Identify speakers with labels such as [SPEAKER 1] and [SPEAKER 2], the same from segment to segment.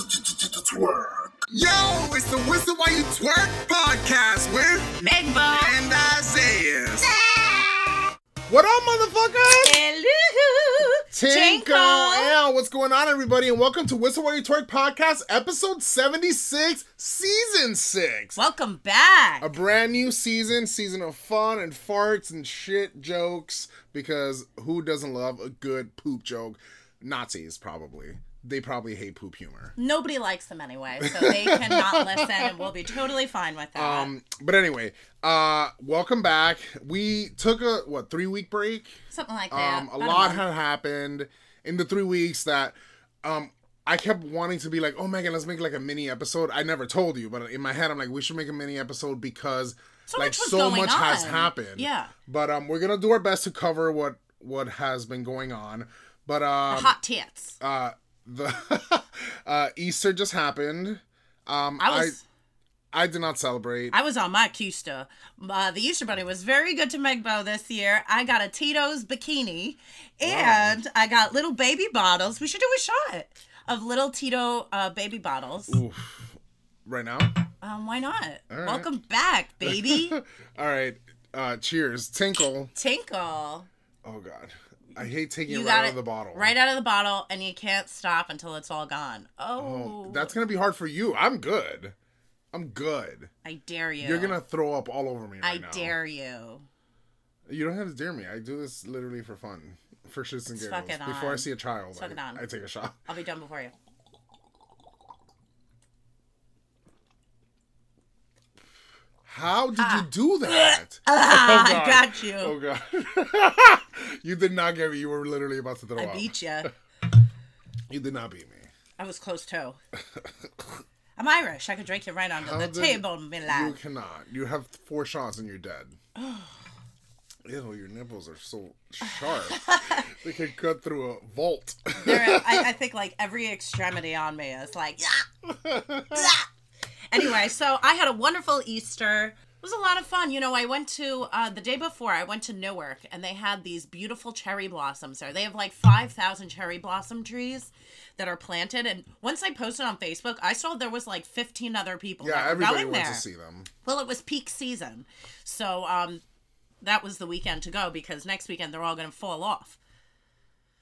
[SPEAKER 1] Twerk. Yo, it's the Whistle While You Twerk podcast with
[SPEAKER 2] Megbo.
[SPEAKER 1] and Isaiah. What up, motherfuckers?
[SPEAKER 2] Hello.
[SPEAKER 1] Tinko
[SPEAKER 2] Tinko.
[SPEAKER 1] L. What's going on, everybody? And welcome to Whistle While You Twerk podcast, episode 76, season 6.
[SPEAKER 2] Welcome back.
[SPEAKER 1] A brand new season, season of fun and farts and shit jokes, because who doesn't love a good poop joke? Nazis, probably. They probably hate poop humor.
[SPEAKER 2] Nobody likes them anyway, so they cannot listen and we'll be totally fine with that.
[SPEAKER 1] Um, but anyway, uh, welcome back. We took a what three week break.
[SPEAKER 2] Something like that.
[SPEAKER 1] Um, a
[SPEAKER 2] About
[SPEAKER 1] lot
[SPEAKER 2] month.
[SPEAKER 1] had happened in the three weeks that, um, I kept wanting to be like, oh Megan, let's make like a mini episode. I never told you, but in my head, I'm like, we should make a mini episode because
[SPEAKER 2] So
[SPEAKER 1] like
[SPEAKER 2] much was
[SPEAKER 1] so
[SPEAKER 2] going
[SPEAKER 1] much has
[SPEAKER 2] on.
[SPEAKER 1] happened.
[SPEAKER 2] Yeah.
[SPEAKER 1] But um, we're gonna do our best to cover what what has been going on. But um,
[SPEAKER 2] Hot tits.
[SPEAKER 1] uh, the uh, Easter just happened. Um,
[SPEAKER 2] I was
[SPEAKER 1] I, I did not celebrate.
[SPEAKER 2] I was on my Cuesta. Uh, the Easter Bunny was very good to Megbo this year. I got a Tito's bikini and I got little baby bottles. We should do a shot of little Tito uh, baby bottles.
[SPEAKER 1] right now.
[SPEAKER 2] Um, why not? Welcome back, baby.
[SPEAKER 1] All right. Uh, cheers. Tinkle.
[SPEAKER 2] Tinkle.
[SPEAKER 1] Oh God, I hate taking
[SPEAKER 2] You
[SPEAKER 1] it
[SPEAKER 2] got
[SPEAKER 1] right out
[SPEAKER 2] it
[SPEAKER 1] of the bottle.
[SPEAKER 2] Right out of the bottle, and you can't stop until it's all gone. Oh,
[SPEAKER 1] Oh, that's gonna be hard for you. I'm good. I'm good.
[SPEAKER 2] I dare you.
[SPEAKER 1] You're gonna throw up all over me right
[SPEAKER 2] I
[SPEAKER 1] now.
[SPEAKER 2] dare you.
[SPEAKER 1] You don't have to dare me. I do this literally for fun, for shits and giggles.
[SPEAKER 2] fuck it
[SPEAKER 1] Before I
[SPEAKER 2] on.
[SPEAKER 1] see a child,
[SPEAKER 2] fuck
[SPEAKER 1] I,
[SPEAKER 2] it on.
[SPEAKER 1] I take a shot.
[SPEAKER 2] I'll be done before you.
[SPEAKER 1] How did you do that?
[SPEAKER 2] Ah,
[SPEAKER 1] God.
[SPEAKER 2] I got you.
[SPEAKER 1] oh God. you did not get me. You were literally about to throw
[SPEAKER 2] I
[SPEAKER 1] up.
[SPEAKER 2] beat you.
[SPEAKER 1] You did not beat me.
[SPEAKER 2] I was close toe. I'm Irish. I could drink you right under the
[SPEAKER 1] did
[SPEAKER 2] table, my lad.
[SPEAKER 1] You cannot. You have four shots and you're dead. Ew, your nipples are so sharp. they could cut through a vault.
[SPEAKER 2] There- I, I think like every extremity on me is like. "Ah! Ah!" Anyway, so I had a wonderful Easter. It was a lot of fun. You know, I went to uh, the day before. I went to Newark, and they had these beautiful cherry blossoms there. They have like five thousand cherry blossom trees that are planted. And once I posted on Facebook, I saw there was like fifteen other people. that
[SPEAKER 1] yeah,
[SPEAKER 2] were
[SPEAKER 1] everybody
[SPEAKER 2] going
[SPEAKER 1] wants
[SPEAKER 2] there.
[SPEAKER 1] to see them.
[SPEAKER 2] Well, it was peak season, so um, that was the weekend to go because next weekend they're all going to fall off.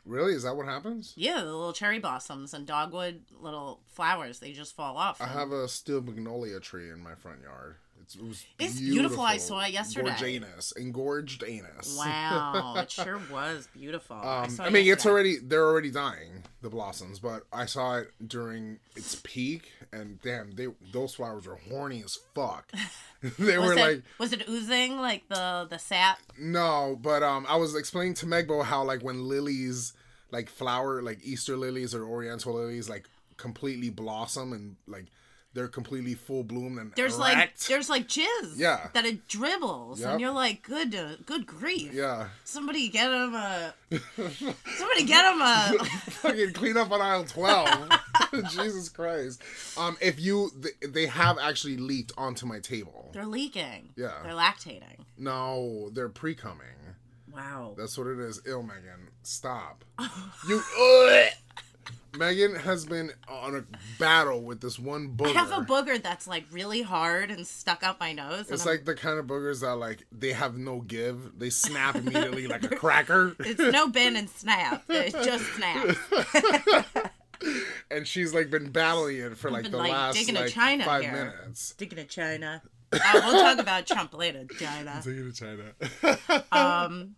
[SPEAKER 1] Really? Is that what happens?
[SPEAKER 2] Yeah, the little cherry blossoms and dogwood little flowers, they just fall off.
[SPEAKER 1] I have a steel magnolia tree in my front yard. It's, it was
[SPEAKER 2] It's beautiful. I saw it yesterday.
[SPEAKER 1] Gorgeous. Engorged anus.
[SPEAKER 2] wow, it sure was beautiful. I,
[SPEAKER 1] Um,
[SPEAKER 2] saw
[SPEAKER 1] I mean, it's
[SPEAKER 2] yesterday.
[SPEAKER 1] already they're already dying the blossoms, but I saw it during its peak, and damn, they those flowers were horny as fuck. they
[SPEAKER 2] Was
[SPEAKER 1] were
[SPEAKER 2] it,
[SPEAKER 1] like,
[SPEAKER 2] was it oozing like the the sap?
[SPEAKER 1] no, but um, I was explaining to Megbo how like when lilies, like flower, like Easter lilies or Oriental lilies, like completely blossom and like they're completely full bloom and
[SPEAKER 2] There's like
[SPEAKER 1] erect.
[SPEAKER 2] there's like jizz.
[SPEAKER 1] Yeah.
[SPEAKER 2] That it dribbles,
[SPEAKER 1] Yep.
[SPEAKER 2] and you're like, good, uh, good grief.
[SPEAKER 1] yeah,
[SPEAKER 2] Somebody get him a. somebody get him a.
[SPEAKER 1] fucking clean up on aisle 12 jesus christ um if you th- they have actually leaked onto my table
[SPEAKER 2] They're leaking.
[SPEAKER 1] Yeah.
[SPEAKER 2] They're lactating.
[SPEAKER 1] no they're pre-coming
[SPEAKER 2] Wow.
[SPEAKER 1] that's what it is ill megan stop you megan has been on a battle with this one booger
[SPEAKER 2] I have a booger that's like really hard and stuck up my
[SPEAKER 1] it's
[SPEAKER 2] nose. and I'm
[SPEAKER 1] like the kind of boogers that like they have no give they snap immediately like a cracker
[SPEAKER 2] It's no bend and snap. It just snaps.
[SPEAKER 1] and she's like been battling it for like
[SPEAKER 2] been,
[SPEAKER 1] the
[SPEAKER 2] like,
[SPEAKER 1] last
[SPEAKER 2] digging a
[SPEAKER 1] like
[SPEAKER 2] china
[SPEAKER 1] five
[SPEAKER 2] here.
[SPEAKER 1] minutes
[SPEAKER 2] Sticking to China. Uh, we'll talk about Trump later, China.
[SPEAKER 1] Take it to China.
[SPEAKER 2] Um,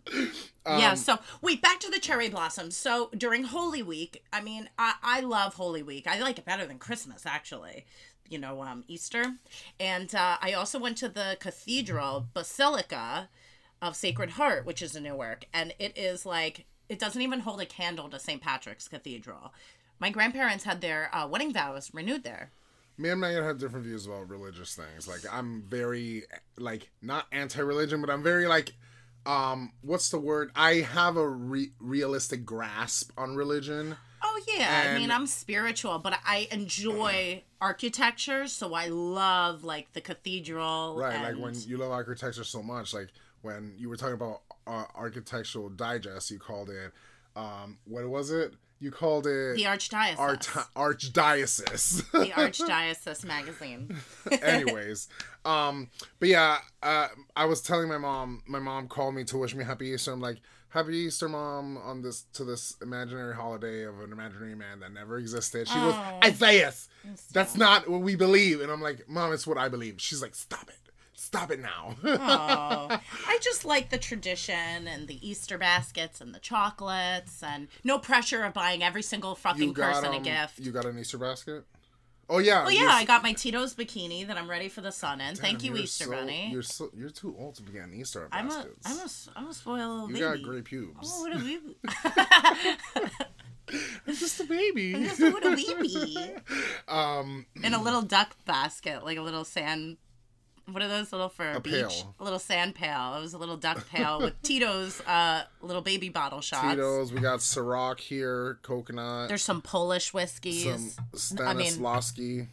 [SPEAKER 2] yeah. So wait, back to the cherry blossoms. So during Holy Week, I mean, I, I love Holy Week. I like it better than Christmas, actually. You know, um, Easter, and uh, I also went to the cathedral basilica of Sacred Heart, which is in Newark, and it is like it doesn't even hold a candle to St. Patrick's Cathedral. My grandparents had their uh, wedding vows renewed there.
[SPEAKER 1] me and Megan have different views about religious things. Like I'm very like not anti-religion, but I'm very like um what's the word? I have a re- realistic grasp on religion.
[SPEAKER 2] Oh yeah, I mean
[SPEAKER 1] And-
[SPEAKER 2] I'm spiritual, but I enjoy architecture, so I love like the cathedral.
[SPEAKER 1] Right,
[SPEAKER 2] and-
[SPEAKER 1] like when you love architecture so much, like when you were talking about uh, architectural digest, you called it um what was it? you called it
[SPEAKER 2] the archdiocese.
[SPEAKER 1] Arch- archdiocese.
[SPEAKER 2] the archdiocese magazine.
[SPEAKER 1] Anyways, um, but yeah, uh, I was telling my mom. My mom called me to wish me happy Easter. I'm like, happy Easter, mom, on this to this imaginary holiday of an imaginary man that never existed. She goes,
[SPEAKER 2] Oh.
[SPEAKER 1] Isaiah, that's
[SPEAKER 2] sad.
[SPEAKER 1] not what we believe. And I'm like, mom, it's what I believe. She's like, stop it, stop it now.
[SPEAKER 2] oh, I just like the tradition and the Easter baskets and the chocolates and no pressure of buying every single fucking person a
[SPEAKER 1] um,
[SPEAKER 2] gift.
[SPEAKER 1] You got an Easter basket. Oh yeah.
[SPEAKER 2] well, yeah, I got my Tito's bikini that I'm ready for the sun in. Thank you, Easter Bunny.
[SPEAKER 1] You're so you're too old to be getting Easter
[SPEAKER 2] I'm a,
[SPEAKER 1] baskets.
[SPEAKER 2] I'm a, s- I'm a spoiled
[SPEAKER 1] you
[SPEAKER 2] baby.
[SPEAKER 1] got gray pubes.
[SPEAKER 2] Oh, what a wee-
[SPEAKER 1] I'm just a baby.
[SPEAKER 2] what a weeby.
[SPEAKER 1] um,
[SPEAKER 2] In a little duck basket, like a little sand. What are those little for a beach?
[SPEAKER 1] pail.
[SPEAKER 2] A little sand pail. It was a little duck pail with Tito's uh, little baby bottle shots.
[SPEAKER 1] Tito's. We got Ciroc here, coconut,
[SPEAKER 2] There's some Polish
[SPEAKER 1] some
[SPEAKER 2] whiskeys. I mean-
[SPEAKER 1] Stanislavski.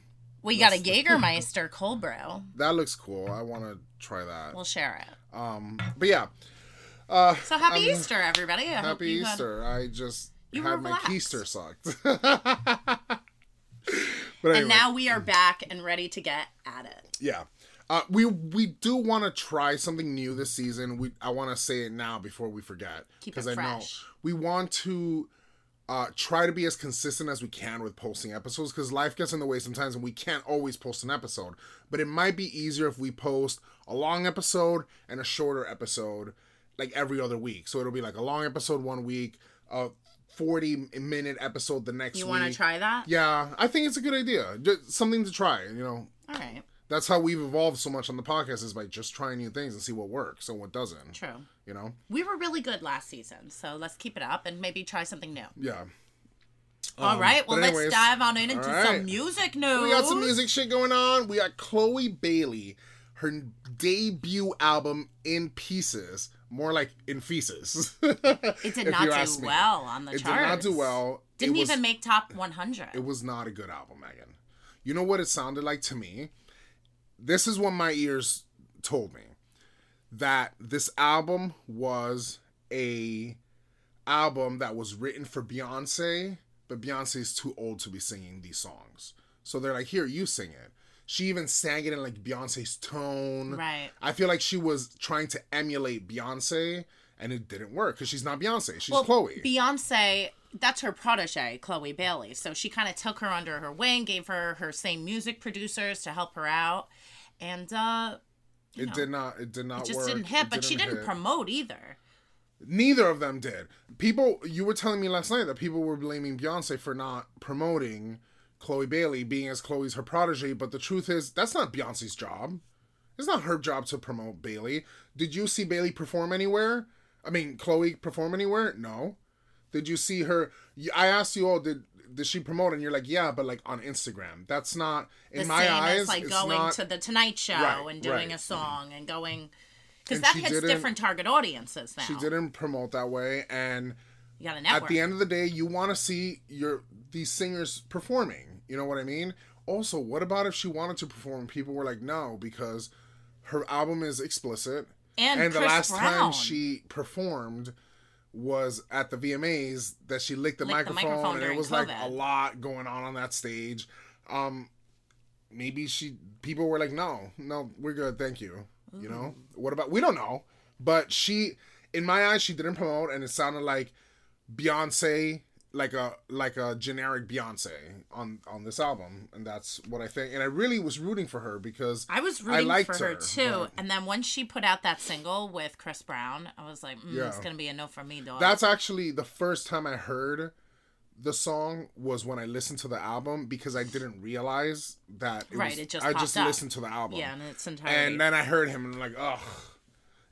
[SPEAKER 2] we got a Jägermeister cold brew.
[SPEAKER 1] that looks cool. I want to try that.
[SPEAKER 2] We'll share it.
[SPEAKER 1] Um, but yeah. Uh,
[SPEAKER 2] So happy
[SPEAKER 1] I'm-
[SPEAKER 2] Easter, everybody. I hope
[SPEAKER 1] Happy
[SPEAKER 2] you had-
[SPEAKER 1] Easter. I just
[SPEAKER 2] You
[SPEAKER 1] had
[SPEAKER 2] were
[SPEAKER 1] my
[SPEAKER 2] relaxed.
[SPEAKER 1] keister sucked. but anyway,
[SPEAKER 2] And now we are back and ready to get at it.
[SPEAKER 1] yeah. Uh, we we do want to try something new this season. We I want to say it now before we forget
[SPEAKER 2] Keep it
[SPEAKER 1] I
[SPEAKER 2] fresh.
[SPEAKER 1] we want to uh, try to be as consistent as we can with posting episodes because life gets in the way sometimes and we can't always post an episode. But it might be easier if we post a long episode and a shorter episode like every other week. So it'll be like a long episode one week, a 40 minute episode the next
[SPEAKER 2] You
[SPEAKER 1] week.
[SPEAKER 2] want to try that?
[SPEAKER 1] Yeah, I think it's a good idea. Just something to try, you know.
[SPEAKER 2] All right.
[SPEAKER 1] That's how we've evolved so much on the podcast is by just trying new things and see what works and what doesn't,
[SPEAKER 2] True.
[SPEAKER 1] you know?
[SPEAKER 2] We were really good last season, so let's keep it up and maybe try something new.
[SPEAKER 1] Yeah.
[SPEAKER 2] all right.
[SPEAKER 1] Um, but
[SPEAKER 2] Well,
[SPEAKER 1] anyways,
[SPEAKER 2] let's dive on in into
[SPEAKER 1] all right.
[SPEAKER 2] some music news.
[SPEAKER 1] We got some music shit going on. We got Chloe Bailey, her debut album in pieces, more like in feces.
[SPEAKER 2] It did
[SPEAKER 1] if
[SPEAKER 2] not
[SPEAKER 1] you ask
[SPEAKER 2] do
[SPEAKER 1] me.
[SPEAKER 2] well on the
[SPEAKER 1] It did
[SPEAKER 2] charts.
[SPEAKER 1] not do well.
[SPEAKER 2] Didn't
[SPEAKER 1] it was,
[SPEAKER 2] even make top 100.
[SPEAKER 1] It was not a good album, Megan. You know what it sounded like to me? This is what my ears told me that this album was a album that was written for Beyonce, but Beyonce's too old to be singing these songs. So they're like, "Here, you sing it." She even sang it in like Beyonce's tone.
[SPEAKER 2] right.
[SPEAKER 1] I feel like she was trying to emulate Beyonce, and it didn't work because she's not Beyonce. She's
[SPEAKER 2] Well,
[SPEAKER 1] Chloe.
[SPEAKER 2] Beyonce, that's her protege, Chloe Bailey. So she kind of took her under her wing, gave her her same music producers to help her out. And uh,
[SPEAKER 1] it did not. It did not
[SPEAKER 2] it just
[SPEAKER 1] work.
[SPEAKER 2] didn't hit,
[SPEAKER 1] It
[SPEAKER 2] but she didn't
[SPEAKER 1] hit.
[SPEAKER 2] promote either.
[SPEAKER 1] Neither of them did. People, you were telling me last night that people were blaming Beyonce for not promoting Chloe Bailey, being as Chloe's her protege. But the truth is, that's not Beyonce's job. It's not her job to promote Bailey. Did you see Bailey perform anywhere? I mean, Chloe perform anywhere? No. Did you see her? you- I asked you, oh, did did she promote? And you're like, yeah, but like on Instagram. That's not in
[SPEAKER 2] The
[SPEAKER 1] my
[SPEAKER 2] same
[SPEAKER 1] eyes.
[SPEAKER 2] as like
[SPEAKER 1] it's
[SPEAKER 2] going
[SPEAKER 1] not,
[SPEAKER 2] to the Tonight Show
[SPEAKER 1] Right,
[SPEAKER 2] and doing
[SPEAKER 1] right.
[SPEAKER 2] a song and going. Because
[SPEAKER 1] And
[SPEAKER 2] that
[SPEAKER 1] she
[SPEAKER 2] hits
[SPEAKER 1] didn't-
[SPEAKER 2] different target audiences now.
[SPEAKER 1] She didn't promote that way, and
[SPEAKER 2] You got a
[SPEAKER 1] at
[SPEAKER 2] network.
[SPEAKER 1] the end of the day, you want to see your these singers performing. You know what I mean? Also, what about if she wanted to perform? and People were like, no, because her album is explicit.
[SPEAKER 2] And
[SPEAKER 1] the
[SPEAKER 2] Chris
[SPEAKER 1] last time
[SPEAKER 2] Brown.
[SPEAKER 1] she performed was at the VMAs that she licked the,
[SPEAKER 2] Licked the
[SPEAKER 1] microphone,
[SPEAKER 2] microphone
[SPEAKER 1] and it
[SPEAKER 2] during
[SPEAKER 1] was like a
[SPEAKER 2] COVID.
[SPEAKER 1] lot going on on that stage. Um, maybe she people were like, no, no, we're good, thank you. You know
[SPEAKER 2] Mm-hmm.
[SPEAKER 1] what about? We don't know, but she, in my eyes, she didn't promote, and it sounded like Beyonce like a like a generic Beyonce on on this album and that's what I think and I really was rooting for her because
[SPEAKER 2] I was
[SPEAKER 1] I
[SPEAKER 2] rooting
[SPEAKER 1] liked
[SPEAKER 2] for her,
[SPEAKER 1] her,
[SPEAKER 2] too.
[SPEAKER 1] but-
[SPEAKER 2] And then once she put out that single with Chris Brown, I was like, mm, it's
[SPEAKER 1] Yeah.
[SPEAKER 2] going to be a no for me, dog.
[SPEAKER 1] that's actually the first time I heard the song was when I listened to the album because I didn't realize that it
[SPEAKER 2] Right,
[SPEAKER 1] was,
[SPEAKER 2] it just
[SPEAKER 1] I
[SPEAKER 2] popped
[SPEAKER 1] just
[SPEAKER 2] up.
[SPEAKER 1] listened to the album
[SPEAKER 2] yeah, in its entirety.
[SPEAKER 1] and then I heard him and I'm like ugh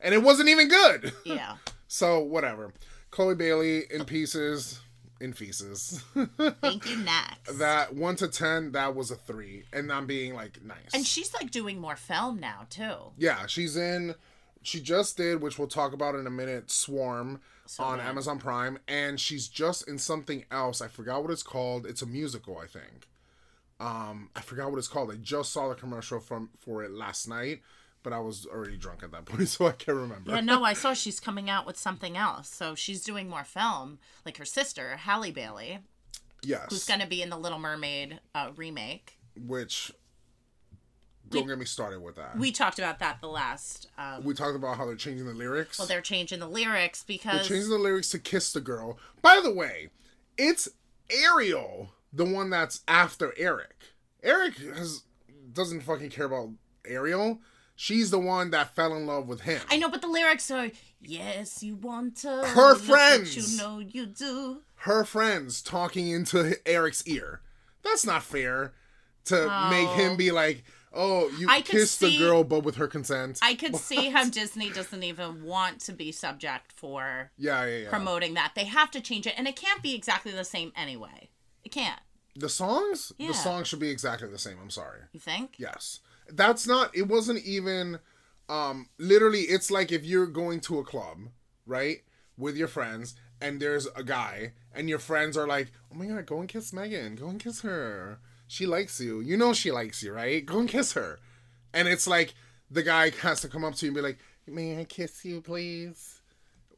[SPEAKER 1] and it wasn't even good
[SPEAKER 2] yeah.
[SPEAKER 1] so whatever Chloe Bailey in pieces in feces
[SPEAKER 2] Thank you, next.
[SPEAKER 1] that 1 to 10 that was a 3 and I'm being like nice
[SPEAKER 2] and she's like doing more film now, too.
[SPEAKER 1] Yeah, she's in. She just did, which we'll talk about in a minute, Swarm on
[SPEAKER 2] good.
[SPEAKER 1] Amazon Prime, and she's just in something else. I forgot what it's called. It's a musical, I think. Um, I forgot what it's called. I just saw the commercial from for it last night, but I was already drunk at that point, so I can't remember.
[SPEAKER 2] Yeah, no, I saw she's coming out with something else. So she's doing more film, like her sister, Halle Bailey.
[SPEAKER 1] Yes.
[SPEAKER 2] who's going to be in the Little Mermaid uh, remake.
[SPEAKER 1] Which don't get me started with that.
[SPEAKER 2] We talked about that the last. Um,
[SPEAKER 1] We talked about how they're changing the lyrics.
[SPEAKER 2] well, they're changing the lyrics
[SPEAKER 1] they're
[SPEAKER 2] because
[SPEAKER 1] changing the lyrics to "Kiss the Girl." By the way, it's Ariel, the one that's after Eric. Eric has doesn't fucking care about Ariel. She's the one that fell in love with him.
[SPEAKER 2] I know, but the lyrics are yes, you want to.
[SPEAKER 1] Her
[SPEAKER 2] look what
[SPEAKER 1] friends.
[SPEAKER 2] you know you do.
[SPEAKER 1] her friends talking into Eric's ear. That's not fair to make him be like, "Oh, you
[SPEAKER 2] I could
[SPEAKER 1] kissed the
[SPEAKER 2] see-
[SPEAKER 1] girl, but with her consent."
[SPEAKER 2] I could see how Disney doesn't even want to be subject for
[SPEAKER 1] yeah, yeah, yeah.
[SPEAKER 2] promoting that. They have to change it, and it can't be exactly the same anyway. It can't.
[SPEAKER 1] the songs,
[SPEAKER 2] Yeah.
[SPEAKER 1] the songs should be exactly the same. I'm sorry.
[SPEAKER 2] You think?
[SPEAKER 1] Yes, that's not. It wasn't even. Um, literally, it's like if you're going to a club, right, with your friends, and there's a guy, and your friends are like, "Oh my god, go and kiss Megan. Go and kiss her. She likes you. You know she likes you, right? Go and kiss her." And it's like the guy has to come up to you and be like, "May I kiss you, please?"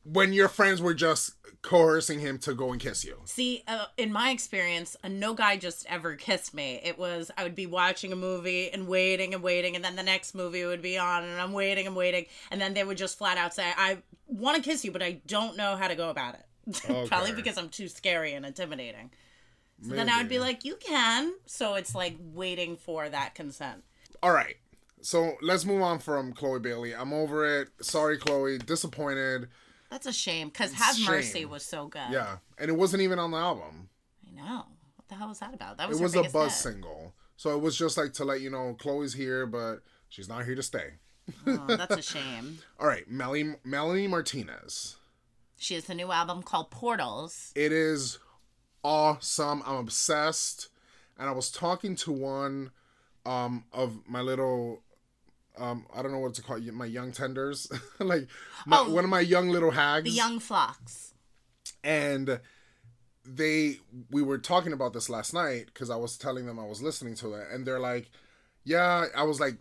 [SPEAKER 1] When your friends were just coercing him to go and kiss you.
[SPEAKER 2] See, uh, in my experience, uh, no guy just ever kissed me. It was I would be watching a movie and waiting and waiting, and then the next movie would be on, and I'm waiting and waiting, and then they would just flat out say, "I want to kiss you, but I don't know how to go about it." Probably
[SPEAKER 1] Okay.
[SPEAKER 2] because I'm too scary and intimidating. So then I would be
[SPEAKER 1] Maybe.
[SPEAKER 2] like, "You can." So it's like waiting for that consent.
[SPEAKER 1] All right. So let's move on from Chloe Bailey. I'm over it. Sorry, Chloe. Disappointed.
[SPEAKER 2] That's a shame because "Have
[SPEAKER 1] Shame.
[SPEAKER 2] Mercy" was so good.
[SPEAKER 1] Yeah. And it wasn't even on the album.
[SPEAKER 2] I know. What the hell was that about? That
[SPEAKER 1] It
[SPEAKER 2] was her
[SPEAKER 1] was a
[SPEAKER 2] biggest
[SPEAKER 1] buzz
[SPEAKER 2] hit.
[SPEAKER 1] single. So it was just like to let you know Chloe's here, but she's not here to stay.
[SPEAKER 2] Oh, that's a shame.
[SPEAKER 1] All right. Melanie, Melanie Martinez.
[SPEAKER 2] She has a new album called Portals.
[SPEAKER 1] It is awesome. I'm obsessed. And I was talking to one um, of my little. Um, I don't know what to call you, my young tenders, like my,
[SPEAKER 2] Oh,
[SPEAKER 1] one of my young little hags.
[SPEAKER 2] The Young Flocks.
[SPEAKER 1] and they we were talking about this last night because i was telling them i was listening to it and they're like yeah i was like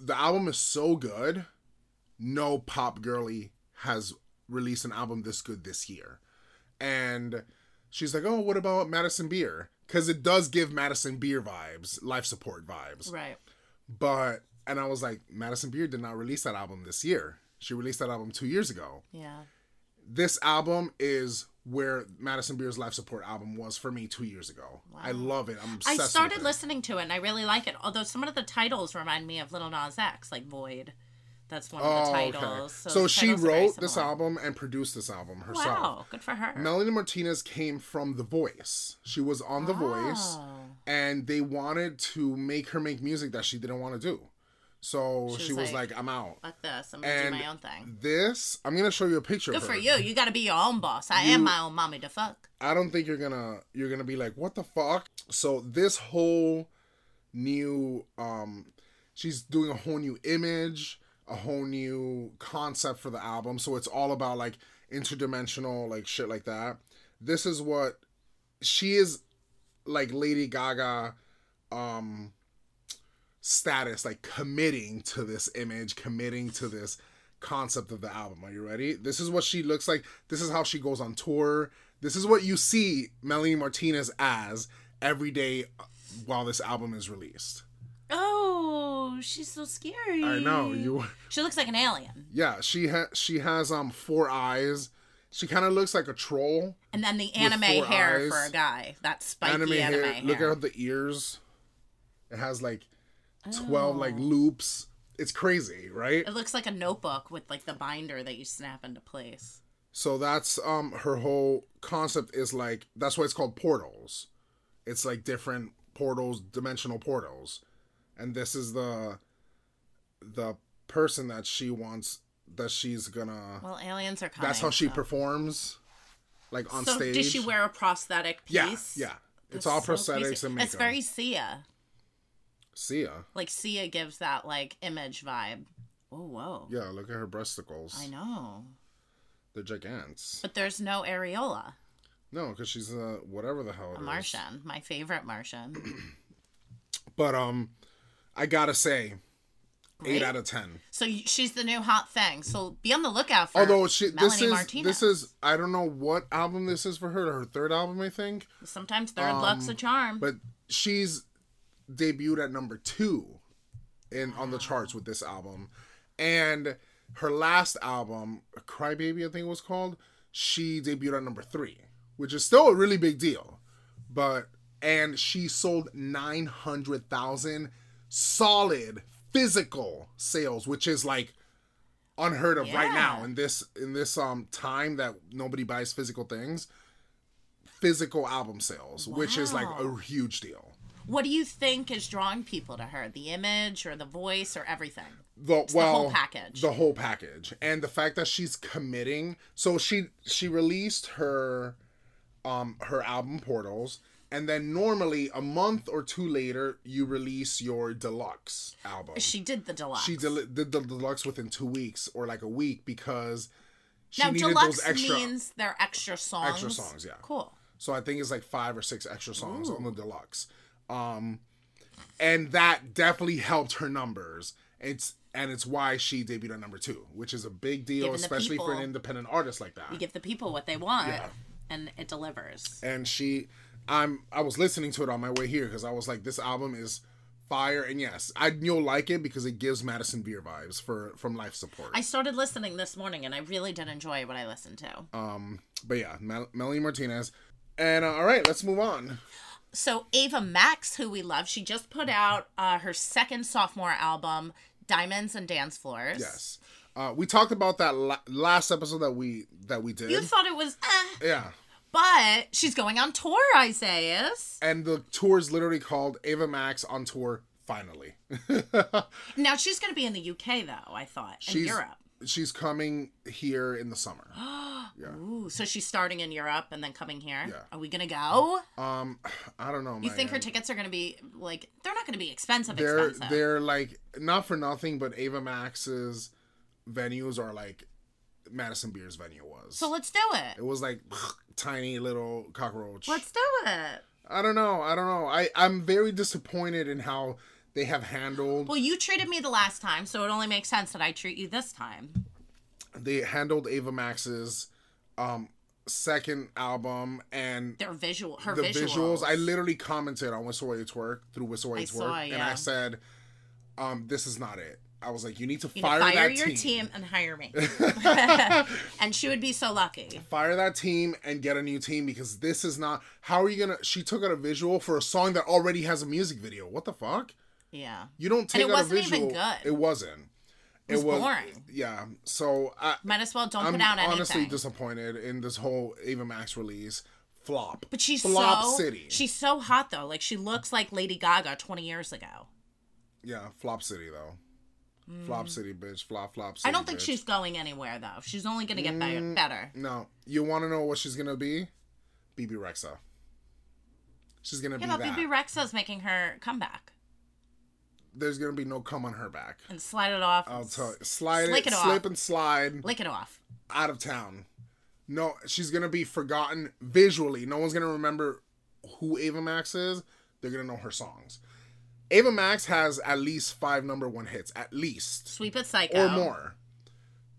[SPEAKER 1] the album is so good no pop girly has released an album this good this year and she's like oh what about madison beer because it does give madison beer vibes life support vibes
[SPEAKER 2] Right.
[SPEAKER 1] but and i was like madison beer did not release that album this year she released that album two years ago
[SPEAKER 2] Yeah.
[SPEAKER 1] this album is where Madison Beer's life support album was for me two years ago. I love it. I'm
[SPEAKER 2] I
[SPEAKER 1] obsessed.
[SPEAKER 2] started
[SPEAKER 1] with it.
[SPEAKER 2] listening to it and I really like it. Although some of the titles remind me of Little Nas X, like Void. That's one of the titles.
[SPEAKER 1] Oh, So,
[SPEAKER 2] the
[SPEAKER 1] she
[SPEAKER 2] titles are very
[SPEAKER 1] wrote this
[SPEAKER 2] similar.
[SPEAKER 1] album and produced this album herself.
[SPEAKER 2] Wow, good for her.
[SPEAKER 1] Melanie Martinez came from The Voice. She was on The Voice,
[SPEAKER 2] Oh.
[SPEAKER 1] and they wanted to make her make music that she didn't want to do. So she was, like, "I'm out."
[SPEAKER 2] Fuck this. I'm gonna do
[SPEAKER 1] And
[SPEAKER 2] my own thing.
[SPEAKER 1] this, I'm gonna show you a picture.
[SPEAKER 2] Good
[SPEAKER 1] of
[SPEAKER 2] for
[SPEAKER 1] her.
[SPEAKER 2] you. You gotta be your own boss. I am my own mommy to fuck.
[SPEAKER 1] I don't think you're gonna you're gonna be like, what the fuck? So this whole new um she's doing a whole new image, a whole new concept for the album. So it's all about like interdimensional like shit like that. This is what she is like Lady Gaga um status, like committing to this image, committing to this concept of the album. Are you ready? This is what she looks like. This is how she goes on tour. This is what you see Melanie Martinez as every day uh, while this album is released.
[SPEAKER 2] Oh, she's so scary.
[SPEAKER 1] I know you.
[SPEAKER 2] She looks like an alien.
[SPEAKER 1] Yeah, she ha- she has um four eyes. She kind of looks like a troll.
[SPEAKER 2] And then the anime
[SPEAKER 1] four
[SPEAKER 2] hair
[SPEAKER 1] eyes.
[SPEAKER 2] for a guy. That spiky
[SPEAKER 1] anime,
[SPEAKER 2] anime,
[SPEAKER 1] hair.
[SPEAKER 2] hair.
[SPEAKER 1] Look at the ears. It has like twelve like
[SPEAKER 2] Oh.
[SPEAKER 1] loops. It's crazy, right?
[SPEAKER 2] It looks like a notebook with like the binder that you snap into place.
[SPEAKER 1] So that's um her whole concept is like that's why it's called portals. It's like different portals, dimensional portals. And this is the the person that she wants that she's gonna
[SPEAKER 2] Well, aliens are coming.
[SPEAKER 1] that's how she
[SPEAKER 2] so.
[SPEAKER 1] performs like on
[SPEAKER 2] so
[SPEAKER 1] stage.
[SPEAKER 2] did she wear a prosthetic
[SPEAKER 1] yeah,
[SPEAKER 2] piece?
[SPEAKER 1] yeah. It's
[SPEAKER 2] That's
[SPEAKER 1] all
[SPEAKER 2] so
[SPEAKER 1] prosthetics
[SPEAKER 2] crazy.
[SPEAKER 1] and makeup.
[SPEAKER 2] It's very Sia.
[SPEAKER 1] See ya.
[SPEAKER 2] Like Sia gives that like image vibe. Oh whoa.
[SPEAKER 1] Yeah, look at her breasticles.
[SPEAKER 2] I know.
[SPEAKER 1] They're gigants.
[SPEAKER 2] But there's no areola.
[SPEAKER 1] No, because she's uh whatever the hell it
[SPEAKER 2] A
[SPEAKER 1] is.
[SPEAKER 2] Martian, my favorite Martian.
[SPEAKER 1] But um, I gotta say, Great. Eight out of ten.
[SPEAKER 2] So you- she's the new hot thing. So be on the lookout for
[SPEAKER 1] Although she,
[SPEAKER 2] Melanie
[SPEAKER 1] this is
[SPEAKER 2] Martinez.
[SPEAKER 1] this is I don't know what album this is for her. Her third album, I think.
[SPEAKER 2] sometimes third luck's a charm.
[SPEAKER 1] um, But she's debuted at number two in on the charts with this album, and her last album, Crybaby, I think it was called. She debuted at number three, which is still a really big deal, but and she sold nine hundred thousand solid physical sales, which is like unheard of right
[SPEAKER 2] Yeah.
[SPEAKER 1] now in this in this um time that nobody buys physical things physical album sales which is like
[SPEAKER 2] Wow.
[SPEAKER 1] a huge deal
[SPEAKER 2] what do you think is drawing people to her? The image or the voice or everything?
[SPEAKER 1] the
[SPEAKER 2] the
[SPEAKER 1] well
[SPEAKER 2] whole package.
[SPEAKER 1] the whole package and the fact that she's committing so she she released her um her album portals and then normally a month or two later you release your deluxe album
[SPEAKER 2] She did the deluxe.
[SPEAKER 1] she del- did the deluxe within two weeks or like a week because she
[SPEAKER 2] now
[SPEAKER 1] needed
[SPEAKER 2] deluxe
[SPEAKER 1] those extra
[SPEAKER 2] means they're extra songs.
[SPEAKER 1] Extra songs, yeah.
[SPEAKER 2] Cool.
[SPEAKER 1] so i think it's like five or six extra songs on the deluxe um and that definitely helped her numbers it's and it's why she debuted at number two which is a big deal
[SPEAKER 2] Giving the
[SPEAKER 1] especially for an
[SPEAKER 2] people-
[SPEAKER 1] independent artist like that
[SPEAKER 2] You give the people what they want,
[SPEAKER 1] Yeah.
[SPEAKER 2] and it delivers.
[SPEAKER 1] and she i'm i was listening to it on my way here because i was like this album is fire and yes i you'll like it because it gives madison beer vibes for from life support
[SPEAKER 2] I started listening this morning, and I really did enjoy what I listened to.
[SPEAKER 1] um but yeah Mel- melanie martinez and uh, all right let's move on
[SPEAKER 2] so Ava Max, who we love, she just put out uh, her second sophomore album, Diamonds and Dance Floors.
[SPEAKER 1] yes uh, we talked about that la- last episode that we that we did
[SPEAKER 2] You thought it was, eh,
[SPEAKER 1] yeah
[SPEAKER 2] but she's going on tour, Isaias.
[SPEAKER 1] and the tour is literally called Ava Max on tour. Finally,
[SPEAKER 2] Now she's going to be in the UK though. I thought in
[SPEAKER 1] She's-
[SPEAKER 2] Europe.
[SPEAKER 1] she's coming here in the summer.
[SPEAKER 2] Ooh, so she's starting in Europe and then coming here.
[SPEAKER 1] Yeah.
[SPEAKER 2] Are we gonna go?
[SPEAKER 1] Um, I don't know.
[SPEAKER 2] you think her tickets are gonna be like they're not gonna be expensive?
[SPEAKER 1] they're
[SPEAKER 2] expensive.
[SPEAKER 1] they're like not for nothing, but Ava Max's venues are like Madison Beer's venue was.
[SPEAKER 2] so let's do
[SPEAKER 1] it
[SPEAKER 2] it.
[SPEAKER 1] was like tiny little cockroach.
[SPEAKER 2] Let's do it.
[SPEAKER 1] I don't know. I don't know. I I'm very disappointed in how they have handled
[SPEAKER 2] Well, you treated me the last time, so it only makes sense that I treat you this time.
[SPEAKER 1] they handled Ava Max's um second album and
[SPEAKER 2] Their visual, her
[SPEAKER 1] the
[SPEAKER 2] visuals.
[SPEAKER 1] visuals. I literally commented on Whistle Way It's Work through Whistle Way It's
[SPEAKER 2] saw,
[SPEAKER 1] Work, and
[SPEAKER 2] yeah.
[SPEAKER 1] I said, um, "This is not it." I was like, "You need to
[SPEAKER 2] You know,
[SPEAKER 1] fire,
[SPEAKER 2] fire,
[SPEAKER 1] that
[SPEAKER 2] your
[SPEAKER 1] team.
[SPEAKER 2] team. and hire me. and she would be so lucky.
[SPEAKER 1] fire that team, and get a new team because this is not. How are you gonna?" She took out a visual for a song that already has a music video. What the fuck?
[SPEAKER 2] Yeah.
[SPEAKER 1] You don't take
[SPEAKER 2] it
[SPEAKER 1] out
[SPEAKER 2] wasn't
[SPEAKER 1] a
[SPEAKER 2] even
[SPEAKER 1] visual.
[SPEAKER 2] good.
[SPEAKER 1] It wasn't. It
[SPEAKER 2] was boring.
[SPEAKER 1] Yeah. So I,
[SPEAKER 2] Might as well don't
[SPEAKER 1] I'm
[SPEAKER 2] put out
[SPEAKER 1] honestly
[SPEAKER 2] anything.
[SPEAKER 1] disappointed in this whole Ava Max release flop.
[SPEAKER 2] but she's
[SPEAKER 1] flop
[SPEAKER 2] so
[SPEAKER 1] city.
[SPEAKER 2] she's so hot though. Like she looks like Lady Gaga 20 years ago.
[SPEAKER 1] Yeah, Flop City though. Flop City, bitch. Flop, flop. City,
[SPEAKER 2] Mm. I don't think
[SPEAKER 1] bitch.
[SPEAKER 2] she's going anywhere though. She's only gonna get
[SPEAKER 1] Mm,
[SPEAKER 2] better. better.
[SPEAKER 1] No, you want to know what she's gonna be? BB Rexa. She's gonna
[SPEAKER 2] Yeah,
[SPEAKER 1] be
[SPEAKER 2] but
[SPEAKER 1] that.
[SPEAKER 2] BB Rexa's making her comeback
[SPEAKER 1] There's gonna be no cum on her back.
[SPEAKER 2] and slide it off.
[SPEAKER 1] I'll
[SPEAKER 2] and
[SPEAKER 1] tell you.
[SPEAKER 2] s-
[SPEAKER 1] Slide
[SPEAKER 2] Slick
[SPEAKER 1] it,
[SPEAKER 2] it off.
[SPEAKER 1] slip and slide
[SPEAKER 2] Lick it off.
[SPEAKER 1] out of town. No, she's gonna be forgotten visually. No one's gonna remember who Ava Max is. They're gonna know her songs. Ava Max has at least five number one hits, at least
[SPEAKER 2] Sweep it psycho.
[SPEAKER 1] or more.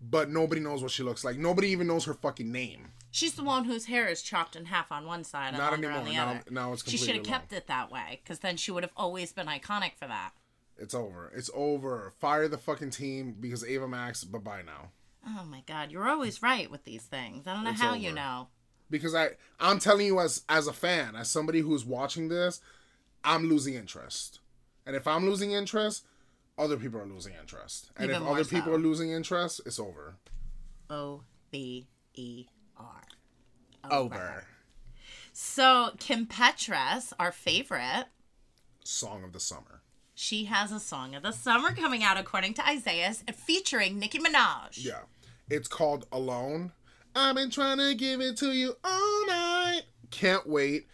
[SPEAKER 1] But nobody knows what she looks like. Nobody even knows her fucking name.
[SPEAKER 2] She's the one whose hair is chopped in half on one side and
[SPEAKER 1] Not
[SPEAKER 2] longer
[SPEAKER 1] anymore.
[SPEAKER 2] on the
[SPEAKER 1] Now,
[SPEAKER 2] other.
[SPEAKER 1] now it's
[SPEAKER 2] She
[SPEAKER 1] completely
[SPEAKER 2] should have
[SPEAKER 1] wrong.
[SPEAKER 2] kept it that way, because then she would have always been iconic for that.
[SPEAKER 1] It's over. It's over. Fire the fucking team because Ava Max, bye bye now.
[SPEAKER 2] Oh my God, you're always right with these things. I don't know how you
[SPEAKER 1] over.
[SPEAKER 2] know.
[SPEAKER 1] Because I, I'm telling you as as a fan, as somebody who's watching this, I'm losing interest. And if I'm losing interest, other people are losing interest. And
[SPEAKER 2] Even
[SPEAKER 1] if
[SPEAKER 2] more
[SPEAKER 1] other people
[SPEAKER 2] so.
[SPEAKER 1] are losing interest, it's over.
[SPEAKER 2] O B E R.
[SPEAKER 1] Over.
[SPEAKER 2] So Kim Petras, our favorite,
[SPEAKER 1] Song of the summer.
[SPEAKER 2] she has a song of the summer coming out according to Isaiah's, featuring Nicki Minaj.
[SPEAKER 1] Yeah. It's called Alone. I've been trying to give it to you all night. Can't wait.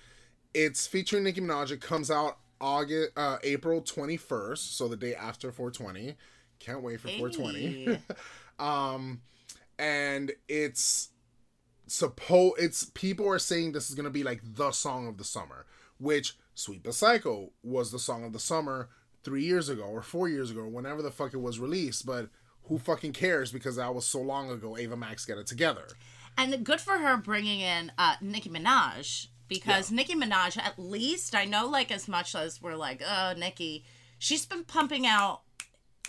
[SPEAKER 1] It's featuring Nicki Minaj. It comes out August uh, April 21st, so the day after 420. Can't wait for 420.
[SPEAKER 2] Hey.
[SPEAKER 1] Um and it's suppo it's people are saying this is going to be like the song of the summer, which Sweet the Psycho was the song of the summer three years ago or four years ago, whenever the fuck it was released. But who fucking cares? Because that was so long ago. Ava Max get it together.
[SPEAKER 2] And good for her bringing in uh, Nicki Minaj because yeah. Nicki Minaj, at least I know, like as much as we're like, oh Nicki, she's been pumping out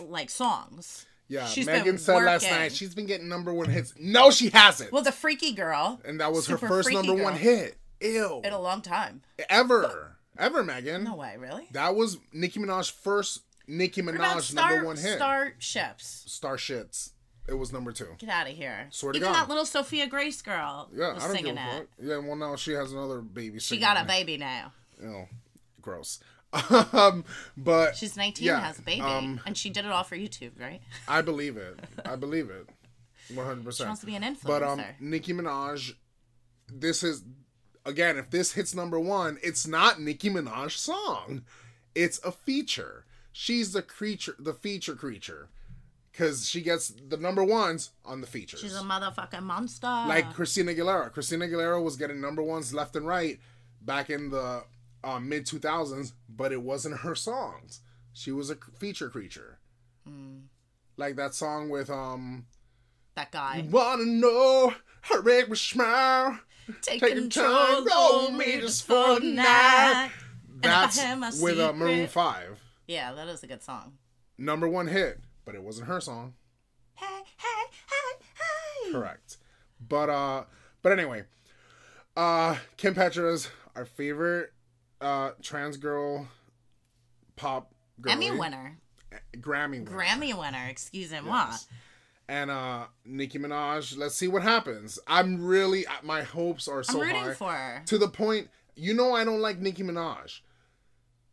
[SPEAKER 2] like songs.
[SPEAKER 1] Yeah, she's Megan said working. last night she's been getting number one hits. No, she hasn't.
[SPEAKER 2] Well, the Freaky Girl,
[SPEAKER 1] and that was her first number girl. one hit. Ew,
[SPEAKER 2] in a long time.
[SPEAKER 1] Ever, but, ever, Megan.
[SPEAKER 2] No way, really.
[SPEAKER 1] That was Nicki Minaj's first Nicki Minaj
[SPEAKER 2] star,
[SPEAKER 1] number one hit.
[SPEAKER 2] Starships.
[SPEAKER 1] Starships. It was number two.
[SPEAKER 2] Get out of here.
[SPEAKER 1] Swear
[SPEAKER 2] Even
[SPEAKER 1] to God.
[SPEAKER 2] that little Sophia Grace girl
[SPEAKER 1] yeah,
[SPEAKER 2] was
[SPEAKER 1] I don't
[SPEAKER 2] singing
[SPEAKER 1] give a
[SPEAKER 2] it.
[SPEAKER 1] fuck. Yeah, well, now she has another baby.
[SPEAKER 2] She got a baby now.
[SPEAKER 1] Oh, gross. um, but
[SPEAKER 2] She's 19
[SPEAKER 1] yeah,
[SPEAKER 2] has a baby.
[SPEAKER 1] um,
[SPEAKER 2] and she did it all for YouTube, right?
[SPEAKER 1] I believe it. I believe it. One hundred
[SPEAKER 2] She
[SPEAKER 1] percent.
[SPEAKER 2] wants to be an influencer.
[SPEAKER 1] But um, Nicki Minaj, this is again. If this hits number one, it's not Nicki Minaj's song. It's a feature. She's the creature, the feature creature, because she gets the number ones on the features.
[SPEAKER 2] She's a motherfucking monster.
[SPEAKER 1] like Christina Aguilera. Christina Aguilera was getting number ones left and right back in the uh, mid 2000s, but it wasn't her songs. She was a c- feature creature.
[SPEAKER 2] Hmm.
[SPEAKER 1] Like that song with um
[SPEAKER 2] that guy.
[SPEAKER 1] wanna know her red smile
[SPEAKER 2] Take,
[SPEAKER 1] take
[SPEAKER 2] control,
[SPEAKER 1] control roll me just for a night.
[SPEAKER 2] if I
[SPEAKER 1] That's
[SPEAKER 2] had my
[SPEAKER 1] with uh, Maroon
[SPEAKER 2] secret-
[SPEAKER 1] 5.
[SPEAKER 2] Yeah, that is a good song.
[SPEAKER 1] Number 1 hit, but it wasn't her song.
[SPEAKER 2] Hey, hey, hey, hey.
[SPEAKER 1] Correct. But uh but anyway, uh Kim Petra's our favorite uh trans girl pop girl
[SPEAKER 2] Emmy winner.
[SPEAKER 1] Grammy winner.
[SPEAKER 2] Grammy winner, excuse me.
[SPEAKER 1] Yes. And uh Nicki Minaj, let's see what happens. I'm really my hopes are
[SPEAKER 2] I'm
[SPEAKER 1] so
[SPEAKER 2] rooting
[SPEAKER 1] high.
[SPEAKER 2] for her.
[SPEAKER 1] to the point you know I don't like Nicki Minaj.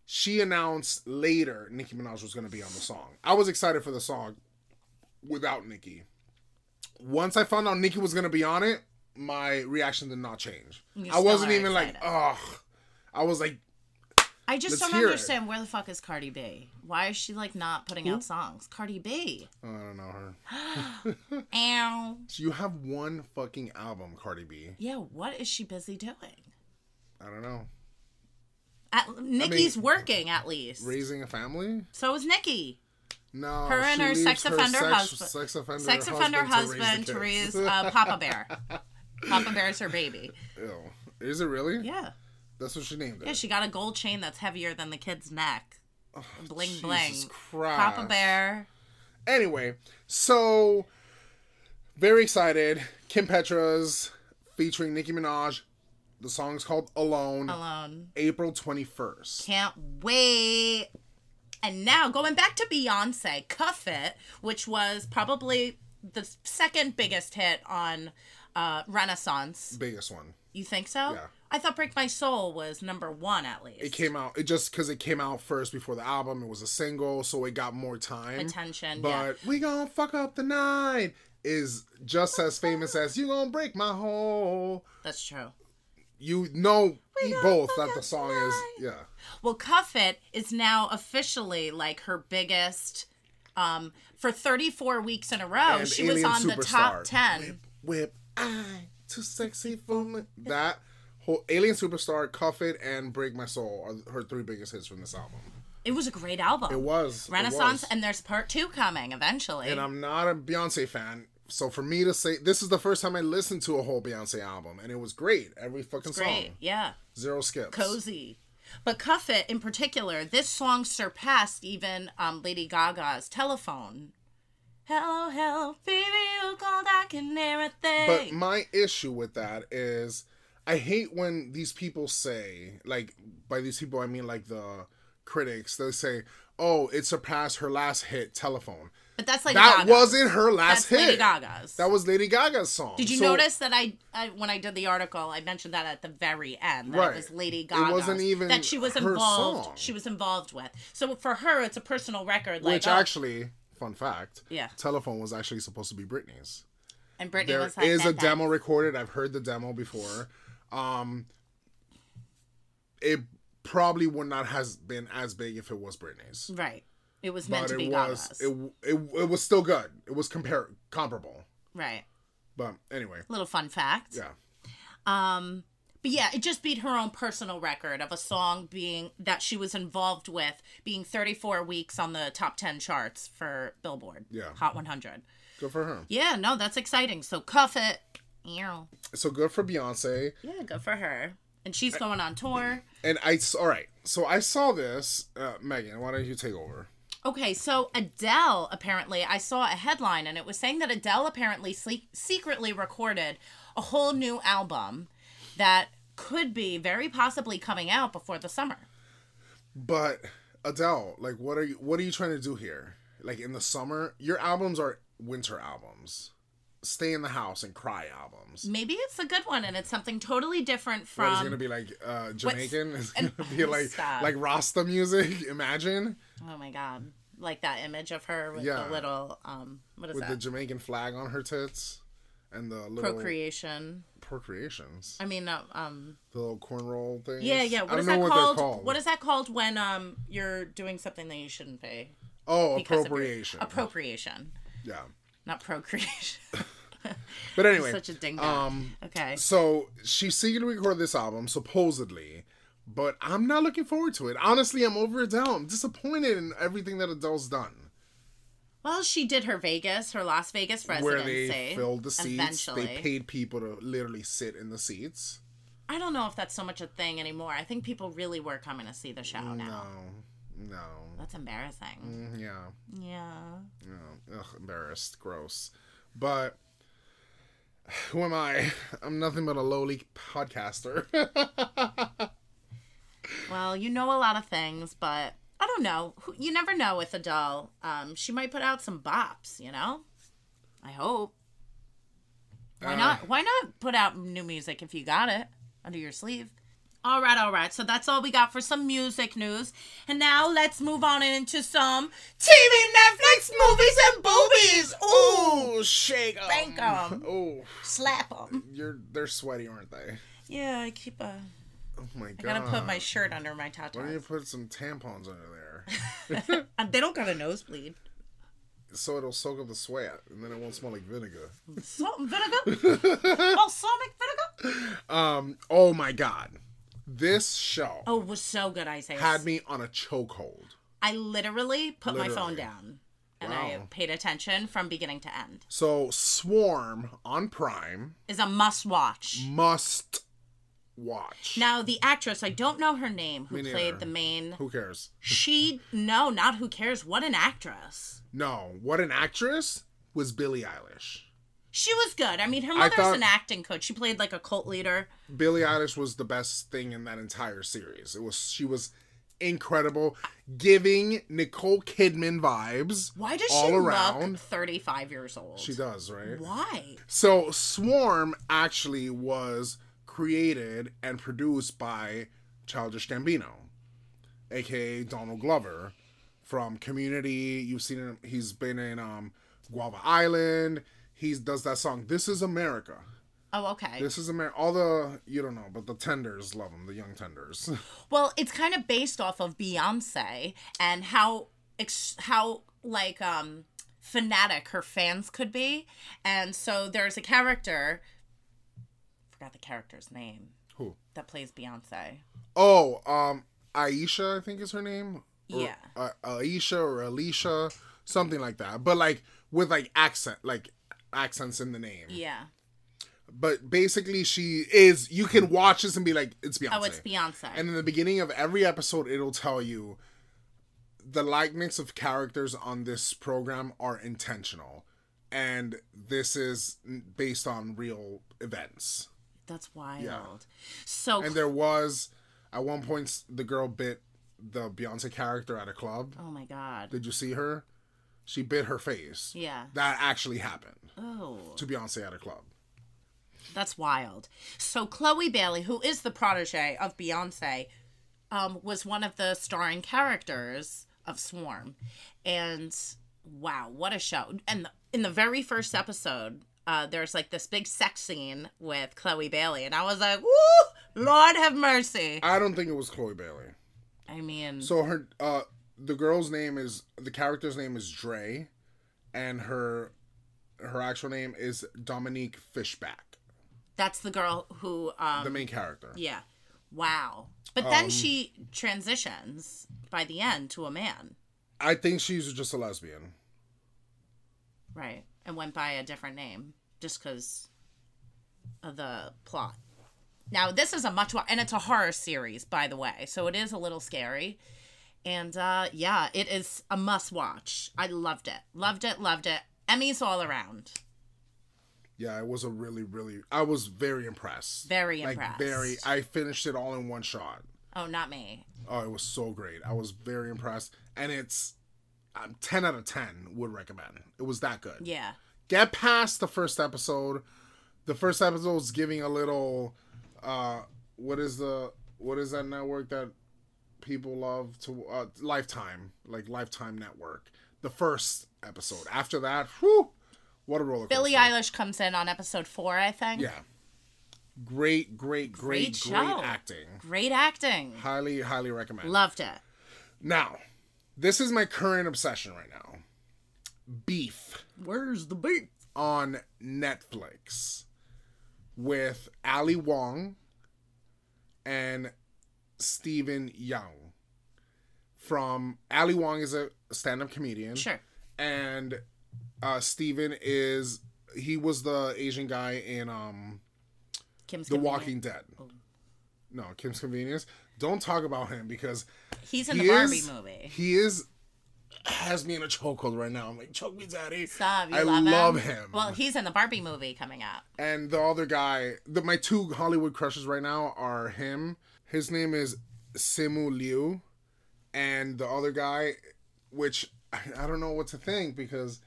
[SPEAKER 1] She announced later Nicki Minaj was going to be on the song. I was excited for the song without Nicki. Once I found out Nicki was going to be on it, my reaction did not change.
[SPEAKER 2] You
[SPEAKER 1] I
[SPEAKER 2] still
[SPEAKER 1] wasn't
[SPEAKER 2] are
[SPEAKER 1] even like,
[SPEAKER 2] excited.
[SPEAKER 1] ugh. I was like,
[SPEAKER 2] I just
[SPEAKER 1] Let's
[SPEAKER 2] don't
[SPEAKER 1] hear it.
[SPEAKER 2] understand where the fuck is Cardi B? Why is she like not putting out songs? Cardi B.
[SPEAKER 1] oh, I don't know her.
[SPEAKER 2] Ow.
[SPEAKER 1] So you have one fucking album, Cardi B.
[SPEAKER 2] Yeah, what is she busy doing?
[SPEAKER 1] I don't know.
[SPEAKER 2] At, Nikki's working at least.
[SPEAKER 1] Raising a family?
[SPEAKER 2] so is Nikki.
[SPEAKER 1] No.
[SPEAKER 2] Her and
[SPEAKER 1] she
[SPEAKER 2] her
[SPEAKER 1] leaves
[SPEAKER 2] sex offender
[SPEAKER 1] sex,
[SPEAKER 2] husband-
[SPEAKER 1] Sex offender
[SPEAKER 2] Sex offender
[SPEAKER 1] husband,
[SPEAKER 2] husband
[SPEAKER 1] to
[SPEAKER 2] to
[SPEAKER 1] raise,
[SPEAKER 2] raise
[SPEAKER 1] the kids.
[SPEAKER 2] uh, Papa Bear. Papa Bear is her baby.
[SPEAKER 1] Ew. Is it really?
[SPEAKER 2] Yeah.
[SPEAKER 1] That's what she named it.
[SPEAKER 2] Yeah, she got a gold chain that's heavier than the kid's neck. bling bling.
[SPEAKER 1] Jesus Christ.
[SPEAKER 2] Papa Bear.
[SPEAKER 1] Anyway, so very excited. Kim Petras featuring Nicki Minaj. The song's called Alone.
[SPEAKER 2] Alone.
[SPEAKER 1] April 21st.
[SPEAKER 2] Can't wait. And now going back to Beyonce, Cuff It, which was probably the second biggest hit on uh, Renaissance.
[SPEAKER 1] Biggest one.
[SPEAKER 2] You think so?
[SPEAKER 1] Yeah.
[SPEAKER 2] I thought Break My Soul was number one at least.
[SPEAKER 1] It came out, it just because it came out first before the album, it was a single, so it got more time.
[SPEAKER 2] Attention. yeah.
[SPEAKER 1] But We Gonna Fuck Up the Night is just as famous as You Gonna Break My Hole.
[SPEAKER 2] That's true.
[SPEAKER 1] You know
[SPEAKER 2] gonna
[SPEAKER 1] both
[SPEAKER 2] fuck
[SPEAKER 1] that
[SPEAKER 2] up
[SPEAKER 1] the
[SPEAKER 2] the
[SPEAKER 1] song is, yeah.
[SPEAKER 2] Well, Cuff It is now officially like her biggest. Um, for 34 weeks in a row,
[SPEAKER 1] And
[SPEAKER 2] Oh, she was
[SPEAKER 1] Alien
[SPEAKER 2] on the top
[SPEAKER 1] Superstar.
[SPEAKER 2] 10.
[SPEAKER 1] Whip I too sexy for me. That whole Alien Superstar, Cuff It, and Break My Soul are her three biggest hits from this album.
[SPEAKER 2] It was a great album.
[SPEAKER 1] It was it
[SPEAKER 2] Renaissance,
[SPEAKER 1] was.
[SPEAKER 2] and there's part two coming eventually.
[SPEAKER 1] and I'm not a Beyonce fan, so for me to say this is the first time I listened to a whole Beyonce album, and it was great. Every fucking
[SPEAKER 2] great.
[SPEAKER 1] song,
[SPEAKER 2] Yeah.
[SPEAKER 1] zero skips.
[SPEAKER 2] Cozy. But Cuff It in particular, this song surpassed even um, Lady Gaga's telephone. Hello, hello, baby, you called, I can hear a
[SPEAKER 1] But
[SPEAKER 2] thing.
[SPEAKER 1] my issue with that is I hate when these people say, like, by these people, I mean, like, the critics, they say, oh, it surpassed her last hit, Telephone.
[SPEAKER 2] But that's Lady
[SPEAKER 1] That
[SPEAKER 2] Gaga.
[SPEAKER 1] wasn't her last
[SPEAKER 2] That's
[SPEAKER 1] hit.
[SPEAKER 2] Lady Gaga's.
[SPEAKER 1] That was Lady Gaga's song.
[SPEAKER 2] Did you
[SPEAKER 1] So
[SPEAKER 2] notice that I, I when I did the article, I mentioned that at the very end that
[SPEAKER 1] Right.
[SPEAKER 2] it was Lady
[SPEAKER 1] It
[SPEAKER 2] Gaga.
[SPEAKER 1] wasn't even
[SPEAKER 2] that she was
[SPEAKER 1] her
[SPEAKER 2] involved.
[SPEAKER 1] song.
[SPEAKER 2] She was involved with. So for her, it's a personal record. Like,
[SPEAKER 1] Which
[SPEAKER 2] oh,
[SPEAKER 1] actually, fun fact,
[SPEAKER 2] Yeah.
[SPEAKER 1] Telephone was actually supposed to be Britney's.
[SPEAKER 2] and Britney
[SPEAKER 1] There
[SPEAKER 2] was like,
[SPEAKER 1] is a
[SPEAKER 2] "That, that."
[SPEAKER 1] demo recorded. I've heard the demo before. Um, it probably would not has been as big if it was Britney's,
[SPEAKER 2] Right. It was meant
[SPEAKER 1] but
[SPEAKER 2] to be
[SPEAKER 1] it was
[SPEAKER 2] Gaga's.
[SPEAKER 1] it, it it was still good. It was compar- comparable.
[SPEAKER 2] right.
[SPEAKER 1] But anyway,
[SPEAKER 2] Little fun fact.
[SPEAKER 1] yeah,
[SPEAKER 2] Um, But yeah, it just beat her own personal record of a song being that she was involved with being 34 weeks on the top 10 charts for Billboard.
[SPEAKER 1] Yeah.
[SPEAKER 2] Hot 100.
[SPEAKER 1] Good for her.
[SPEAKER 2] Yeah, no, that's exciting. So cuff it. Ew.
[SPEAKER 1] So good for Beyonce.
[SPEAKER 2] Yeah, good for her. And she's going on tour.
[SPEAKER 1] And I, all right. So I saw this. Uh, Megan, why don't you take over?
[SPEAKER 2] Okay, so Adele apparently, I saw a headline and it was saying that Adele apparently sleep, secretly recorded a whole new album that could be very possibly coming out before the summer.
[SPEAKER 1] But Adele, like, what are you? What are you trying to do here? Like in the summer, your albums are winter albums. Stay in the house and cry albums.
[SPEAKER 2] Maybe it's a good one, and it's something totally different
[SPEAKER 1] What,
[SPEAKER 2] from.
[SPEAKER 1] it's gonna be like
[SPEAKER 2] Um,
[SPEAKER 1] uh, Jamaican. It's gonna
[SPEAKER 2] and-
[SPEAKER 1] be like
[SPEAKER 2] Stop.
[SPEAKER 1] like Rasta music. Imagine
[SPEAKER 2] Oh my god! Like that image of her with
[SPEAKER 1] Yeah.
[SPEAKER 2] the little um, what is
[SPEAKER 1] with the
[SPEAKER 2] that?
[SPEAKER 1] Jamaican flag on her tits and the little
[SPEAKER 2] Procreation.
[SPEAKER 1] procreations,
[SPEAKER 2] I mean, uh, um,
[SPEAKER 1] the little corn roll thing.
[SPEAKER 2] yeah, yeah.
[SPEAKER 1] I
[SPEAKER 2] What
[SPEAKER 1] don't
[SPEAKER 2] is
[SPEAKER 1] know
[SPEAKER 2] that
[SPEAKER 1] what
[SPEAKER 2] called?
[SPEAKER 1] they're called.
[SPEAKER 2] What is that called when um you're doing something that you shouldn't be?
[SPEAKER 1] oh
[SPEAKER 2] because of your-
[SPEAKER 1] appropriation?
[SPEAKER 2] Appropriation,
[SPEAKER 1] yeah.
[SPEAKER 2] not procreation.
[SPEAKER 1] But anyway,
[SPEAKER 2] Such a ding dong.
[SPEAKER 1] um,
[SPEAKER 2] okay.
[SPEAKER 1] So she secretly recorded this album, supposedly, but I'm not looking forward to it. Honestly, I'm over Adele. I'm disappointed in everything that Adele's done.
[SPEAKER 2] Well, she did her Vegas, her Las Vegas residency.
[SPEAKER 1] Where they filled the seats,
[SPEAKER 2] Eventually,
[SPEAKER 1] they paid people to literally sit in the seats.
[SPEAKER 2] I don't know if that's so much a thing anymore. I think people really were coming to see the show
[SPEAKER 1] No,
[SPEAKER 2] now.
[SPEAKER 1] no,
[SPEAKER 2] That's embarrassing.
[SPEAKER 1] Mm, yeah,
[SPEAKER 2] Yeah.
[SPEAKER 1] no. Ugh, embarrassed, gross. But who am I? I'm nothing but a lowly podcaster.
[SPEAKER 2] Well, you know a lot of things, but I don't know. Who- You never know with Adele. Um, she might put out some bops. You know. I hope. Why
[SPEAKER 1] Uh,
[SPEAKER 2] not? Why not put out new music if you got it under your sleeve? All right, all right. So that's all we got for some music news. And now let's move on into some TV, Netflix, movies, and boobies. Ooh,
[SPEAKER 1] Ooh, shake 'em.
[SPEAKER 2] Spank 'em.
[SPEAKER 1] Oh,
[SPEAKER 2] slap them.
[SPEAKER 1] you're they're sweaty, aren't they?
[SPEAKER 2] Yeah, I keep a.
[SPEAKER 1] Oh my god.
[SPEAKER 2] I gotta put my shirt under my tatas.
[SPEAKER 1] Why don't you put some tampons under there?
[SPEAKER 2] Uh, They don't got a nosebleed.
[SPEAKER 1] so it'll soak up the sweat and then it won't smell like vinegar.
[SPEAKER 2] Salt and vinegar. Balsamic vinegar.
[SPEAKER 1] Um, oh my god. This show
[SPEAKER 2] Oh, it was so good, Isaiah.
[SPEAKER 1] had me on a chokehold.
[SPEAKER 2] I literally put my
[SPEAKER 1] Literally.
[SPEAKER 2] phone down and I
[SPEAKER 1] Wow.
[SPEAKER 2] paid attention from beginning to end.
[SPEAKER 1] So Swarm on Prime
[SPEAKER 2] is a must watch.
[SPEAKER 1] must watch.
[SPEAKER 2] Now, the actress, I don't know her name, who
[SPEAKER 1] Me neither.
[SPEAKER 2] played the main.
[SPEAKER 1] Who cares?
[SPEAKER 2] She, no, not who cares. What an actress.
[SPEAKER 1] No, what an actress was Billie Eilish.
[SPEAKER 2] She was good. I mean, her mother's
[SPEAKER 1] thought-
[SPEAKER 2] an acting coach. She played like a cult leader.
[SPEAKER 1] Billie Eilish was the best thing in that entire series. It was she was incredible, giving Nicole Kidman vibes.
[SPEAKER 2] Why does
[SPEAKER 1] all
[SPEAKER 2] she
[SPEAKER 1] around?
[SPEAKER 2] look 35 years old?
[SPEAKER 1] She does, right?
[SPEAKER 2] Why?
[SPEAKER 1] So Swarm actually was created and produced by Childish Gambino, aka Donald Glover, from Community. You've seen him; he's been in um, Guava Island. He does that song "This Is America."
[SPEAKER 2] Oh, okay.
[SPEAKER 1] This is America. All the you don't know, but the tenders love him. The young tenders.
[SPEAKER 2] Well, it's kind of based off of Beyonce and how ex- how like um fanatic her fans could be. And so there's a character forgot the character's name
[SPEAKER 1] Who?
[SPEAKER 2] that plays Beyonce.
[SPEAKER 1] Oh, um, Aisha, I think is her name. Or,
[SPEAKER 2] Yeah.
[SPEAKER 1] Uh, Aisha or Alicia, something like that. But like with like accent, like accents in the name.
[SPEAKER 2] Yeah.
[SPEAKER 1] But basically, she is. You can watch this and be like, it's Beyonce.
[SPEAKER 2] Oh, it's Beyonce.
[SPEAKER 1] And in the beginning of every episode, it'll tell you the likeness of characters on this program are intentional, and this is based on real events.
[SPEAKER 2] That's wild. So
[SPEAKER 1] And there was, at one point, the girl bit the Beyonce character at a club.
[SPEAKER 2] Oh my god.
[SPEAKER 1] Did you see her? She bit her face.
[SPEAKER 2] Yeah.
[SPEAKER 1] That actually happened
[SPEAKER 2] Oh.
[SPEAKER 1] to Beyonce at a club.
[SPEAKER 2] That's wild. So Chloe Bailey, who is the protege of Beyonce, um, was one of the starring characters of Swarm, and wow, what a show! And in the very first episode, uh, there's like this big sex scene with Chloe Bailey, and I was like, "Woo, Lord have mercy!"
[SPEAKER 1] I don't think it was Chloe Bailey.
[SPEAKER 2] I mean,
[SPEAKER 1] So her, uh, the girl's name is the character's name is Dre, and her, her actual name is Dominique Fishback.
[SPEAKER 2] That's the girl who um
[SPEAKER 1] the Um, main character.
[SPEAKER 2] Yeah. Wow. But then she transitions by the end to a man,
[SPEAKER 1] I think she's just a lesbian.
[SPEAKER 2] right? And went by a different name just cuz of the plot. Now, this is a much wa- and it's a horror series, by the way. So it is a little scary. And uh yeah, it is a must watch. I loved it. Loved it, loved it. Emmys all around.
[SPEAKER 1] Yeah, it was a really, really. I was very impressed.
[SPEAKER 2] Very
[SPEAKER 1] like,
[SPEAKER 2] impressed.
[SPEAKER 1] Very. I finished it all in one shot.
[SPEAKER 2] Oh, not me.
[SPEAKER 1] Oh, it was so great. I was very impressed, and it's um, ten out of ten. Would recommend. It was that good.
[SPEAKER 2] Yeah.
[SPEAKER 1] Get past the first episode. The first episode's giving a little. uh What is the what is that network that people love to uh, Lifetime like Lifetime Network? The first episode. After that, whew, what a roller coaster.
[SPEAKER 2] Billie Eilish comes in on episode four, I think.
[SPEAKER 1] Yeah. Great, great, great,
[SPEAKER 2] Great
[SPEAKER 1] great,
[SPEAKER 2] show.
[SPEAKER 1] acting.
[SPEAKER 2] Great acting.
[SPEAKER 1] Highly, highly recommend.
[SPEAKER 2] Loved it.
[SPEAKER 1] now, this is my current obsession right now. Beef
[SPEAKER 2] Where's the beef?
[SPEAKER 1] on Netflix with Ali Wong and Stephen Young. From Ali Wong is a stand-up comedian.
[SPEAKER 2] Sure.
[SPEAKER 1] and uh Steven is he was the Asian guy in um
[SPEAKER 2] Kim's
[SPEAKER 1] The
[SPEAKER 2] Convenience.
[SPEAKER 1] Walking Dead. No, Kim's Convenience. Don't talk about him because
[SPEAKER 2] He's in
[SPEAKER 1] he
[SPEAKER 2] the Barbie
[SPEAKER 1] is
[SPEAKER 2] movie.
[SPEAKER 1] he is has me in a chokehold right now. I'm like choke me, daddy.
[SPEAKER 2] Stop. You
[SPEAKER 1] I
[SPEAKER 2] love,
[SPEAKER 1] love
[SPEAKER 2] him.
[SPEAKER 1] him.
[SPEAKER 2] Well, he's in the Barbie movie coming up.
[SPEAKER 1] and the other guy, the, my two Hollywood crushes right now are him. His name is Simu Liu, and the other guy, which I, I don't know what to think because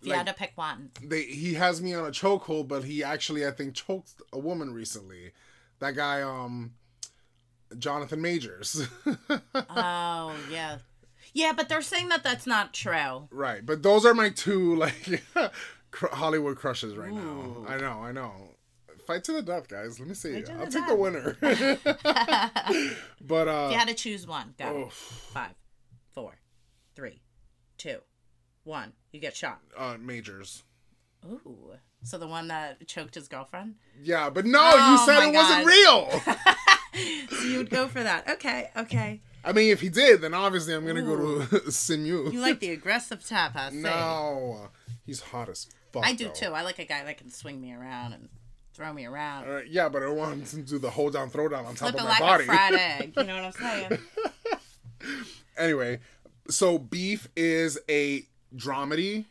[SPEAKER 2] If you had to pick one,
[SPEAKER 1] they he has me on a chokehold, but he actually I think choked a woman recently. That guy, um, Jonathan Majors,
[SPEAKER 2] oh yeah, yeah, but they're saying that that's not true.
[SPEAKER 1] right? But those are my two like cr- Hollywood crushes right now. I know, I know. Fight to the death, guys. Let me see.
[SPEAKER 2] to
[SPEAKER 1] I'll
[SPEAKER 2] the
[SPEAKER 1] take the winner. but uh,
[SPEAKER 2] If you had to choose one, go
[SPEAKER 1] oh,
[SPEAKER 2] five, four, three, two, one. You get shot.
[SPEAKER 1] uh, Majors.
[SPEAKER 2] Ooh. So the one that choked his girlfriend.
[SPEAKER 1] Yeah, but no,
[SPEAKER 2] Oh,
[SPEAKER 1] you said
[SPEAKER 2] my
[SPEAKER 1] it wasn't real.
[SPEAKER 2] So you would go for that. Okay. Okay.
[SPEAKER 1] I mean, if he did, then obviously I'm gonna go to Simu.
[SPEAKER 2] You like the aggressive type, I see.
[SPEAKER 1] no, he's hot as fuck.
[SPEAKER 2] I do
[SPEAKER 1] though.
[SPEAKER 2] too. I like a guy that can swing me around and throw me around.
[SPEAKER 1] All right, yeah, but I don't want him to do the hold down, throw down on top
[SPEAKER 2] Flip it
[SPEAKER 1] of
[SPEAKER 2] like
[SPEAKER 1] Uh, my body.
[SPEAKER 2] a fried egg. You know what I'm saying?
[SPEAKER 1] anyway, so Beef is a dramedy.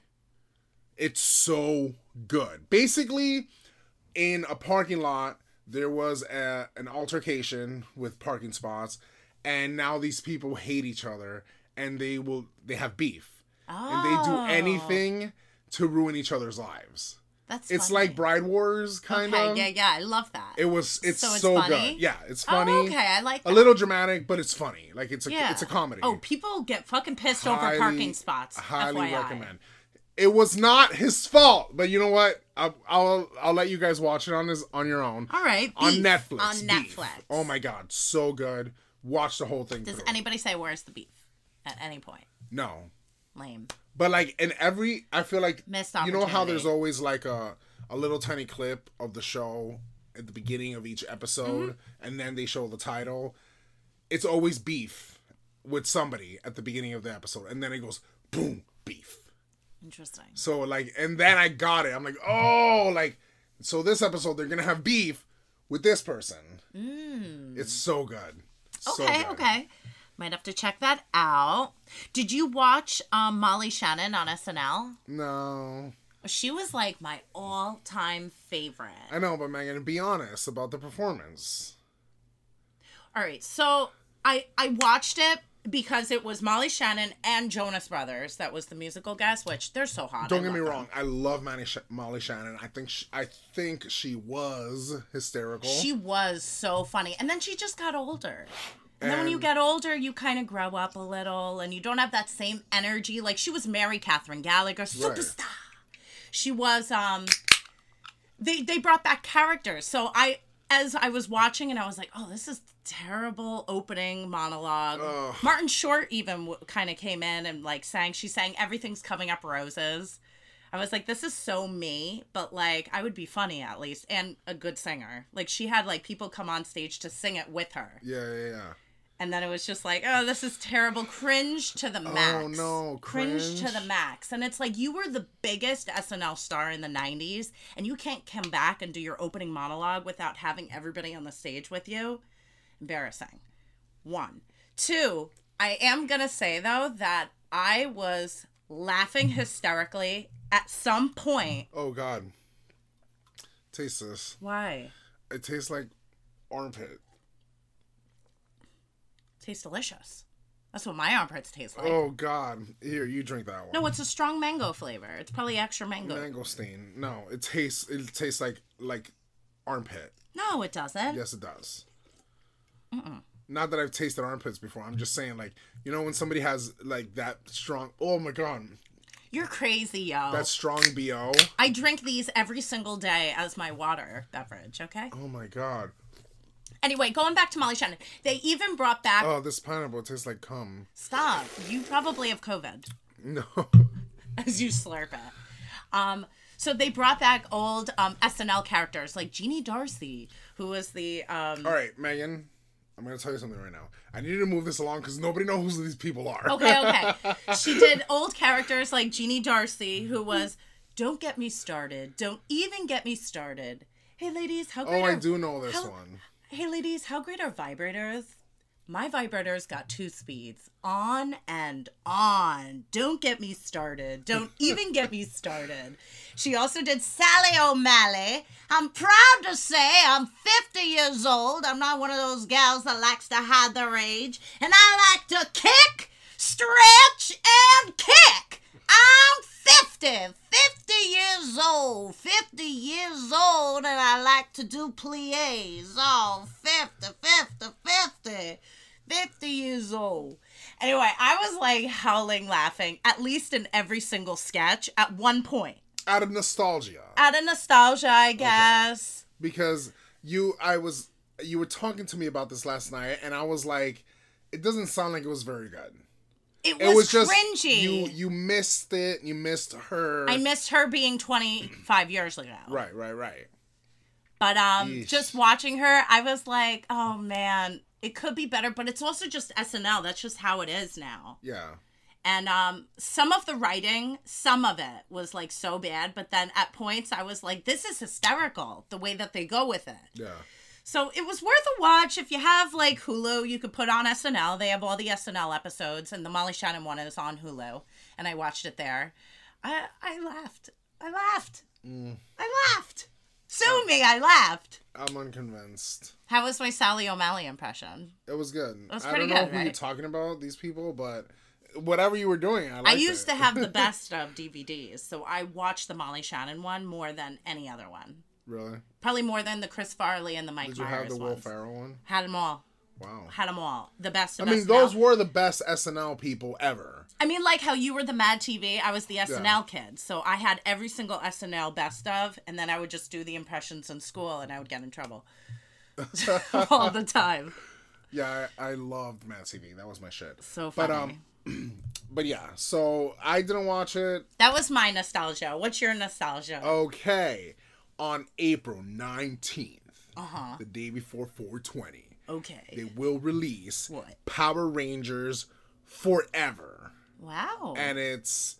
[SPEAKER 1] It's so good. Basically, in a parking lot, there was a, an altercation with parking spots, and now these people hate each other, and they will they have beef, and they do
[SPEAKER 2] Oh.
[SPEAKER 1] anything to ruin each other's lives.
[SPEAKER 2] That's
[SPEAKER 1] It's
[SPEAKER 2] funny.
[SPEAKER 1] like Bride Wars, kind
[SPEAKER 2] okay,
[SPEAKER 1] of.
[SPEAKER 2] yeah, yeah. I love that.
[SPEAKER 1] It was. It's
[SPEAKER 2] So
[SPEAKER 1] so,
[SPEAKER 2] it's funny?
[SPEAKER 1] good. Yeah, it's funny.
[SPEAKER 2] Oh, okay. I like that.
[SPEAKER 1] a little dramatic, but it's funny. Like it's a
[SPEAKER 2] Yeah.
[SPEAKER 1] it's a comedy.
[SPEAKER 2] Oh, people get fucking pissed over
[SPEAKER 1] Highly-
[SPEAKER 2] parking spots.
[SPEAKER 1] Highly
[SPEAKER 2] FYI.
[SPEAKER 1] recommend. It was not his fault, but you know what? I, I'll I'll let you guys watch it on this on your own
[SPEAKER 2] All right.
[SPEAKER 1] on
[SPEAKER 2] beef.
[SPEAKER 1] Netflix.
[SPEAKER 2] On
[SPEAKER 1] Beef.
[SPEAKER 2] Netflix.
[SPEAKER 1] Oh my god, so good. Watch the whole thing.
[SPEAKER 2] Does
[SPEAKER 1] through.
[SPEAKER 2] anybody say where's the beef at any point?
[SPEAKER 1] no,
[SPEAKER 2] Lame.
[SPEAKER 1] but like in every, I feel like
[SPEAKER 2] Missed
[SPEAKER 1] you know how there's
[SPEAKER 2] opportunity.
[SPEAKER 1] always like a a little tiny clip of the show at the beginning of each episode,
[SPEAKER 2] Mm-hmm.
[SPEAKER 1] and then they show the title. It's always beef with somebody at the beginning of the episode, and then it goes boom beef.
[SPEAKER 2] Interesting.
[SPEAKER 1] So like, and then I got it. I'm like, oh, like, so this episode they're gonna have beef with this person. It's so good. So
[SPEAKER 2] Mm. Okay,
[SPEAKER 1] good.
[SPEAKER 2] okay. Might have to check that out. Did you watch um, Molly Shannon on SNL?
[SPEAKER 1] No,
[SPEAKER 2] She was like my all time favorite.
[SPEAKER 1] I know, but Megan, be honest about the performance.
[SPEAKER 2] All right, so I I watched it because it was Molly Shannon and Jonas Brothers that was the musical guest, which they're so hot.
[SPEAKER 1] Don't
[SPEAKER 2] I
[SPEAKER 1] get me
[SPEAKER 2] love them.
[SPEAKER 1] wrong. I love Manny Sh- Molly Shannon. I think she, I think she was hysterical.
[SPEAKER 2] She was so funny, and then she just got older. And, then when you
[SPEAKER 1] And-
[SPEAKER 2] get older, you kind of grow up a little, and you don't have that same energy. Like she was Mary Catherine Gallagher, superstar. She was. Um, they they brought back characters, so I. As I was watching, and I was like, "Oh, this is terrible opening monologue."
[SPEAKER 1] Ugh.
[SPEAKER 2] Martin Short even w- kind of came in and like sang. She sang "Everything's Coming Up Roses." I was like, this is so me, but like I would be funny at least and a good singer. Like she had like people come on stage to sing it with her.
[SPEAKER 1] Yeah, yeah, yeah.
[SPEAKER 2] And then it was just like, oh, this is terrible. Cringe to the max.
[SPEAKER 1] Oh no,
[SPEAKER 2] cringe. to the max. And it's like you were the biggest SNL star in the '90s, and you can't come back and do your opening monologue without having everybody on the stage with you. Embarrassing. One, two. I am gonna say though that I was laughing hysterically at some point.
[SPEAKER 1] Oh God. Taste this.
[SPEAKER 2] Why?
[SPEAKER 1] It tastes like armpit.
[SPEAKER 2] Tastes delicious. That's what my armpits taste like.
[SPEAKER 1] Oh God! Here, you drink that one.
[SPEAKER 2] No, it's a strong mango flavor. It's probably extra mango.
[SPEAKER 1] Mangosteen. No, it tastes. It tastes like like armpit.
[SPEAKER 2] No, it doesn't.
[SPEAKER 1] Yes, it does. Mm-mm not that I've tasted armpits before. I'm just saying, like, you know, when somebody has like that strong. Oh my god.
[SPEAKER 2] You're crazy, yo.
[SPEAKER 1] That strong bo.
[SPEAKER 2] I drink these every single day as my water beverage. Okay.
[SPEAKER 1] Oh my god.
[SPEAKER 2] Anyway, going back to Molly Shannon, they even brought back.
[SPEAKER 1] Oh, this pineapple tastes like cum.
[SPEAKER 2] Stop. You probably have COVID.
[SPEAKER 1] No.
[SPEAKER 2] As you slurp it. Um. So they brought back old um, SNL characters like Jeannie Darcy, who was the. Um,
[SPEAKER 1] All right, Megan. I'm gonna tell you something right now. I need to move this along because nobody knows who these people are.
[SPEAKER 2] Okay, okay. she did old characters like Jeannie Darcy, who was "Don't get me started. Don't even get me started." Hey, ladies, how great?
[SPEAKER 1] Oh,
[SPEAKER 2] are,
[SPEAKER 1] I do know this
[SPEAKER 2] how,
[SPEAKER 1] one.
[SPEAKER 2] Hey, ladies, how great are vibrators? My vibrator's got two speeds, on and on. Don't get me started. Don't even get me started. She also did Sally O'Malley. I'm proud to say I'm 50 years old. I'm not one of those gals that likes to hide their age. And I like to kick, stretch, and kick. I'm 50, 50 years old, 50 years old, and I like to do plies. Oh, 50, 50, 50. 50 years old. Anyway, I was like howling laughing, at least in every single sketch at one point.
[SPEAKER 1] Out of nostalgia.
[SPEAKER 2] Out of nostalgia, I guess.
[SPEAKER 1] Okay. Because you, I was, you were talking to me about this last night, and I was like, it doesn't sound like it was very good.
[SPEAKER 2] It was, it was just cringy.
[SPEAKER 1] You you missed it. You missed her.
[SPEAKER 2] I missed her being twenty five years ago.
[SPEAKER 1] Right, right, right.
[SPEAKER 2] But um, Yeesh. just watching her, I was like, oh man, it could be better, but it's also just SNL. That's just how it is now.
[SPEAKER 1] Yeah.
[SPEAKER 2] And um, some of the writing, some of it was like so bad, but then at points I was like, this is hysterical the way that they go with it.
[SPEAKER 1] Yeah.
[SPEAKER 2] So it was worth a watch. If you have like Hulu, you could put on SNL. They have all the SNL episodes, and the Molly Shannon one is on Hulu, and I watched it there. I I laughed. I laughed. Mm. I laughed. Sue me, I laughed.
[SPEAKER 1] I'm unconvinced.
[SPEAKER 2] How was my Sally O'Malley impression?
[SPEAKER 1] It was good.
[SPEAKER 2] It was
[SPEAKER 1] I don't
[SPEAKER 2] pretty
[SPEAKER 1] know
[SPEAKER 2] good,
[SPEAKER 1] who
[SPEAKER 2] right?
[SPEAKER 1] you're talking about, these people, but whatever you were doing, I
[SPEAKER 2] I
[SPEAKER 1] liked
[SPEAKER 2] used
[SPEAKER 1] it.
[SPEAKER 2] to have the best of DVDs, so I watched the Molly Shannon one more than any other one.
[SPEAKER 1] Really?
[SPEAKER 2] Probably more than the Chris Farley and the Mike
[SPEAKER 1] Did you
[SPEAKER 2] Myers
[SPEAKER 1] have the Will
[SPEAKER 2] ones.
[SPEAKER 1] Ferrell one?
[SPEAKER 2] Had them all.
[SPEAKER 1] Wow.
[SPEAKER 2] Had them all. The best
[SPEAKER 1] I
[SPEAKER 2] of
[SPEAKER 1] mean,
[SPEAKER 2] SNL.
[SPEAKER 1] those were the best SNL people ever.
[SPEAKER 2] I mean, like how you were the Mad TV, I was the SNL kid. So I had every single SNL best of, and then I would just do the impressions in school, and I would get in trouble all the time.
[SPEAKER 1] Yeah, I, I loved Mad TV. That was my shit.
[SPEAKER 2] So funny.
[SPEAKER 1] But um, but yeah. So I didn't watch it.
[SPEAKER 2] that was my nostalgia. What's your nostalgia?
[SPEAKER 1] Oh, Okay, on April nineteenth,
[SPEAKER 2] Uh huh.
[SPEAKER 1] the day before four twenty, they
[SPEAKER 2] Okay.
[SPEAKER 1] will release
[SPEAKER 2] What?
[SPEAKER 1] Power Rangers Forever,
[SPEAKER 2] Wow.
[SPEAKER 1] and it's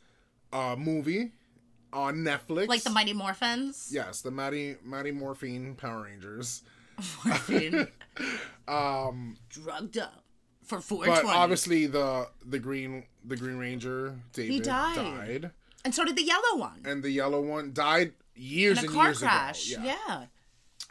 [SPEAKER 1] a movie on Netflix.
[SPEAKER 2] like the Mighty Morphins.
[SPEAKER 1] yes, the Maddie Maddie Morphine Power Rangers.
[SPEAKER 2] Morphine. um. Drugged up for four
[SPEAKER 1] But
[SPEAKER 2] twenty.
[SPEAKER 1] obviously the the green the Green Ranger David
[SPEAKER 2] died.
[SPEAKER 1] died.
[SPEAKER 2] And so did the yellow one.
[SPEAKER 1] and the yellow one died years
[SPEAKER 2] in a
[SPEAKER 1] and
[SPEAKER 2] car
[SPEAKER 1] years
[SPEAKER 2] crash.
[SPEAKER 1] ago. Um,
[SPEAKER 2] Yeah.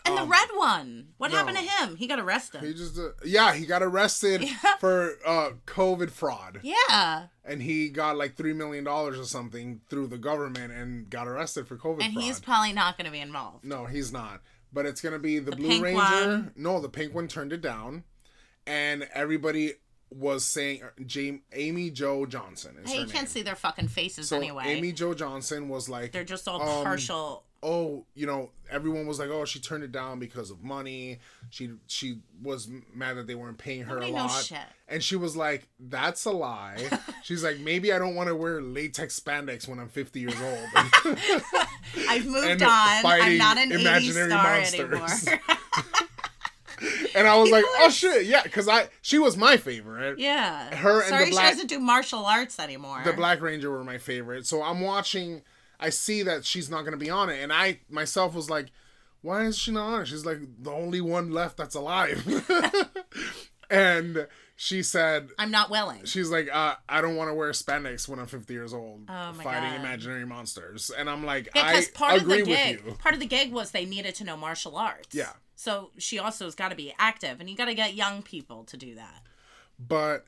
[SPEAKER 2] And the red one. What happened to
[SPEAKER 1] no.
[SPEAKER 2] him? He got arrested.
[SPEAKER 1] He just uh, yeah, he got arrested for uh COVID fraud
[SPEAKER 2] yeah.
[SPEAKER 1] and he got like 3 million dollars or something through the government and got arrested for COVID
[SPEAKER 2] And
[SPEAKER 1] fraud.
[SPEAKER 2] he's probably not going to be involved.
[SPEAKER 1] no, he's not. But it's going to be the, Blue
[SPEAKER 2] pink
[SPEAKER 1] Ranger.
[SPEAKER 2] one.
[SPEAKER 1] No, the pink one turned it down and everybody was saying Jamie, Amy Joe Johnson is
[SPEAKER 2] Hey,
[SPEAKER 1] her
[SPEAKER 2] you can't
[SPEAKER 1] name.
[SPEAKER 2] see their fucking faces
[SPEAKER 1] So
[SPEAKER 2] anyway.
[SPEAKER 1] Amy Joe Johnson was like
[SPEAKER 2] They're just all
[SPEAKER 1] um,
[SPEAKER 2] partial
[SPEAKER 1] oh, you know, everyone was like, oh, she turned it down because of money. She she was mad that they weren't paying her
[SPEAKER 2] Nobody
[SPEAKER 1] a
[SPEAKER 2] knows
[SPEAKER 1] lot.
[SPEAKER 2] shit.
[SPEAKER 1] And she was like, that's a lie. She's like, maybe I don't want to wear latex spandex when I'm 50 years old.
[SPEAKER 2] I've moved
[SPEAKER 1] And
[SPEAKER 2] on. I'm
[SPEAKER 1] fighting
[SPEAKER 2] not an 80s
[SPEAKER 1] imaginary
[SPEAKER 2] star
[SPEAKER 1] monsters.
[SPEAKER 2] anymore.
[SPEAKER 1] and I was like, oh shit, yeah, because I she was my favorite.
[SPEAKER 2] yeah.
[SPEAKER 1] Her and
[SPEAKER 2] Sorry
[SPEAKER 1] the black-
[SPEAKER 2] she doesn't do martial arts anymore.
[SPEAKER 1] The Black Ranger were my favorite. So I'm watching. I see that she's not gonna be on it, and I myself was like, "Why is she not on it?" She's like the only one left that's alive, and she said,
[SPEAKER 2] I'm not willing.
[SPEAKER 1] "She's like, uh, I don't want to wear spandex when I'm 50 years old,
[SPEAKER 2] Oh my
[SPEAKER 1] fighting
[SPEAKER 2] God.
[SPEAKER 1] imaginary monsters." And I'm like, I
[SPEAKER 2] Because part of
[SPEAKER 1] agree
[SPEAKER 2] the gig,
[SPEAKER 1] with you.
[SPEAKER 2] part of the gig was they needed to know martial arts.
[SPEAKER 1] Yeah.
[SPEAKER 2] So she also has got to be active, and you got to get young people to do that.
[SPEAKER 1] but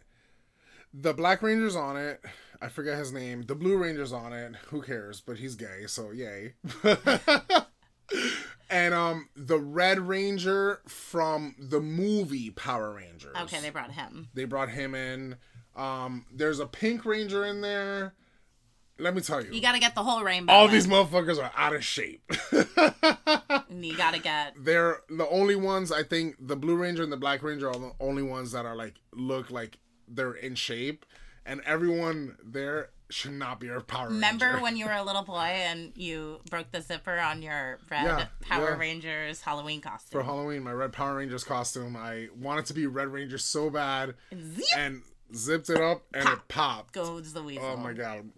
[SPEAKER 1] the Black Ranger's on it. I forget his name. The Blue Ranger's on it. Who cares? But he's gay, so yay. and um, the Red Ranger from the movie Power Rangers.
[SPEAKER 2] Okay, they brought him.
[SPEAKER 1] They brought him in. Um, there's a Pink Ranger in there. Let me tell you,
[SPEAKER 2] You got to get the whole rainbow.
[SPEAKER 1] all
[SPEAKER 2] in,
[SPEAKER 1] these motherfuckers are out of shape.
[SPEAKER 2] and you got to get.
[SPEAKER 1] They're the only ones I think the Blue Ranger and the Black Ranger are the only ones that are like look like they're in shape, and everyone there should not be a Power
[SPEAKER 2] Remember
[SPEAKER 1] Ranger.
[SPEAKER 2] when you were a little boy and you broke the zipper on your red
[SPEAKER 1] Yeah,
[SPEAKER 2] Power
[SPEAKER 1] yeah.
[SPEAKER 2] Rangers Halloween
[SPEAKER 1] for
[SPEAKER 2] costume?
[SPEAKER 1] Halloween my red Power Rangers costume. I wanted to be Red Ranger so bad,
[SPEAKER 2] Zip
[SPEAKER 1] and zipped it up and it popped.
[SPEAKER 2] goes the weasel.
[SPEAKER 1] Oh my god,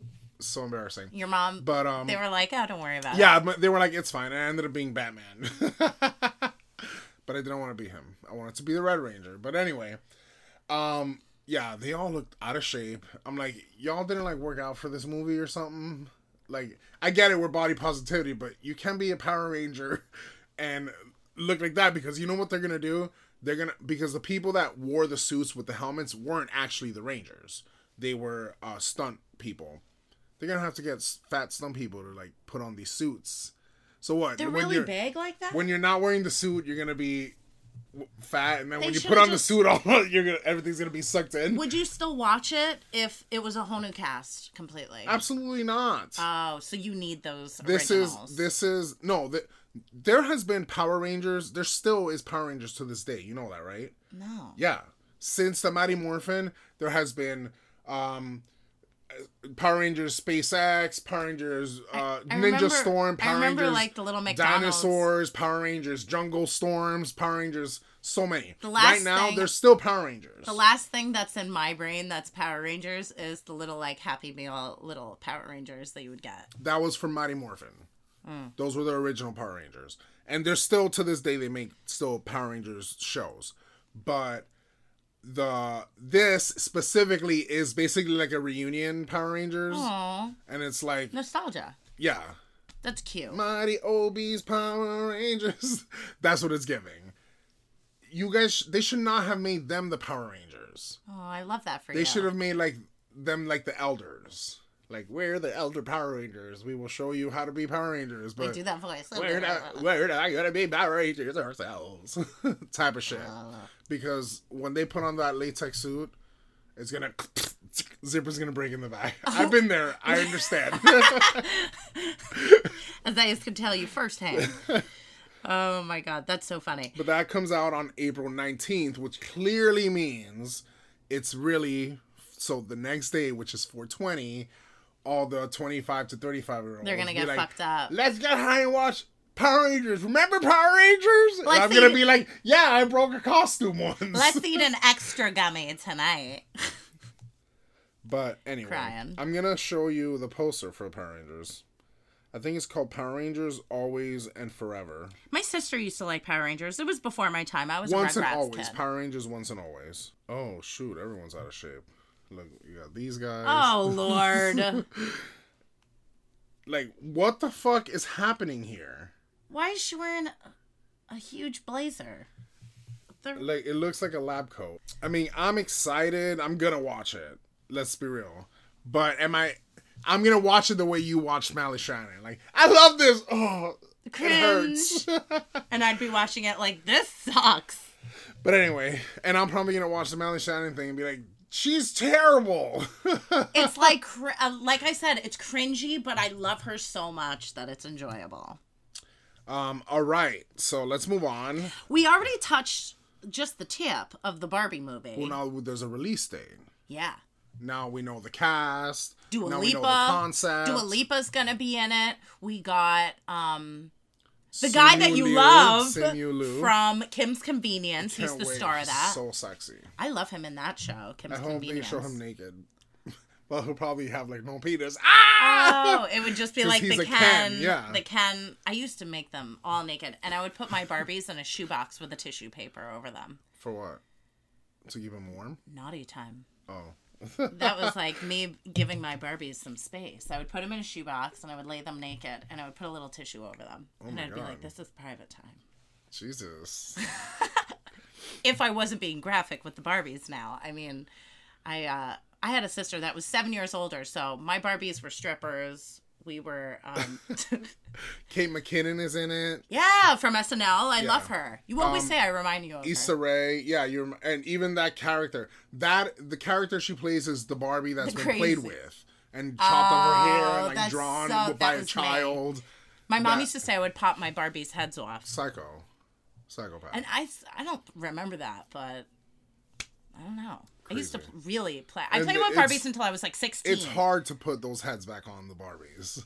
[SPEAKER 1] so embarrassing.
[SPEAKER 2] Your mom.
[SPEAKER 1] But um,
[SPEAKER 2] they were like, "Oh, don't worry about it."
[SPEAKER 1] yeah, but they were like, it's fine. And I ended up being Batman. but I didn't want to be him. I wanted to be the Red Ranger. But anyway, um, yeah, they all looked out of shape. I'm like, y'all didn't like work out for this movie or something. Like, I get it, we're body positivity, but you can be a Power Ranger and look like that because you know what they're gonna do? They're gonna because the people that wore the suits with the helmets weren't actually the Rangers. They were uh, stunt people they're gonna have to get s- fat stunt people to like put on these suits. So what?
[SPEAKER 2] They're
[SPEAKER 1] when
[SPEAKER 2] really
[SPEAKER 1] you're,
[SPEAKER 2] big like that.
[SPEAKER 1] When you're not wearing the suit, you're gonna be w- fat, and then when you put
[SPEAKER 2] should've
[SPEAKER 1] on
[SPEAKER 2] just-
[SPEAKER 1] the suit, all you're gonna everything's gonna be sucked in.
[SPEAKER 2] Would you still watch it if it was a whole new cast completely?
[SPEAKER 1] Absolutely not.
[SPEAKER 2] Oh, so you need those.
[SPEAKER 1] this
[SPEAKER 2] originals.
[SPEAKER 1] is this is no. Th- there has been Power Rangers. There still is Power Rangers to this day. You know that, right?
[SPEAKER 2] No.
[SPEAKER 1] Yeah. Since the Mighty Morphin, there has been um Power Rangers SpaceX, Power Rangers uh,
[SPEAKER 2] I
[SPEAKER 1] Ninja
[SPEAKER 2] remember-
[SPEAKER 1] Storm,
[SPEAKER 2] I
[SPEAKER 1] Power
[SPEAKER 2] remember
[SPEAKER 1] Rangers
[SPEAKER 2] like the little McDonald's.
[SPEAKER 1] dinosaurs, Power Rangers, Jungle Storms, Power Rangers, so many.
[SPEAKER 2] The last
[SPEAKER 1] right now,
[SPEAKER 2] thing-
[SPEAKER 1] they're still Power Rangers.
[SPEAKER 2] The last thing that's in my brain that's Power Rangers is the little like Happy Meal little Power Rangers that you would get.
[SPEAKER 1] that was from Mighty Morphin. Those were the original Power Rangers, and they're still to this day they make still Power Rangers shows, but the this specifically is basically like a reunion Power Rangers,
[SPEAKER 2] Oh,
[SPEAKER 1] and it's like
[SPEAKER 2] nostalgia.
[SPEAKER 1] yeah,
[SPEAKER 2] That's cute.
[SPEAKER 1] Mighty Obi's Power Rangers. That's what it's giving. You guys, sh- they should not have made them the Power Rangers.
[SPEAKER 2] Oh, I love that for
[SPEAKER 1] They
[SPEAKER 2] you.
[SPEAKER 1] should have made like them like the elders. Like we're the elder Power Rangers. We will show you how to be Power Rangers,
[SPEAKER 2] I
[SPEAKER 1] but
[SPEAKER 2] do that voice.
[SPEAKER 1] we're not we're not gonna be Power Rangers ourselves. type of shit.
[SPEAKER 2] Uh.
[SPEAKER 1] Because when they put on that latex suit, it's gonna zipper's gonna break in the back. I've been there. I understand.
[SPEAKER 2] As I can tell you firsthand. oh my god, that's so funny.
[SPEAKER 1] But that comes out on April 19th, which clearly means it's really so the next day, which is 420, all the 25 to 35 year olds
[SPEAKER 2] They're gonna
[SPEAKER 1] be
[SPEAKER 2] get
[SPEAKER 1] like,
[SPEAKER 2] fucked up.
[SPEAKER 1] Let's get high and watch Power Rangers. Remember Power Rangers? And
[SPEAKER 2] Let's
[SPEAKER 1] I'm gonna
[SPEAKER 2] see-
[SPEAKER 1] be like, yeah, I broke a costume once.
[SPEAKER 2] Let's eat an extra gummy tonight.
[SPEAKER 1] but anyway,
[SPEAKER 2] Crying.
[SPEAKER 1] I'm gonna show you the poster for Power Rangers. I think it's called Power Rangers Always and Forever.
[SPEAKER 2] My sister used to like Power Rangers. It was before my time. I was
[SPEAKER 1] once
[SPEAKER 2] a
[SPEAKER 1] and
[SPEAKER 2] Rugrats
[SPEAKER 1] always.
[SPEAKER 2] kid.
[SPEAKER 1] Power Rangers once and always. Oh shoot, everyone's out of shape. Look, you got these guys.
[SPEAKER 2] Oh lord.
[SPEAKER 1] Like, what the fuck is happening here?
[SPEAKER 2] Why is she wearing a huge blazer? They're-
[SPEAKER 1] Like, it looks like a lab coat. I mean, I'm excited. I'm gonna watch it. Let's be real. But am I? I'm gonna watch it the way you watched Mally Shannon. Like, I love this. Oh, it hurts.
[SPEAKER 2] and I'd be watching it like this sucks.
[SPEAKER 1] but anyway, and I'm probably gonna watch the Mally Shannon thing and be like, she's terrible.
[SPEAKER 2] It's like cr- uh, like I said, it's cringy, but I love her so much that it's enjoyable.
[SPEAKER 1] Um, all right, so let's move on.
[SPEAKER 2] We already touched just the tip of the Barbie movie.
[SPEAKER 1] Well, now there's a release date.
[SPEAKER 2] Yeah.
[SPEAKER 1] Now we know the cast.
[SPEAKER 2] Dua
[SPEAKER 1] now
[SPEAKER 2] Lipa.
[SPEAKER 1] we know the concept.
[SPEAKER 2] Dua Lipa's gonna be in it. We got um the guy that you love
[SPEAKER 1] Simu Liu.
[SPEAKER 2] from Kim's Convenience. He's
[SPEAKER 1] Can't
[SPEAKER 2] the
[SPEAKER 1] wait.
[SPEAKER 2] star of that.
[SPEAKER 1] So sexy.
[SPEAKER 2] I love him in that show, Kim's
[SPEAKER 1] I hope they
[SPEAKER 2] Convenience.
[SPEAKER 1] show him naked. well, he'll probably have like no penis. Ah!
[SPEAKER 2] Oh, it would just be
[SPEAKER 1] 'Cause
[SPEAKER 2] like the
[SPEAKER 1] he's
[SPEAKER 2] Ken,
[SPEAKER 1] a Ken, yeah.
[SPEAKER 2] the Ken. I used to make them all naked, and I would put my Barbies in a shoebox with a tissue paper over them.
[SPEAKER 1] For what? To keep him warm.
[SPEAKER 2] Naughty time.
[SPEAKER 1] Oh.
[SPEAKER 2] That was like me giving my Barbies some space. I would put them in a shoebox, and I would lay them naked, and I would put a little tissue over them,
[SPEAKER 1] Oh
[SPEAKER 2] and
[SPEAKER 1] my
[SPEAKER 2] I'd be
[SPEAKER 1] God.
[SPEAKER 2] like, "This is private time."
[SPEAKER 1] Jesus.
[SPEAKER 2] if I wasn't being graphic with the Barbies now. I mean, I uh, I had a sister that was seven years older, so my Barbies were strippers. We were, um,
[SPEAKER 1] Kate McKinnon is in it.
[SPEAKER 2] yeah, from SNL. I
[SPEAKER 1] Yeah.
[SPEAKER 2] love her. You always
[SPEAKER 1] Um,
[SPEAKER 2] say I remind you of her.
[SPEAKER 1] Issa Rae, yeah, you rem- and even that character. That the character she plays is the Barbie that's
[SPEAKER 2] The
[SPEAKER 1] been
[SPEAKER 2] crazy-
[SPEAKER 1] played with and chopped off her hair
[SPEAKER 2] Oh,
[SPEAKER 1] and like
[SPEAKER 2] that's
[SPEAKER 1] drawn
[SPEAKER 2] so- that
[SPEAKER 1] by a
[SPEAKER 2] was me.
[SPEAKER 1] child.
[SPEAKER 2] My mom
[SPEAKER 1] that-
[SPEAKER 2] used to say I would pop my Barbies' heads off,
[SPEAKER 1] Psycho, psychopath.
[SPEAKER 2] and I s- I don't remember that, but I don't know. I used to
[SPEAKER 1] Crazy.
[SPEAKER 2] really play. I
[SPEAKER 1] And
[SPEAKER 2] played with
[SPEAKER 1] it's-
[SPEAKER 2] Barbies until I was like sixteen.
[SPEAKER 1] it's hard to put those heads back on the Barbies.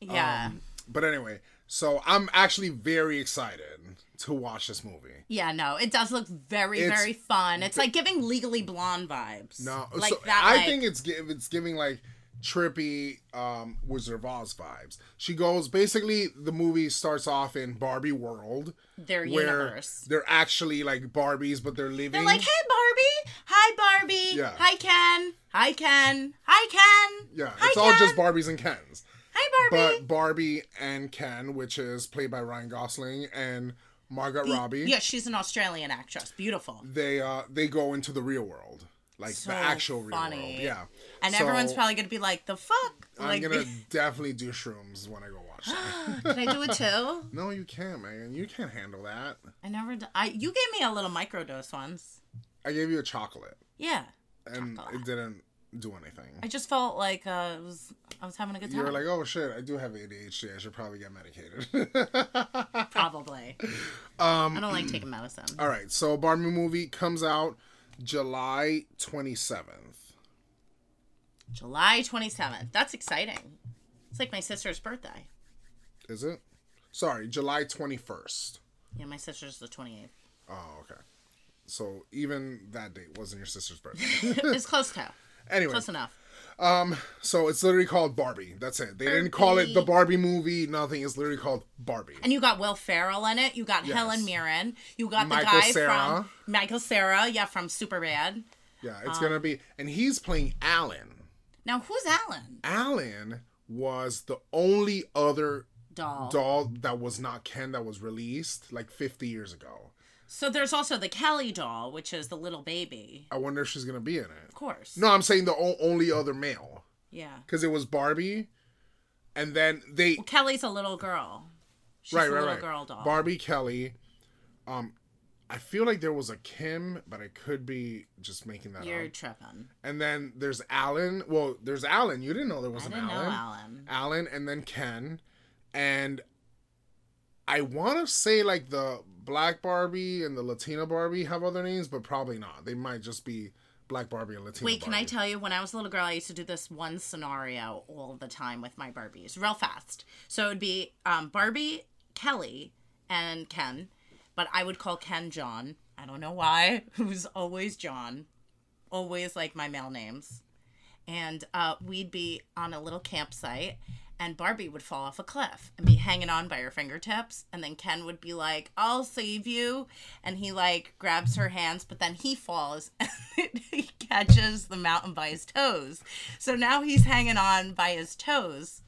[SPEAKER 2] Yeah.
[SPEAKER 1] But anyway, so I'm actually very excited to watch this movie.
[SPEAKER 2] Yeah, no, it does look very,
[SPEAKER 1] um, It's-
[SPEAKER 2] very fun. It's like giving Legally Blonde vibes.
[SPEAKER 1] No,
[SPEAKER 2] like
[SPEAKER 1] so
[SPEAKER 2] that.
[SPEAKER 1] I
[SPEAKER 2] like,
[SPEAKER 1] think it's gi- it's giving like trippy um Wizard of Oz vibes. She goes basically the movie starts off in Barbie world.
[SPEAKER 2] their
[SPEAKER 1] where
[SPEAKER 2] universe.
[SPEAKER 1] they're actually like Barbies, but they're living.
[SPEAKER 2] They're like, hey, Barbie. Hi, Barbie.
[SPEAKER 1] Yeah.
[SPEAKER 2] Hi, Ken. Hi, Ken. Hi, Ken.
[SPEAKER 1] yeah,
[SPEAKER 2] Hi,
[SPEAKER 1] it's all
[SPEAKER 2] Ken.
[SPEAKER 1] just Barbies and Kens.
[SPEAKER 2] Hi, Barbie.
[SPEAKER 1] But Barbie and Ken, which is played by Ryan Gosling and Margot Robbie,
[SPEAKER 2] Yeah, she's an Australian actress. Beautiful.
[SPEAKER 1] they uh they go into the real world, like
[SPEAKER 2] So
[SPEAKER 1] the actual real world.
[SPEAKER 2] funny.
[SPEAKER 1] Yeah,
[SPEAKER 2] And
[SPEAKER 1] So,
[SPEAKER 2] everyone's probably going to be like, the fuck?
[SPEAKER 1] I'm
[SPEAKER 2] like,
[SPEAKER 1] gonna definitely do shrooms when I go watch that.
[SPEAKER 2] did I do it too?
[SPEAKER 1] no, you can't, Megan. You can't handle that.
[SPEAKER 2] I never d I You gave me a little microdose once.
[SPEAKER 1] I gave you a chocolate,
[SPEAKER 2] Yeah.
[SPEAKER 1] and
[SPEAKER 2] Chocolate.
[SPEAKER 1] it didn't do anything.
[SPEAKER 2] I just felt like uh, it was, I was having a good time.
[SPEAKER 1] You were like, oh shit, I do have ADHD. I should probably get medicated. "Ah."
[SPEAKER 2] Probably.
[SPEAKER 1] Um,
[SPEAKER 2] I don't like taking medicine.
[SPEAKER 1] All right, so Barbie movie comes out July 27th.
[SPEAKER 2] July 27th. That's exciting. It's like my sister's birthday.
[SPEAKER 1] Is it? Sorry, July 21st.
[SPEAKER 2] Yeah, my sister's the 28th.
[SPEAKER 1] Oh, okay. So even that date wasn't your sister's birthday.
[SPEAKER 2] it's close to.
[SPEAKER 1] Anyway,
[SPEAKER 2] Close enough.
[SPEAKER 1] so it's literally called Barbie. That's it. They didn't call it the Barbie movie, nothing. It's literally called Barbie.
[SPEAKER 2] And you got Will Ferrell in it. You got Helen Mirren. You got the
[SPEAKER 1] Michael
[SPEAKER 2] guy
[SPEAKER 1] Cera.
[SPEAKER 2] from Michael Sarah. Yeah, from Superbad.
[SPEAKER 1] Yeah, it's going to be and he's playing Alan.
[SPEAKER 2] Now, who's Alan?
[SPEAKER 1] Alan was the only other
[SPEAKER 2] Doll.
[SPEAKER 1] doll that was not Ken that was released like 50 years ago.
[SPEAKER 2] So there's also the Kelly doll, which is the little baby.
[SPEAKER 1] I wonder if she's going to be in it.
[SPEAKER 2] Of course.
[SPEAKER 1] No, I'm saying the o- only other male.
[SPEAKER 2] Yeah.
[SPEAKER 1] because it was Barbie, and then they
[SPEAKER 2] Well, Kelly's a little girl. She's
[SPEAKER 1] right
[SPEAKER 2] a
[SPEAKER 1] right
[SPEAKER 2] little
[SPEAKER 1] right
[SPEAKER 2] girl doll.
[SPEAKER 1] Barbie Kelly. Um, I feel like there was a Kim, but I could be just making that
[SPEAKER 2] You're
[SPEAKER 1] up.
[SPEAKER 2] tripping.
[SPEAKER 1] And then there's Alan. Well, there's Alan. You didn't know there was
[SPEAKER 2] I
[SPEAKER 1] an
[SPEAKER 2] didn't know
[SPEAKER 1] Alan.
[SPEAKER 2] Alan.
[SPEAKER 1] Alan, and then Ken, and I want to say like the Black Barbie and the Latina Barbie have other names, but probably not. They might just be Black Barbie and Latina.
[SPEAKER 2] Wait, can I
[SPEAKER 1] Barbie.
[SPEAKER 2] tell you? When I was a little girl, I used to do this one scenario all the time with my Barbies, real fast. So it'd be um, Barbie, Kelly, and Ken, but I would call Ken John. I don't know why. It was always John, always like my male names. And uh, we'd be on a little campsite, and Barbie would fall off a cliff and be hanging on by her fingertips. And then Ken would be like, I'll save you. And he like grabs her hands, but then he falls and he catches the mountain by his toes. So now he's hanging on by his toes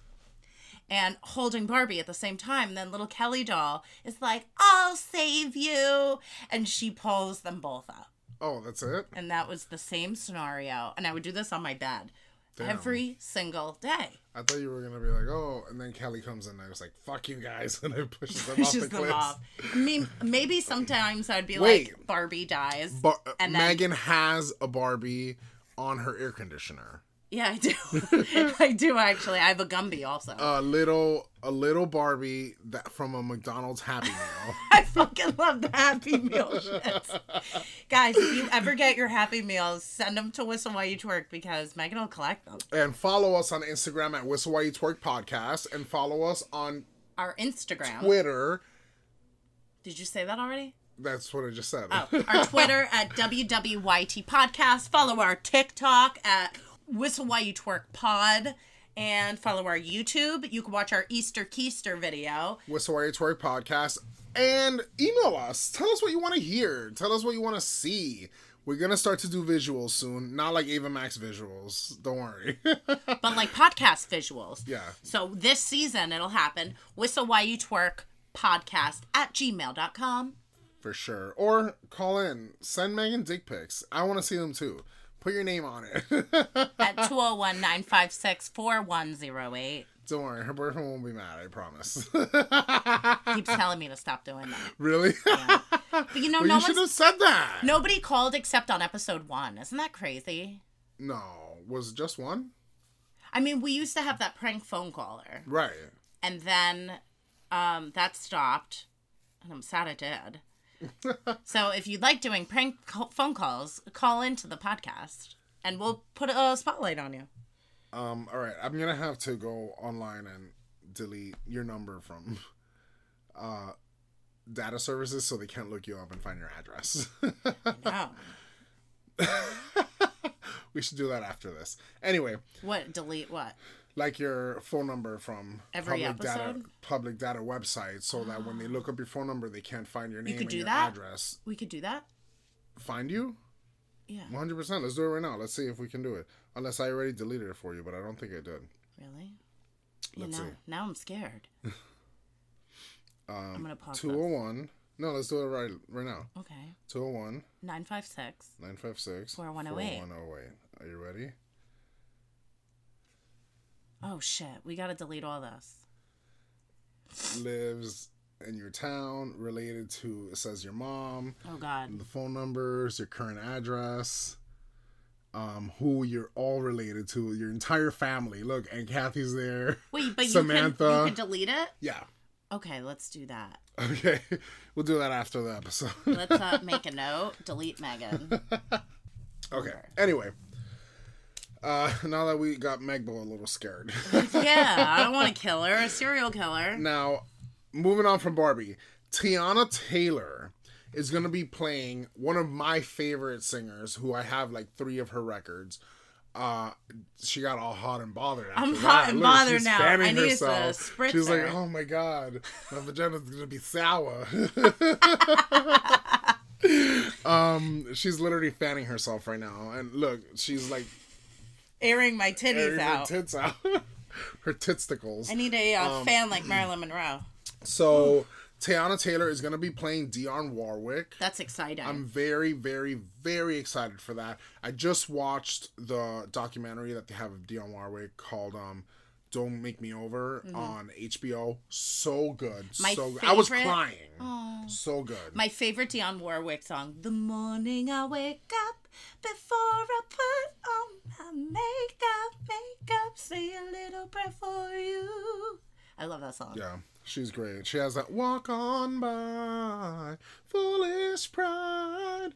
[SPEAKER 2] and holding Barbie at the same time. And then little Kelly doll is like, I'll save you. And she pulls them both up.
[SPEAKER 1] Oh, that's it.
[SPEAKER 2] And that was the same scenario. And I would do this on my bed every single day.
[SPEAKER 1] I thought you were gonna be like, oh, and then Kelly comes in and I was like, fuck you guys, and I pushes them off the
[SPEAKER 2] pushes them
[SPEAKER 1] cliff.
[SPEAKER 2] off. I mean, maybe sometimes I'd be
[SPEAKER 1] Wait.
[SPEAKER 2] like, Barbie dies.
[SPEAKER 1] But
[SPEAKER 2] And then-
[SPEAKER 1] Megan has a Barbie on her air conditioner.
[SPEAKER 2] Yeah, I do. I do actually. I have a Gumby also.
[SPEAKER 1] A little, a little Barbie that from a McDonald's Happy Meal.
[SPEAKER 2] I fucking love the Happy Meal shit. Guys, if you ever get your Happy Meals, send them to Whistle While You Twerk because Megan will collect them.
[SPEAKER 1] And follow us on Instagram at Whistle While You Twerk podcast, and follow us on
[SPEAKER 2] our Instagram,
[SPEAKER 1] Twitter.
[SPEAKER 2] Did you say that already?
[SPEAKER 1] That's what I just said.
[SPEAKER 2] Oh, our Twitter at WWYT podcast. Follow our TikTok at Whistle While You Twerk Pod and follow our YouTube. You can watch our Easter Keister video.
[SPEAKER 1] Whistle While You Twerk Podcast. And email us. Tell us what you want to hear. Tell us what you want to see. We're gonna start to do visuals soon. Not like Ava Max visuals. Don't worry.
[SPEAKER 2] but like podcast visuals.
[SPEAKER 1] Yeah.
[SPEAKER 2] So this season it'll happen. Whistle While You Twerk podcast at gmail.com.
[SPEAKER 1] For sure. Or call in. Send Megan dick pics. I want to see them too put your name on it.
[SPEAKER 2] At 201 956 4108.
[SPEAKER 1] Don't worry, her boyfriend won't be mad, I promise.
[SPEAKER 2] Keeps telling me to stop doing that.
[SPEAKER 1] Really?
[SPEAKER 2] Yeah. But you know,
[SPEAKER 1] Well,
[SPEAKER 2] no
[SPEAKER 1] you should have
[SPEAKER 2] one's,
[SPEAKER 1] said that.
[SPEAKER 2] nobody called except on episode one. Isn't that crazy?
[SPEAKER 1] No, was it just one?
[SPEAKER 2] I mean, we used to have that prank phone caller,
[SPEAKER 1] Right.
[SPEAKER 2] and then um, that stopped, and I'm sad it did. so if you'd like doing prank co- phone calls, call into the podcast, and we'll put a spotlight on you.
[SPEAKER 1] Um. All right, I'm gonna have to go online and delete your number from, uh, data services so they can't look you up and find your address.
[SPEAKER 2] Oh,
[SPEAKER 1] we should do that after this. Anyway,
[SPEAKER 2] what? Delete what?
[SPEAKER 1] like your phone number from
[SPEAKER 2] Every
[SPEAKER 1] public data
[SPEAKER 2] episode? Ah.
[SPEAKER 1] public data website so that when they look up your phone number they can't find your name
[SPEAKER 2] could
[SPEAKER 1] and
[SPEAKER 2] do
[SPEAKER 1] your
[SPEAKER 2] that?
[SPEAKER 1] address.
[SPEAKER 2] We could do that.
[SPEAKER 1] Find you?
[SPEAKER 2] Yeah.
[SPEAKER 1] 100%. Let's do it right now. Let's see if we can do it. Unless I already deleted it for you, but I don't think I did.
[SPEAKER 2] Really?
[SPEAKER 1] Let's
[SPEAKER 2] you know,
[SPEAKER 1] see.
[SPEAKER 2] now I'm scared. I'm
[SPEAKER 1] Um,
[SPEAKER 2] gonna pause. this.
[SPEAKER 1] 201. No, let's do it right right now.
[SPEAKER 2] Okay.
[SPEAKER 1] 201
[SPEAKER 2] Nine five six.
[SPEAKER 1] 956
[SPEAKER 2] 4108.
[SPEAKER 1] 4108. Are you ready?
[SPEAKER 2] Oh shit! We gotta delete all this.
[SPEAKER 1] Lives in your town, related to, it says your mom.
[SPEAKER 2] Oh god.
[SPEAKER 1] the phone numbers, your current address, um, who you're all related to, your entire family. Look, and Kathy's there.
[SPEAKER 2] Wait, but you can
[SPEAKER 1] Samantha.
[SPEAKER 2] you can delete it.
[SPEAKER 1] Yeah.
[SPEAKER 2] Okay, let's do that.
[SPEAKER 1] Okay. We'll do that after the episode.
[SPEAKER 2] Let's uh, make a note. Delete Megan.
[SPEAKER 1] okay. Anyway. Uh, now that we got Megbo a little scared.
[SPEAKER 2] Yeah, I don't want to kill her. A serial killer.
[SPEAKER 1] now, moving on from Barbie, Tiana Taylor is going to be playing one of my favorite singers who I have like three of her records. Uh, she got all hot and bothered. After
[SPEAKER 2] I'm
[SPEAKER 1] that.
[SPEAKER 2] hot and
[SPEAKER 1] Look,
[SPEAKER 2] bothered
[SPEAKER 1] she's
[SPEAKER 2] now.
[SPEAKER 1] fanning
[SPEAKER 2] I need to spritz
[SPEAKER 1] She's
[SPEAKER 2] her.
[SPEAKER 1] like, oh my god, my vagina's gonna be sour. um, she's literally fanning herself right now, and look, she's like
[SPEAKER 2] Airing my titties
[SPEAKER 1] airing her
[SPEAKER 2] out.
[SPEAKER 1] tits out, her titsticles.
[SPEAKER 2] I need a uh,
[SPEAKER 1] Um,
[SPEAKER 2] fan like Marilyn Monroe.
[SPEAKER 1] So Tiana Taylor is going to be playing Dionne Warwick.
[SPEAKER 2] That's exciting.
[SPEAKER 1] I'm very, very, very excited for that. I just watched the documentary that they have of Dionne Warwick called um, "Don't Make Me Over" on HBO. So good,
[SPEAKER 2] Mm-hmm. My
[SPEAKER 1] so good. I was
[SPEAKER 2] favorite-
[SPEAKER 1] crying. So good.
[SPEAKER 2] My favorite Dionne Warwick song, The Morning I Wake Up, Before I Put On My Makeup, Makeup, Say a Little Prayer for You. I love that song.
[SPEAKER 1] yeah, she's great. She has that "Walk On By," "Foolish Pride."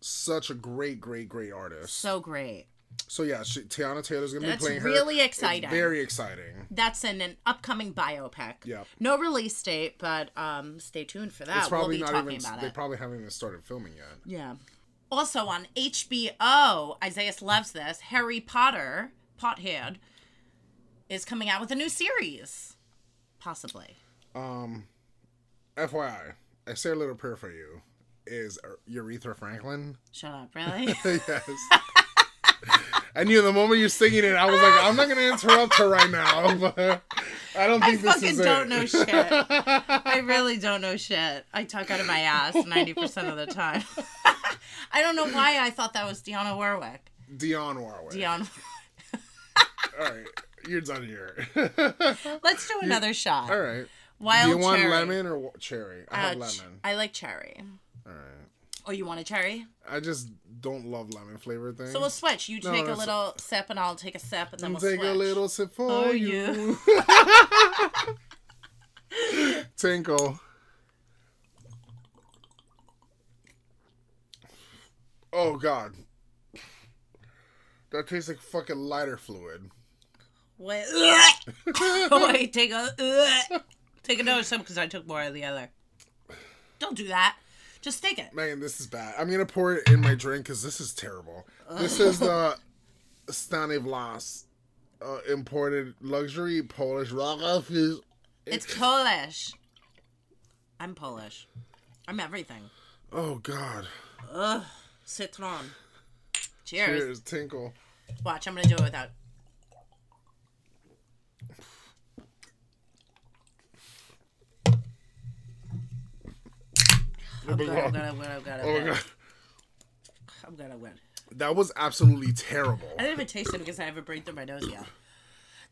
[SPEAKER 1] Such a great, great, great artist.
[SPEAKER 2] So great.
[SPEAKER 1] So yeah, she, Tiana Taylor's gonna
[SPEAKER 2] That's
[SPEAKER 1] be playing her.
[SPEAKER 2] really
[SPEAKER 1] It's
[SPEAKER 2] exciting.
[SPEAKER 1] very exciting.
[SPEAKER 2] That's in an upcoming biopic.
[SPEAKER 1] Yep.
[SPEAKER 2] No release date, but um, stay tuned for that.
[SPEAKER 1] It's probably
[SPEAKER 2] we'll be
[SPEAKER 1] not
[SPEAKER 2] talking
[SPEAKER 1] even.
[SPEAKER 2] about
[SPEAKER 1] They
[SPEAKER 2] it.
[SPEAKER 1] probably haven't even started filming yet.
[SPEAKER 2] yeah. Also on HBO, Isaiah loves this. Harry Potter, Pothead, is coming out with a new series, possibly.
[SPEAKER 1] Um, FYI, I say a little prayer for you. Is Urethra Franklin?
[SPEAKER 2] Shut up, really?
[SPEAKER 1] yes. I knew the moment you're singing it, I was like, I'm not gonna interrupt her right now, but I don't
[SPEAKER 2] I
[SPEAKER 1] think this
[SPEAKER 2] fucking
[SPEAKER 1] is
[SPEAKER 2] don't
[SPEAKER 1] it.
[SPEAKER 2] know shit. I really don't know shit. I talk out of my ass 90% of the time. I don't know why I thought that was Deanna Warwick.
[SPEAKER 1] Dionne Warwick.
[SPEAKER 2] Dionne.
[SPEAKER 1] All right, you're done here.
[SPEAKER 2] Let's do another shot.
[SPEAKER 1] All right.
[SPEAKER 2] Wild
[SPEAKER 1] Do you want
[SPEAKER 2] cherry.
[SPEAKER 1] lemon or wa- cherry? I
[SPEAKER 2] Uh,
[SPEAKER 1] have
[SPEAKER 2] ch-
[SPEAKER 1] lemon.
[SPEAKER 2] I like cherry.
[SPEAKER 1] All right.
[SPEAKER 2] Oh, you want a cherry?
[SPEAKER 1] I just don't love lemon flavored things.
[SPEAKER 2] So we'll switch. You
[SPEAKER 1] No,
[SPEAKER 2] take a
[SPEAKER 1] that's-
[SPEAKER 2] little sip, and I'll take a sip, and then we'll
[SPEAKER 1] Take
[SPEAKER 2] switch.
[SPEAKER 1] a little sip for
[SPEAKER 2] Oh,
[SPEAKER 1] you. Tinkle. Oh god. That tastes like fucking lighter fluid.
[SPEAKER 2] Wait, wait, take a take another sip because I took more of the other. Don't do that. Just take it.
[SPEAKER 1] Man, this is bad. I'm gonna pour it in my drink because this is terrible. This is the Stanislas uh, imported luxury Polish rock.
[SPEAKER 2] It's Polish. I'm Polish. I'm everything.
[SPEAKER 1] Oh god.
[SPEAKER 2] Citron. Cheers.
[SPEAKER 1] Here's Tinkle.
[SPEAKER 2] Watch, I'm gonna do it without. I'm good, I'm good, I'm good, I'm good, I'm
[SPEAKER 1] Oh my
[SPEAKER 2] good.
[SPEAKER 1] god.
[SPEAKER 2] I'm good, I'm good.
[SPEAKER 1] That was absolutely terrible.
[SPEAKER 2] I didn't even taste it because I haven't breathed through my nose yet.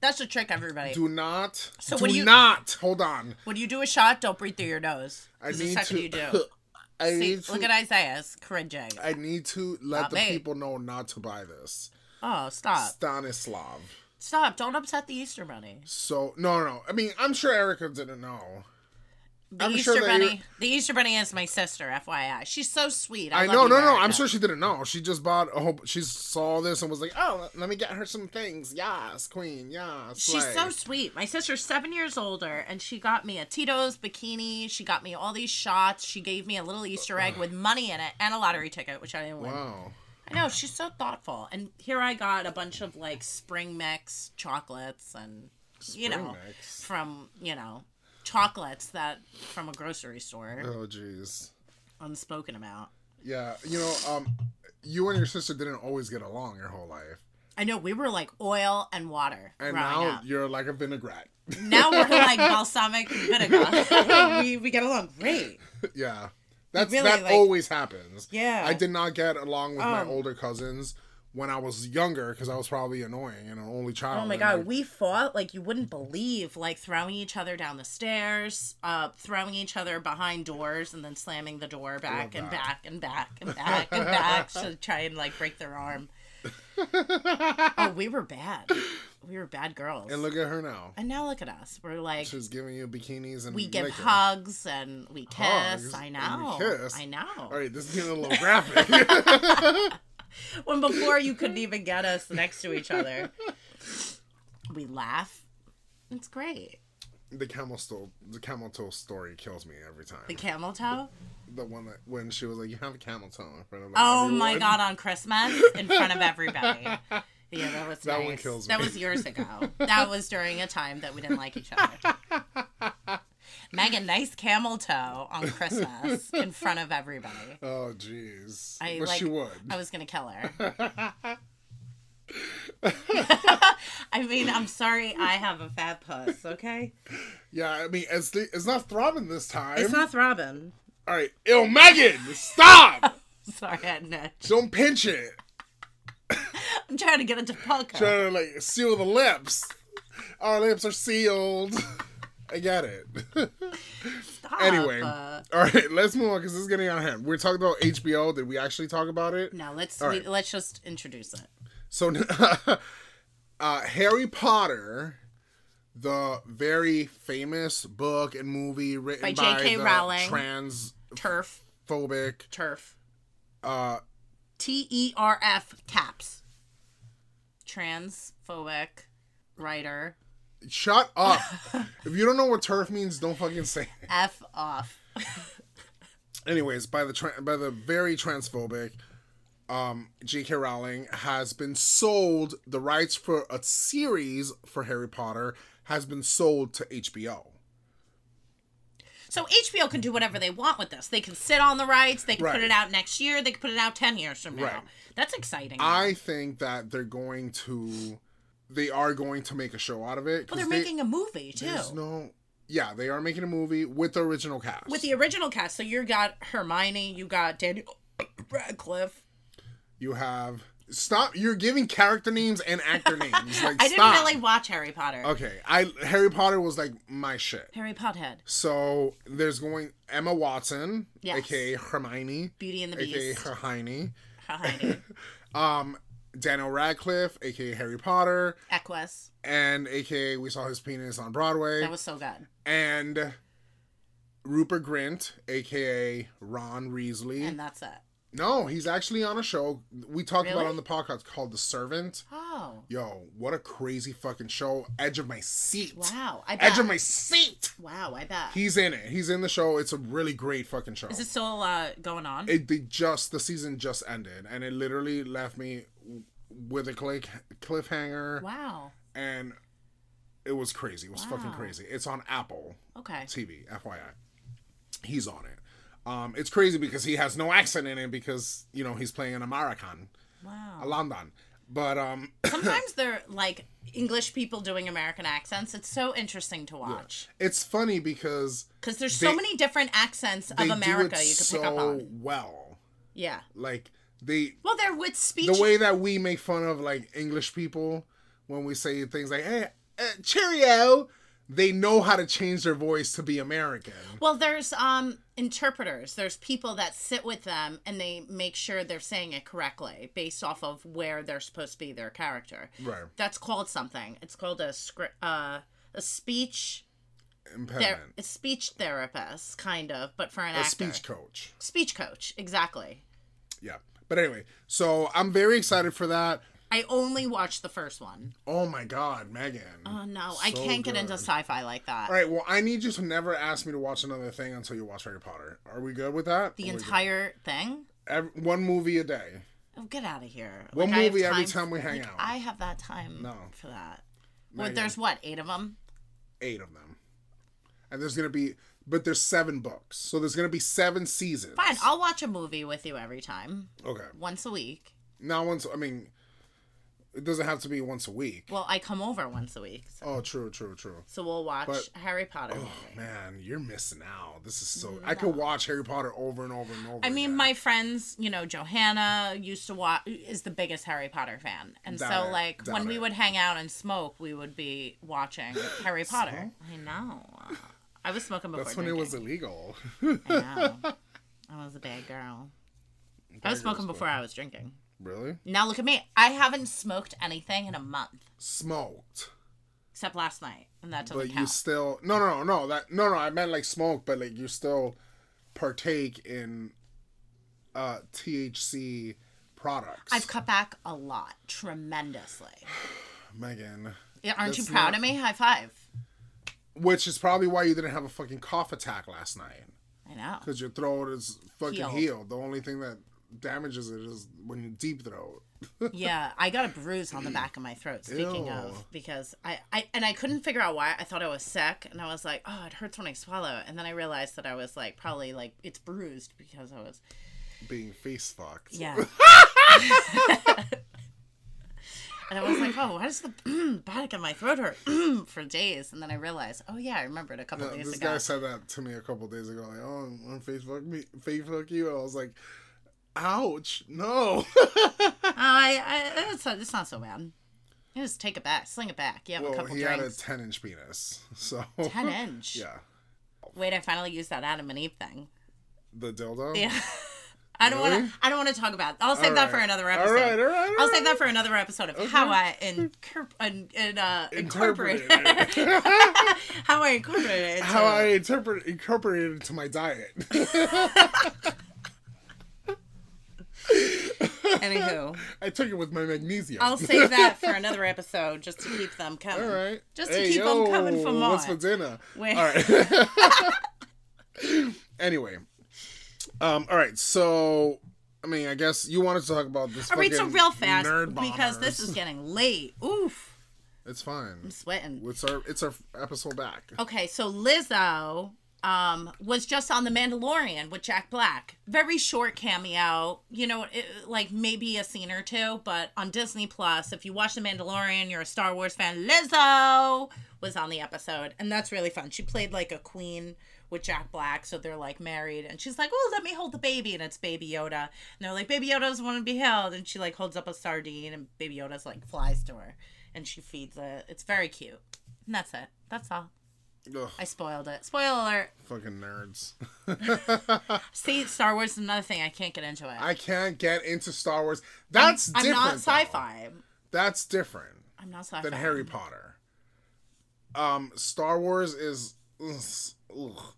[SPEAKER 2] That's the trick, everybody.
[SPEAKER 1] Do not.
[SPEAKER 2] So
[SPEAKER 1] do
[SPEAKER 2] what do you-
[SPEAKER 1] not. Hold on.
[SPEAKER 2] When you do a shot, don't breathe through your nose.
[SPEAKER 1] I
[SPEAKER 2] 'Cause the
[SPEAKER 1] need
[SPEAKER 2] second
[SPEAKER 1] to.
[SPEAKER 2] you do.
[SPEAKER 1] I
[SPEAKER 2] See,
[SPEAKER 1] need to.
[SPEAKER 2] look at Isaiah's cringing.
[SPEAKER 1] I need to let
[SPEAKER 2] Not
[SPEAKER 1] the
[SPEAKER 2] me.
[SPEAKER 1] people know not to buy this.
[SPEAKER 2] Oh, stop.
[SPEAKER 1] Stanislav.
[SPEAKER 2] Stop. Don't upset the Easter Bunny.
[SPEAKER 1] So no, no. no. I mean, I'm sure Erica didn't know.
[SPEAKER 2] The
[SPEAKER 1] I'm
[SPEAKER 2] Easter
[SPEAKER 1] sure that you're-
[SPEAKER 2] Bunny. The Easter Bunny is my sister, FYI. She's so sweet. I,
[SPEAKER 1] I
[SPEAKER 2] love
[SPEAKER 1] know,
[SPEAKER 2] you,
[SPEAKER 1] no, no. I'm
[SPEAKER 2] Erica.
[SPEAKER 1] sure she didn't know. She just bought a whole. She saw this and was like, "Oh, let me get her some things." Yes, queen. Yes.
[SPEAKER 2] She's
[SPEAKER 1] slay.
[SPEAKER 2] so sweet. My sister's seven years older, and she got me a Tito's bikini. She got me all these shots. She gave me a little Easter egg with money in it and a lottery ticket, which I didn't win.
[SPEAKER 1] Uh-huh. Wow.
[SPEAKER 2] I know she's so thoughtful. And here I got a bunch of like spring mix chocolates and you
[SPEAKER 1] Spring
[SPEAKER 2] know
[SPEAKER 1] mix?
[SPEAKER 2] from you know chocolates that from a grocery store.
[SPEAKER 1] Oh, jeez.
[SPEAKER 2] Unspoken amount.
[SPEAKER 1] Yeah, you know, um, you and your sister didn't always get along your whole life,
[SPEAKER 2] I know we were like oil and water
[SPEAKER 1] and
[SPEAKER 2] growing
[SPEAKER 1] now
[SPEAKER 2] up.
[SPEAKER 1] you're like a vinaigrette.
[SPEAKER 2] Now we're like balsamic vinegar. we we get along great.
[SPEAKER 1] Yeah. That's
[SPEAKER 2] really,
[SPEAKER 1] that
[SPEAKER 2] like-
[SPEAKER 1] always happens.
[SPEAKER 2] Yeah.
[SPEAKER 1] I did not get along with my
[SPEAKER 2] Um,
[SPEAKER 1] older cousins when I was younger because I was probably annoying and an only child.
[SPEAKER 2] Oh my
[SPEAKER 1] and,
[SPEAKER 2] god,
[SPEAKER 1] like,
[SPEAKER 2] we fought like you wouldn't believe, like throwing each other down the stairs, uh, throwing each other behind doors, and then slamming the door back and back and back and back and back to try and like break their arm. oh, we were bad. We were bad girls.
[SPEAKER 1] and look at her now.
[SPEAKER 2] And now look at us. We're like
[SPEAKER 1] She's giving you bikinis and
[SPEAKER 2] we give
[SPEAKER 1] liquor.
[SPEAKER 2] hugs and we kiss.
[SPEAKER 1] Hugs
[SPEAKER 2] I
[SPEAKER 1] and
[SPEAKER 2] know.
[SPEAKER 1] kiss?
[SPEAKER 2] I know.
[SPEAKER 1] All right, this is getting a little graphic.
[SPEAKER 2] When before you couldn't even get us next to each other. We laugh. It's great.
[SPEAKER 1] the camel sto- the camel toe story kills me every time.
[SPEAKER 2] The camel toe.
[SPEAKER 1] the one that when she was like, "You have a camel toe in front of."
[SPEAKER 2] Oh
[SPEAKER 1] everyone."
[SPEAKER 2] my god, on Christmas in front of everybody. Yeah, that was
[SPEAKER 1] That one
[SPEAKER 2] nice.
[SPEAKER 1] kills
[SPEAKER 2] That
[SPEAKER 1] me.
[SPEAKER 2] was years ago. That was during a time that we didn't like each other. Megan, nice camel toe on Christmas in front of everybody.
[SPEAKER 1] Oh jeez.
[SPEAKER 2] I,
[SPEAKER 1] But
[SPEAKER 2] like,
[SPEAKER 1] she would.
[SPEAKER 2] I was gonna kill her. I mean, I'm sorry. I have a fat puss. Okay,
[SPEAKER 1] Yeah, I mean, it's the, it's not throbbing this time.
[SPEAKER 2] it's not throbbing.
[SPEAKER 1] All right, ill Megan, stop!
[SPEAKER 2] Sorry, I had no-
[SPEAKER 1] Don't pinch it.
[SPEAKER 2] I'm trying to get it to pucker.
[SPEAKER 1] Trying to like seal the lips. Our lips are sealed. I get it.
[SPEAKER 2] Stop.
[SPEAKER 1] anyway,
[SPEAKER 2] uh,
[SPEAKER 1] all right, let's move on because this is getting out of hand. We're talking about HBO. Did we actually talk about it?
[SPEAKER 2] no, let's
[SPEAKER 1] All right.
[SPEAKER 2] we, let's just introduce it.
[SPEAKER 1] So, uh, Harry Potter, the very famous book and movie written
[SPEAKER 2] By
[SPEAKER 1] by,
[SPEAKER 2] J.K.
[SPEAKER 1] the
[SPEAKER 2] Rowling.
[SPEAKER 1] transphobic
[SPEAKER 2] Turf. turf.
[SPEAKER 1] uh,
[SPEAKER 2] T E R F caps. Transphobic writer.
[SPEAKER 1] Shut up. if you don't know what turf means, don't fucking say it.
[SPEAKER 2] F off.
[SPEAKER 1] Anyways, by the tra- by the very transphobic um J.K. Rowling has been sold the rights for a series for Harry Potter has been sold to HBO.
[SPEAKER 2] Mm. So HBO can do whatever they want with this. They can sit on the rights. They can
[SPEAKER 1] Right.
[SPEAKER 2] put it out next year. They can put it out 10 years from now.
[SPEAKER 1] Right.
[SPEAKER 2] That's exciting.
[SPEAKER 1] I think that they're going to they are going to make a show out of it
[SPEAKER 2] well, they're
[SPEAKER 1] 'cause they-
[SPEAKER 2] making a movie, too.
[SPEAKER 1] there's no yeah, they are making a movie with the original cast.
[SPEAKER 2] with the original cast. So you got Hermione. You got Daniel Radcliffe.
[SPEAKER 1] you have stop. You're giving character names and actor names. Like,
[SPEAKER 2] I didn't
[SPEAKER 1] stop.
[SPEAKER 2] really watch Harry Potter.
[SPEAKER 1] Okay, I Harry Potter was like my shit.
[SPEAKER 2] Harry Pothead.
[SPEAKER 1] So there's going Emma Watson,
[SPEAKER 2] Yes.
[SPEAKER 1] aka Hermione,
[SPEAKER 2] Beauty and the
[SPEAKER 1] aka
[SPEAKER 2] Beast.
[SPEAKER 1] Hermione,
[SPEAKER 2] Hermione.
[SPEAKER 1] um, Daniel Radcliffe, aka Harry Potter,
[SPEAKER 2] Equus.
[SPEAKER 1] and aka we saw his penis on Broadway,
[SPEAKER 2] That was so good.
[SPEAKER 1] and Rupert Grint, aka Ron Reesley.
[SPEAKER 2] And that's it.
[SPEAKER 1] no, he's actually on a show we talked about
[SPEAKER 2] Really?
[SPEAKER 1] on the podcast called The Servant.
[SPEAKER 2] Oh.
[SPEAKER 1] Yo, what a crazy fucking show! Edge of my seat.
[SPEAKER 2] Wow. I bet.
[SPEAKER 1] Edge of my seat.
[SPEAKER 2] wow, I bet.
[SPEAKER 1] He's in it. He's in the show. It's a really great fucking show.
[SPEAKER 2] Is it still uh, going on?
[SPEAKER 1] It they just the season just ended, and it literally left me with a click cliffhanger,
[SPEAKER 2] wow.
[SPEAKER 1] and it was crazy. It was fucking
[SPEAKER 2] Wow.
[SPEAKER 1] crazy. It's on Apple
[SPEAKER 2] Okay.
[SPEAKER 1] TV, FYI. He's on it. Um, it's crazy because he has no accent in it because you know he's playing an American, a
[SPEAKER 2] Wow.
[SPEAKER 1] London. But um,
[SPEAKER 2] Sometimes they're like English people doing American accents. It's so interesting to watch
[SPEAKER 1] it's funny because
[SPEAKER 2] because there's so
[SPEAKER 1] They-
[SPEAKER 2] many different accents
[SPEAKER 1] they
[SPEAKER 2] of America you
[SPEAKER 1] do
[SPEAKER 2] could
[SPEAKER 1] it so
[SPEAKER 2] pick up on.
[SPEAKER 1] well.
[SPEAKER 2] Yeah.
[SPEAKER 1] Like they
[SPEAKER 2] Well, they're with speech.
[SPEAKER 1] the way that we make fun of like English people when we say things like "Hey, uh, cheerio," they know how to change their voice to be American.
[SPEAKER 2] well, there's um interpreters. There's people that sit with them and they make sure they're saying it correctly based off of where they're supposed to be their character.
[SPEAKER 1] Right,
[SPEAKER 2] That's called something. It's called a script. Uh, a speech. Ther-
[SPEAKER 1] impediment.
[SPEAKER 2] a speech therapist, kind of, but for an
[SPEAKER 1] A
[SPEAKER 2] actor.
[SPEAKER 1] speech coach.
[SPEAKER 2] speech coach exactly
[SPEAKER 1] Yeah, but anyway, so I'm very excited for that.
[SPEAKER 2] i only watched the first one.
[SPEAKER 1] Oh my God, Megan!
[SPEAKER 2] Oh no i
[SPEAKER 1] So
[SPEAKER 2] can't get into
[SPEAKER 1] good.
[SPEAKER 2] sci-fi like that
[SPEAKER 1] All right, well, I need you to never ask me to watch another thing until you watch Harry Potter. Are we good with that?
[SPEAKER 2] the
[SPEAKER 1] Are we good?
[SPEAKER 2] entire thing
[SPEAKER 1] Ev- one movie a day.
[SPEAKER 2] oh get out of here
[SPEAKER 1] One
[SPEAKER 2] I have
[SPEAKER 1] movie every time we hang
[SPEAKER 2] like,
[SPEAKER 1] out.
[SPEAKER 2] i have that time
[SPEAKER 1] No.
[SPEAKER 2] for that well,
[SPEAKER 1] yet.
[SPEAKER 2] there's what eight of them
[SPEAKER 1] eight of them, and there's gonna be, but there's seven books, so there's gonna be seven seasons.
[SPEAKER 2] fine i'll watch a movie with you every time
[SPEAKER 1] Okay.
[SPEAKER 2] once a week
[SPEAKER 1] Not once. I mean, it doesn't have to be once a week.
[SPEAKER 2] well i come over once a week so,
[SPEAKER 1] Oh, true, true, true.
[SPEAKER 2] so we'll watch
[SPEAKER 1] But-
[SPEAKER 2] harry potter
[SPEAKER 1] Oh man, you're missing out. This is so. I could watch Harry Potter over and over and over.
[SPEAKER 2] I mean, my friends, you know, Johanna used to watch is the biggest Harry Potter fan, and
[SPEAKER 1] Doubt
[SPEAKER 2] so
[SPEAKER 1] it.
[SPEAKER 2] like when
[SPEAKER 1] Doubt
[SPEAKER 2] we
[SPEAKER 1] it.
[SPEAKER 2] would hang out and smoke, we would be watching Harry Potter. I know. I was smoking before.
[SPEAKER 1] That's when it
[SPEAKER 2] drinking.
[SPEAKER 1] was illegal.
[SPEAKER 2] I know. I was a bad girl. I
[SPEAKER 1] Bad
[SPEAKER 2] was
[SPEAKER 1] girl
[SPEAKER 2] smoking before I was drinking.
[SPEAKER 1] really?
[SPEAKER 2] Now look at me. I haven't smoked anything in a month
[SPEAKER 1] Smoked,
[SPEAKER 2] except last night, and that
[SPEAKER 1] but
[SPEAKER 2] doesn't
[SPEAKER 1] you
[SPEAKER 2] count.
[SPEAKER 1] still. No, no, no, no. That no, no. I meant like smoke, but like you still partake in uh THC products.
[SPEAKER 2] I've cut back a lot, tremendously.
[SPEAKER 1] Megan.
[SPEAKER 2] Yeah, Aren't you
[SPEAKER 1] That's
[SPEAKER 2] proud
[SPEAKER 1] not-
[SPEAKER 2] of me? High five.
[SPEAKER 1] Which is probably why you didn't have a fucking cough attack last night.
[SPEAKER 2] I know.
[SPEAKER 1] Because your throat is fucking
[SPEAKER 2] Healed.
[SPEAKER 1] healed. The only thing that damages it is when you deep throat.
[SPEAKER 2] yeah, I got a bruise on the back of my throat. Speaking
[SPEAKER 1] Mm. Ew.
[SPEAKER 2] of, because I, I and I couldn't figure out why. I thought I was sick, and I was like, oh, it hurts when I swallow. And then I realized that I was like probably like it's bruised because I was
[SPEAKER 1] Being face fucked.
[SPEAKER 2] yeah. and I was like, oh, why does the back of my throat hurt for days? And then I realized, oh yeah, I remembered a couple
[SPEAKER 1] Uh,
[SPEAKER 2] days
[SPEAKER 1] this
[SPEAKER 2] ago.
[SPEAKER 1] guy said that to me a couple days ago. Like, oh, I'm face fuck me, face fuck you, and I was like, ouch, no.
[SPEAKER 2] I, I it's, it's not so bad. You just take it back, sling it back. You have a
[SPEAKER 1] well,
[SPEAKER 2] couple
[SPEAKER 1] he had a
[SPEAKER 2] drinks.
[SPEAKER 1] ten inch penis, so
[SPEAKER 2] Ten inch.
[SPEAKER 1] yeah,
[SPEAKER 2] Wait, I finally used that Adam and Eve thing.
[SPEAKER 1] the dildo.
[SPEAKER 2] Yeah. I don't want
[SPEAKER 1] Really?
[SPEAKER 2] to. I don't want to talk about. I'll save
[SPEAKER 1] All
[SPEAKER 2] that
[SPEAKER 1] right.
[SPEAKER 2] for another episode.
[SPEAKER 1] All right, all right. all
[SPEAKER 2] I'll save
[SPEAKER 1] right.
[SPEAKER 2] that for another episode of how I incur- and, and, uh, incorporated
[SPEAKER 1] Interpreted
[SPEAKER 2] how I incorporated it. into-
[SPEAKER 1] How I interpret incorporated it into my diet.
[SPEAKER 2] Anywho,
[SPEAKER 1] I took it with my magnesium.
[SPEAKER 2] I'll save that for another episode just to keep them coming.
[SPEAKER 1] All right.
[SPEAKER 2] Just to keep on coming for more.
[SPEAKER 1] What's for dinner?
[SPEAKER 2] Wait.
[SPEAKER 1] All right. anyway, um, all right. So, I mean, I guess you wanted to talk about this.
[SPEAKER 2] All right, so
[SPEAKER 1] fucking
[SPEAKER 2] real fast
[SPEAKER 1] nerd
[SPEAKER 2] because this
[SPEAKER 1] bombers.
[SPEAKER 2] is getting late. Oof,
[SPEAKER 1] It's fine.
[SPEAKER 2] sweating.
[SPEAKER 1] It's our it's our episode back.
[SPEAKER 2] Okay, so Lizzo um, was just on The Mandalorian with Jack Black. Very short cameo, you know, it, like maybe a scene or two, but on Disney Plus, if you watch The Mandalorian, you're a Star Wars fan. Lizzo was on the episode, and that's really fun. She played like a queen with Jack Black, so they're like married, and she's like, "Oh, let me hold the baby," and it's Baby Yoda, and they're like, "Baby Yoda doesn't want to be held," and she like holds up a sardine, and Baby Yoda's like flies to her, and she feeds it. It's very cute, and that's it. That's all. Ugh. I spoiled it. Spoiler alert.
[SPEAKER 1] Fucking nerds.
[SPEAKER 2] See, Star Wars is another thing I can't get into it.
[SPEAKER 1] I can't get into Star Wars. That's
[SPEAKER 2] I'm, I'm
[SPEAKER 1] different.
[SPEAKER 2] not sci-fi.
[SPEAKER 1] though. That's different
[SPEAKER 2] I'm not sci-fi.
[SPEAKER 1] than Harry Potter. Um, Star Wars is ugh, ugh.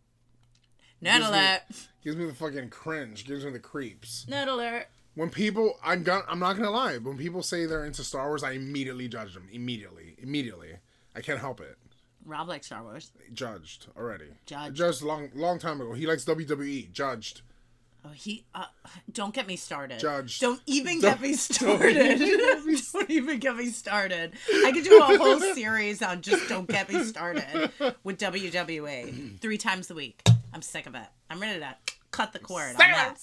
[SPEAKER 2] Net
[SPEAKER 1] Gives me-
[SPEAKER 2] alert.
[SPEAKER 1] gives me the fucking cringe. Gives me the creeps.
[SPEAKER 2] Net alert.
[SPEAKER 1] When people, I'm gonna, I'm not gonna lie. When people say they're into Star Wars, I immediately judge them. Immediately, immediately. I can't help it.
[SPEAKER 2] Rob likes Star Wars.
[SPEAKER 1] Judged already.
[SPEAKER 2] Judged.
[SPEAKER 1] Judged long, long time ago. He likes WWE. Judged.
[SPEAKER 2] Oh, he. Uh, don't get me started.
[SPEAKER 1] Judged.
[SPEAKER 2] Don't even
[SPEAKER 1] Don't-
[SPEAKER 2] get me started. don't even get me started. I could do a whole series on just don't get me started with WWE three times a week. I'm sick of it. I'm ready to cut the cord on that.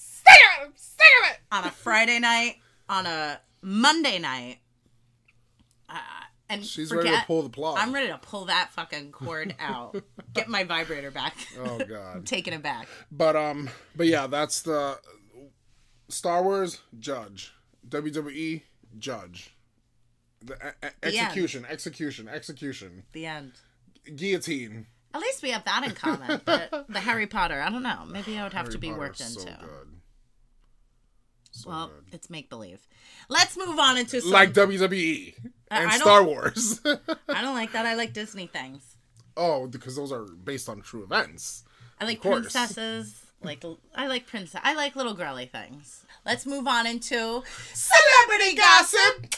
[SPEAKER 2] On a Friday night, on a Monday night, uh, and
[SPEAKER 1] She's
[SPEAKER 2] forget,
[SPEAKER 1] ready to pull the plug.
[SPEAKER 2] I'm ready to pull that fucking cord out. get my vibrator back.
[SPEAKER 1] Oh god.
[SPEAKER 2] Taking it back.
[SPEAKER 1] But um, but yeah, that's the Star Wars judge, WWE judge, the e- e-
[SPEAKER 2] end.
[SPEAKER 1] execution, execution, execution,
[SPEAKER 2] The end.
[SPEAKER 1] guillotine.
[SPEAKER 2] At least we have that in common. But the Harry Potter, I don't know. Maybe I would have to be
[SPEAKER 1] Harry
[SPEAKER 2] worked
[SPEAKER 1] Potter's
[SPEAKER 2] into.
[SPEAKER 1] So good. So
[SPEAKER 2] well,
[SPEAKER 1] good.
[SPEAKER 2] it's make believe. Let's move on into some.
[SPEAKER 1] like WWE and
[SPEAKER 2] I don't-
[SPEAKER 1] Star Wars.
[SPEAKER 2] I don't like that. I like Disney things.
[SPEAKER 1] oh, because those are based on true events.
[SPEAKER 2] I like
[SPEAKER 1] course.
[SPEAKER 2] princesses. Like I like princess. I like little girly things. Let's move on into celebrity gossip.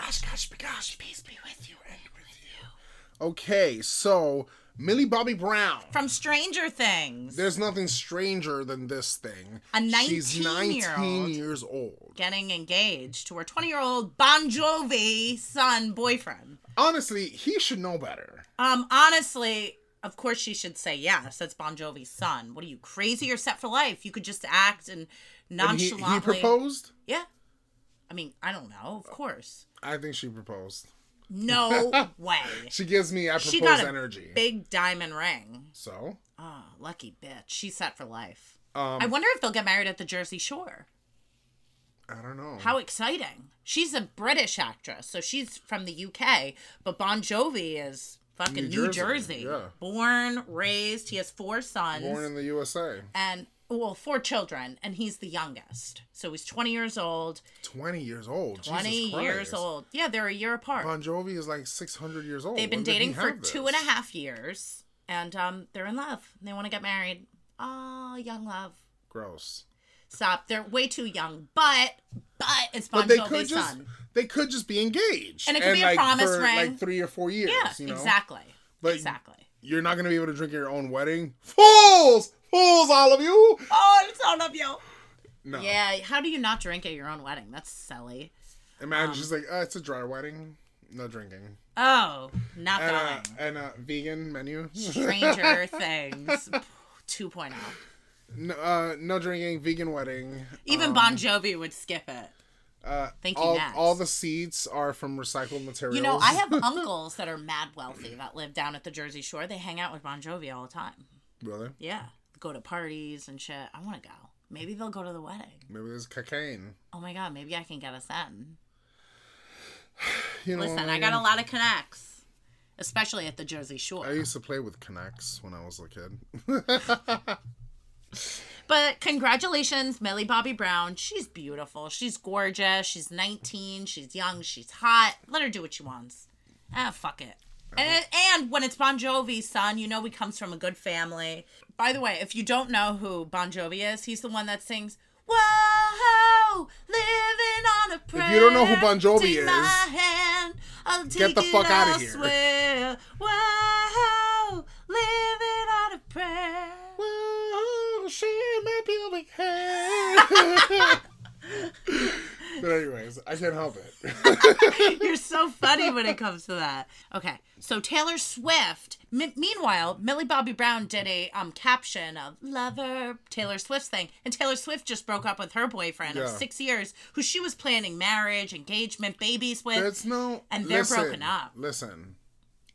[SPEAKER 1] Oshkosh bagosh, peace be with you and with you. Okay, so Millie Bobby Brown.
[SPEAKER 2] from Stranger Things.
[SPEAKER 1] There's nothing stranger than this thing.
[SPEAKER 2] A
[SPEAKER 1] She's
[SPEAKER 2] 19-year-old.
[SPEAKER 1] 19 years old.
[SPEAKER 2] Getting engaged to her 20 year old Bon Jovi son boyfriend.
[SPEAKER 1] Honestly, he should know better.
[SPEAKER 2] Um, honestly, of course she should say yes. That's Bon Jovi's son. What are you crazy? You're set for life. You could just act and
[SPEAKER 1] And he,
[SPEAKER 2] nonchalantly.
[SPEAKER 1] he proposed?
[SPEAKER 2] Yeah. I mean, I don't know. Of course.
[SPEAKER 1] I think she proposed.
[SPEAKER 2] No way.
[SPEAKER 1] She gives me I
[SPEAKER 2] She
[SPEAKER 1] propose
[SPEAKER 2] got a
[SPEAKER 1] energy.
[SPEAKER 2] big diamond ring.
[SPEAKER 1] so,
[SPEAKER 2] Oh, lucky bitch. She's set for life.
[SPEAKER 1] um,
[SPEAKER 2] I wonder if they'll get married at the Jersey Shore.
[SPEAKER 1] I don't know.
[SPEAKER 2] How exciting. She's a British actress, so she's from the UK, but Bon Jovi is fucking New,
[SPEAKER 1] New
[SPEAKER 2] Jersey.
[SPEAKER 1] Jersey, yeah.
[SPEAKER 2] Born, raised, he has four sons.
[SPEAKER 1] Born in the USA.
[SPEAKER 2] and well, four children, and he's the youngest. So he's 20 years old.
[SPEAKER 1] 20 years old.
[SPEAKER 2] 20
[SPEAKER 1] Jesus
[SPEAKER 2] years
[SPEAKER 1] Christ.
[SPEAKER 2] old. Yeah, they're a year apart.
[SPEAKER 1] Bon Jovi is like 600 years old.
[SPEAKER 2] They've been
[SPEAKER 1] When did he
[SPEAKER 2] dating for
[SPEAKER 1] have this?
[SPEAKER 2] two and a half years, and um, they're in love. They want to get married. Oh, young love.
[SPEAKER 1] Gross.
[SPEAKER 2] Stop. They're way too young, but but it's Bon
[SPEAKER 1] But they could
[SPEAKER 2] Jovi's
[SPEAKER 1] just
[SPEAKER 2] son.
[SPEAKER 1] they could just be engaged.
[SPEAKER 2] And it could be a
[SPEAKER 1] like,
[SPEAKER 2] promise
[SPEAKER 1] for,
[SPEAKER 2] ring.
[SPEAKER 1] like 3 or 4 years,
[SPEAKER 2] Yeah,
[SPEAKER 1] you know.
[SPEAKER 2] exactly.
[SPEAKER 1] But-
[SPEAKER 2] exactly.
[SPEAKER 1] You're not going to be able to drink at your own wedding. Fools! Fools all of you.
[SPEAKER 2] Oh, it's all of you.
[SPEAKER 1] No.
[SPEAKER 2] Yeah. How do you not drink at your own wedding? That's silly. um,
[SPEAKER 1] Imagine she's like, uh, it's a dry wedding, no drinking,
[SPEAKER 2] Oh, not
[SPEAKER 1] and
[SPEAKER 2] going.
[SPEAKER 1] a, and a vegan menu.
[SPEAKER 2] Hmm. Stranger Things oh. 2.0.
[SPEAKER 1] no, uh, no drinking, vegan wedding.
[SPEAKER 2] Even Bon Jovi would skip it.
[SPEAKER 1] Um, Uh,
[SPEAKER 2] Thank you,
[SPEAKER 1] all,
[SPEAKER 2] Max.
[SPEAKER 1] all the seats are from recycled materials.
[SPEAKER 2] You know, I have uncles that are mad wealthy that live down at the Jersey Shore. They hang out with Bon Jovi all the time.
[SPEAKER 1] really.
[SPEAKER 2] Yeah. Go to parties and shit. I want to go. Maybe they'll go to the wedding.
[SPEAKER 1] Maybe there's cocaine.
[SPEAKER 2] Oh my God, maybe I can get us in.
[SPEAKER 1] You know,
[SPEAKER 2] Listen, I got a lot of connects, especially at the Jersey
[SPEAKER 1] Um, I
[SPEAKER 2] Shore.
[SPEAKER 1] used to play with Connects when I was a kid.
[SPEAKER 2] But congratulations, Millie Bobby Brown. She's beautiful. She's gorgeous. She's 19. She's young. She's hot. Let her do what she wants. Ah, fuck it. And, and when it's Bon Jovi's son, you know he comes from a good family. By the way, if you don't know who Bon Jovi is, he's the one that sings, Whoa, living on a prayer.
[SPEAKER 1] you don't know who Bon Jovi
[SPEAKER 2] Take my
[SPEAKER 1] is,
[SPEAKER 2] hand, I'll
[SPEAKER 1] get
[SPEAKER 2] take
[SPEAKER 1] the
[SPEAKER 2] it
[SPEAKER 1] fuck outta here."
[SPEAKER 2] elsewhere. Whoa, living on a prayer.
[SPEAKER 1] Well, share my pubic hair. But anyways, I can't help it.
[SPEAKER 2] You're so funny when it comes to that. Okay, so Taylor Swift. M- meanwhile, Millie Bobby Brown did a um caption of "Lover" Taylor Swift's thing, and Taylor Swift just broke up with her boyfriend yeah. of six years, who she was planning marriage, engagement, babies with.
[SPEAKER 1] That's no,
[SPEAKER 2] and they're
[SPEAKER 1] listen,
[SPEAKER 2] broken up.
[SPEAKER 1] Listen,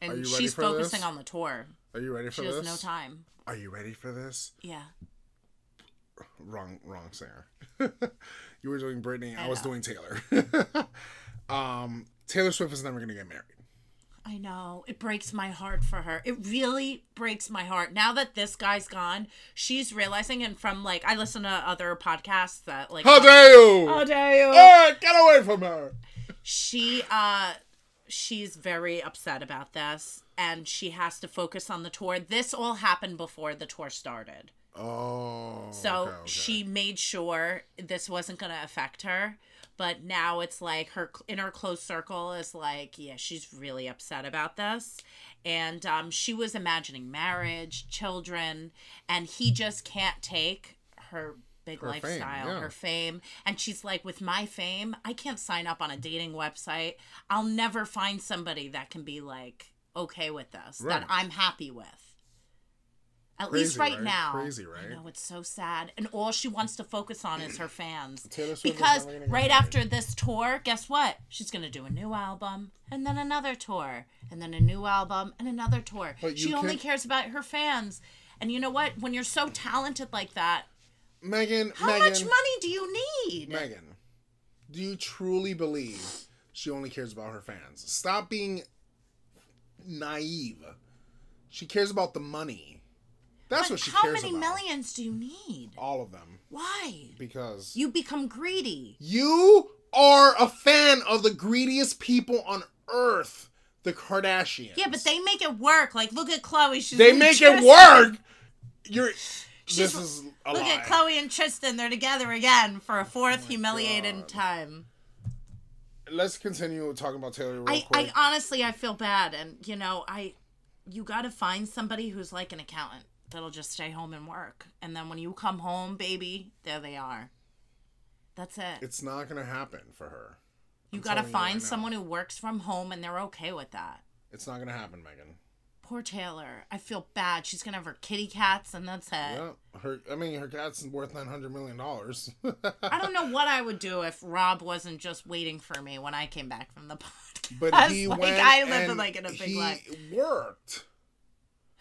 [SPEAKER 2] and she's focusing this? on the tour.
[SPEAKER 1] Are you ready for
[SPEAKER 2] she
[SPEAKER 1] this?
[SPEAKER 2] She has no time.
[SPEAKER 1] Are you ready for this?
[SPEAKER 2] Yeah.
[SPEAKER 1] Wrong, wrong singer. you were doing Britney. I, I was doing Taylor. um, Taylor Swift is never gonna get married.
[SPEAKER 2] I know. It breaks my heart for her. It really breaks my heart. Now that this guy's gone, she's realizing, and from like, I listen to other podcasts that, like,
[SPEAKER 1] how dare you?
[SPEAKER 2] How dare you?
[SPEAKER 1] Hey, get away from her.
[SPEAKER 2] She, uh, she's very upset about this and she has to focus on the tour. This all happened before the tour started.
[SPEAKER 1] Oh.
[SPEAKER 2] So okay, okay. she made sure this wasn't going to affect her, but now it's like her inner close circle is like, yeah, she's really upset about this. And um, she was imagining marriage, children, and he just can't take her big her lifestyle, fame, yeah. her fame. And she's like, with my fame, I can't sign up on a dating website. I'll never find somebody that can be like okay with this, right. that I'm happy with. At
[SPEAKER 1] Crazy,
[SPEAKER 2] least right,
[SPEAKER 1] right,
[SPEAKER 2] now.
[SPEAKER 1] Crazy, right?
[SPEAKER 2] I know it's so sad. And all she wants to focus on is her fans. because right after this tour, guess what? She's gonna do a new album and then another tour. And then a new album and another tour. She only can... cares about her fans. And you know what? When you're so talented like that,
[SPEAKER 1] Megan,
[SPEAKER 2] how
[SPEAKER 1] Megan,
[SPEAKER 2] much money do you need?
[SPEAKER 1] Megan, do you truly believe she only cares about her fans? Stop being naive. She cares about the money. That's
[SPEAKER 2] but
[SPEAKER 1] what she
[SPEAKER 2] how
[SPEAKER 1] cares
[SPEAKER 2] many
[SPEAKER 1] about.
[SPEAKER 2] millions do you need?
[SPEAKER 1] All of them.
[SPEAKER 2] Why?
[SPEAKER 1] Because
[SPEAKER 2] you become greedy.
[SPEAKER 1] You are a fan of the greediest people on earth, the Kardashians.
[SPEAKER 2] Yeah, but they make it work. Like, look at Chloe. She's
[SPEAKER 1] they make it work. You're.
[SPEAKER 2] She's,
[SPEAKER 1] this is
[SPEAKER 2] look
[SPEAKER 1] lie.
[SPEAKER 2] at Chloe and Tristan. They're together again for a fourth oh humiliating God. time
[SPEAKER 1] let's continue talking about Taylor. Real
[SPEAKER 2] I,
[SPEAKER 1] quick.
[SPEAKER 2] I honestly, I feel bad, and you know, I, you got to find somebody who's like an accountant that'll just stay home and work, and then when you come home, baby, there they are. That's it.
[SPEAKER 1] It's not gonna happen for her.
[SPEAKER 2] You got to find right someone who works from home, and they're okay with that.
[SPEAKER 1] It's not gonna happen, Megan.
[SPEAKER 2] Poor Taylor. I feel bad. She's gonna have her kitty cats, and that's it.
[SPEAKER 1] Yeah, her. I mean, her cat's worth nine hundred million dollars.
[SPEAKER 2] I don't know what I would do if Rob wasn't just waiting for me when I came back from the podcast.
[SPEAKER 1] But he
[SPEAKER 2] like,
[SPEAKER 1] went.
[SPEAKER 2] I lived like in a big he life.
[SPEAKER 1] Worked.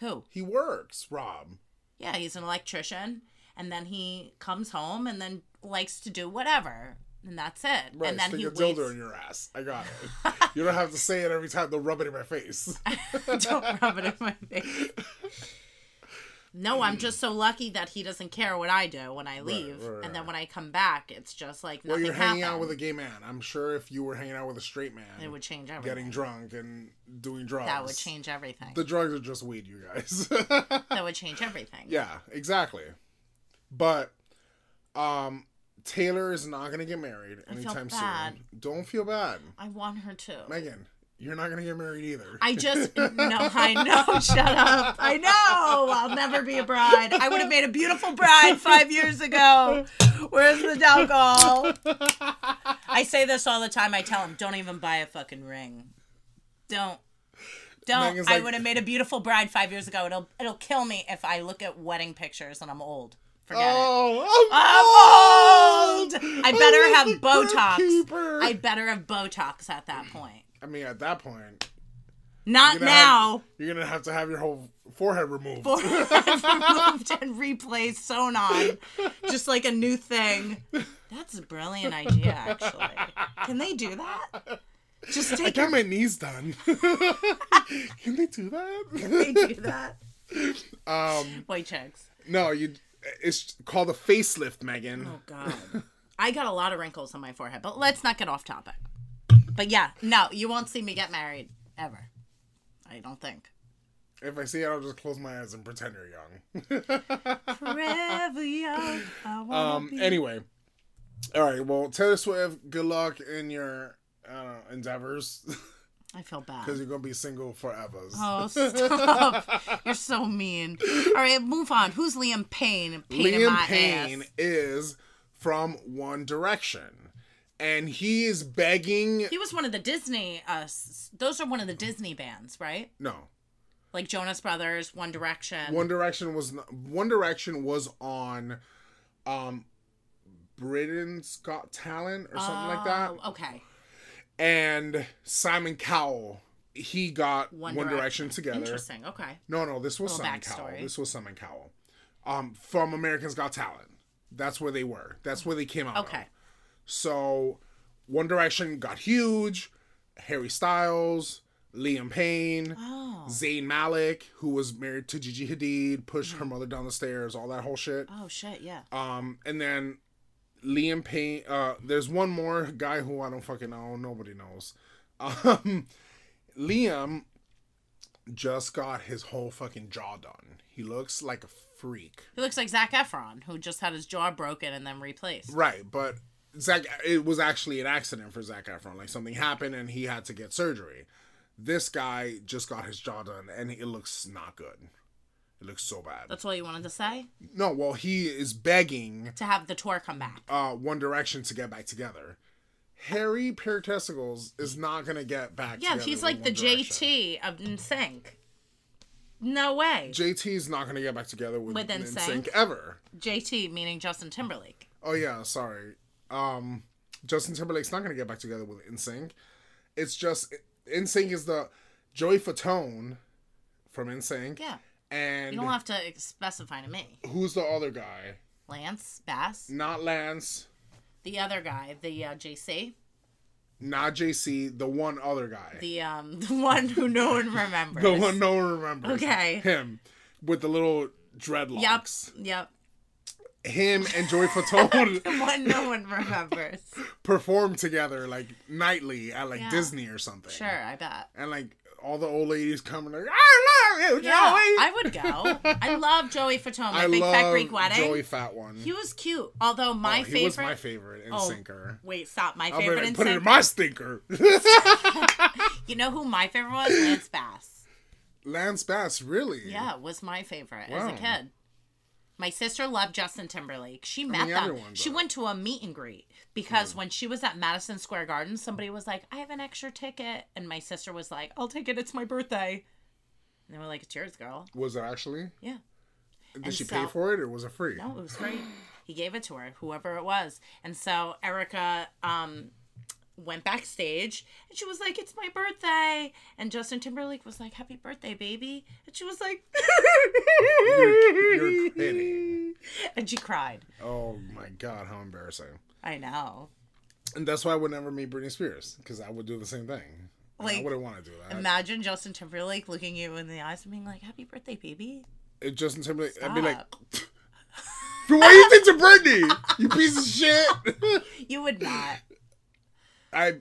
[SPEAKER 2] Who?
[SPEAKER 1] He works. Rob.
[SPEAKER 2] Yeah, he's an electrician, and then he comes home, and then likes to do whatever and that's it.
[SPEAKER 1] Right,
[SPEAKER 2] and then
[SPEAKER 1] stick
[SPEAKER 2] he
[SPEAKER 1] a dildo waits. in your ass. I got it. you don't have to say it every time. Don't rub it in my face.
[SPEAKER 2] don't rub it in my face. No, I'm just so lucky that he doesn't care what I do when I leave,
[SPEAKER 1] right, right,
[SPEAKER 2] and then when I come back, it's just like nothing
[SPEAKER 1] well, you're hanging out
[SPEAKER 2] happened.
[SPEAKER 1] with a gay man. I'm sure if you were hanging out with a straight man,
[SPEAKER 2] it would change everything.
[SPEAKER 1] Getting drunk and doing drugs
[SPEAKER 2] that would change everything.
[SPEAKER 1] The drugs are just weed, you guys.
[SPEAKER 2] that would change everything.
[SPEAKER 1] Yeah, exactly. But, um, Taylor is not gonna get married anytime soon. Don't feel bad.
[SPEAKER 2] I want her to.
[SPEAKER 1] Megan, you're not gonna get married either.
[SPEAKER 2] I just no, I know. shut up. I know. I'll never be a bride. I would have made a beautiful bride five years ago. Where's the alcohol? I say this all the time. I tell him, don't even buy a fucking ring. Don't. Don't. Megan's I
[SPEAKER 1] like,
[SPEAKER 2] would have made a beautiful bride five years ago. It'll it'll kill me if I look at wedding pictures and I'm old. Forget
[SPEAKER 1] oh,
[SPEAKER 2] it. I'm, I'm old. old. I better
[SPEAKER 1] I
[SPEAKER 2] have Botox. I better have Botox at that point.
[SPEAKER 1] I mean, at that point.
[SPEAKER 2] Not
[SPEAKER 1] you're gonna
[SPEAKER 2] now.
[SPEAKER 1] Have, you're gonna have to have your whole forehead removed.
[SPEAKER 2] Forehead removed and replaced, sewn on, just like a new thing. That's a brilliant idea, actually. Can they do that? Just take.
[SPEAKER 1] I got my knees done. Can they do that?
[SPEAKER 2] Can they do that?
[SPEAKER 1] Um,
[SPEAKER 2] White checks.
[SPEAKER 1] No, you it's called a facelift, Megan.
[SPEAKER 2] Oh God, I got a lot of wrinkles on my forehead, but let's not get off topic. But yeah, no, you won't see me get married ever. I don't think.
[SPEAKER 1] If I see it, I'll just close my eyes and pretend you're young.
[SPEAKER 2] Forever young.
[SPEAKER 1] um.
[SPEAKER 2] Be.
[SPEAKER 1] Anyway, all right. Well, Taylor Swift, good luck in your uh, endeavors.
[SPEAKER 2] I feel bad.
[SPEAKER 1] Because you're going to be single forever.
[SPEAKER 2] Oh, stop. you're so mean. All right, move on. Who's Liam Payne? Pain
[SPEAKER 1] Liam
[SPEAKER 2] in
[SPEAKER 1] Payne
[SPEAKER 2] ass.
[SPEAKER 1] is from One Direction. and he is begging.
[SPEAKER 2] He was one of the Disney. Uh, s- those are one of the Disney bands, right?
[SPEAKER 1] No,
[SPEAKER 2] Like Jonas Brothers, One Direction.
[SPEAKER 1] One Direction was not, One Direction was on, um, Britain's Got Talent or something like that,
[SPEAKER 2] Oh, Okay.
[SPEAKER 1] and Simon Cowell. He got One,
[SPEAKER 2] One
[SPEAKER 1] Direction, together.
[SPEAKER 2] Interesting. Okay.
[SPEAKER 1] No, no, this was
[SPEAKER 2] Little
[SPEAKER 1] Simon
[SPEAKER 2] backstory.
[SPEAKER 1] Cowell. This was Simon Cowell, um, from Americans Got Talent. That's where they were. That's where they came out. of.
[SPEAKER 2] Okay.
[SPEAKER 1] So One Direction got huge. Harry Styles, Liam Payne,
[SPEAKER 2] Oh.
[SPEAKER 1] Zayn Malik, who was married to Gigi Hadid, pushed her mother down the stairs, all that whole shit.
[SPEAKER 2] Oh shit. Yeah.
[SPEAKER 1] Um, and then Liam Payne. Uh, there's one more guy who I don't fucking know. Nobody knows. Um, Liam just got his whole fucking jaw done. He looks like a freak.
[SPEAKER 2] He looks like Zach Efron, who just had his jaw broken and then replaced.
[SPEAKER 1] Right, but Zach, it was actually an accident for Zach Efron. Like something happened and he had to get surgery. This guy just got his jaw done and it looks not good. It looks so bad.
[SPEAKER 2] That's all you wanted to say?
[SPEAKER 1] no, well, he is begging
[SPEAKER 2] To have the tour come back.
[SPEAKER 1] uh, One Direction to get back together. Harry Pear Testicles is not gonna get back.
[SPEAKER 2] Yeah,
[SPEAKER 1] together
[SPEAKER 2] he's
[SPEAKER 1] with
[SPEAKER 2] like the
[SPEAKER 1] One Direction.
[SPEAKER 2] JT of NSYNC. No way.
[SPEAKER 1] JT's not gonna get back together with,
[SPEAKER 2] With
[SPEAKER 1] NSYNC
[SPEAKER 2] NSYNC?
[SPEAKER 1] ever.
[SPEAKER 2] JT meaning Justin Timberlake.
[SPEAKER 1] Oh yeah, sorry. Um, Justin Timberlake's not gonna get back together with NSYNC. It's just NSYNC is the Joey Fatone from NSYNC.
[SPEAKER 2] Yeah.
[SPEAKER 1] And
[SPEAKER 2] You don't have to specify to me.
[SPEAKER 1] who's the other guy?
[SPEAKER 2] Lance Bass,
[SPEAKER 1] Not Lance,
[SPEAKER 2] the other guy, the uh, JC,
[SPEAKER 1] not JC. The one other guy. The,
[SPEAKER 2] the um, the one who no one remembers.
[SPEAKER 1] one no one remembers.
[SPEAKER 2] Okay.
[SPEAKER 1] Him with the little
[SPEAKER 2] Yep.
[SPEAKER 1] dreadlocks.
[SPEAKER 2] Yep.
[SPEAKER 1] Him and Joey Fatone
[SPEAKER 2] The one no one remembers.
[SPEAKER 1] perform together like nightly at like
[SPEAKER 2] Yeah.
[SPEAKER 1] Disney or something.
[SPEAKER 2] Sure, I bet.
[SPEAKER 1] And like all the old ladies come and like, I love you,
[SPEAKER 2] Yeah,
[SPEAKER 1] Joey.
[SPEAKER 2] I would go. I love Joey Fatone. My big fat Greek wedding.
[SPEAKER 1] Joey Fat One.
[SPEAKER 2] He was cute, although my
[SPEAKER 1] Oh,
[SPEAKER 2] favorite.
[SPEAKER 1] He was my favorite in
[SPEAKER 2] Oh,
[SPEAKER 1] Sinker.
[SPEAKER 2] Wait, stop. My
[SPEAKER 1] I'm
[SPEAKER 2] favorite
[SPEAKER 1] gonna
[SPEAKER 2] in
[SPEAKER 1] put it in
[SPEAKER 2] Syn-
[SPEAKER 1] my stinker.
[SPEAKER 2] You know who my favorite was? Lance Bass.
[SPEAKER 1] Lance Bass, really?
[SPEAKER 2] Yeah, was my favorite as
[SPEAKER 1] Wow.
[SPEAKER 2] a kid. My sister loved Justin Timberlake. She met
[SPEAKER 1] mean,
[SPEAKER 2] them.
[SPEAKER 1] everyone
[SPEAKER 2] She
[SPEAKER 1] does.
[SPEAKER 2] went to a meet and greet because
[SPEAKER 1] Hmm.
[SPEAKER 2] when she was at Madison Square Garden, somebody was like, I have an extra ticket. And my sister was like, I'll take it. It's my birthday. And they were like, It's yours, girl.
[SPEAKER 1] Was it actually?
[SPEAKER 2] Yeah.
[SPEAKER 1] Did
[SPEAKER 2] And
[SPEAKER 1] she
[SPEAKER 2] so-
[SPEAKER 1] pay for it or was it free?
[SPEAKER 2] No, it was free. He gave it to her, whoever it was. And so Erica um, went backstage and she was like, It's my birthday. And Justin Timberlake was like, Happy birthday, baby. And she was like,
[SPEAKER 1] You're, you're kidding.
[SPEAKER 2] And she cried.
[SPEAKER 1] Oh my god, how embarrassing.
[SPEAKER 2] I know.
[SPEAKER 1] And that's why I would never meet Britney Spears because I would do the same thing. I
[SPEAKER 2] Like,
[SPEAKER 1] wouldn't want to do that.
[SPEAKER 2] Imagine Justin Timberlake looking you in the eyes and being like, Happy birthday, baby.
[SPEAKER 1] if Justin Timberlake, I'd be like,
[SPEAKER 2] Stop.
[SPEAKER 1] "But why you did to Britney? You piece of shit!"
[SPEAKER 2] You would not.
[SPEAKER 1] I,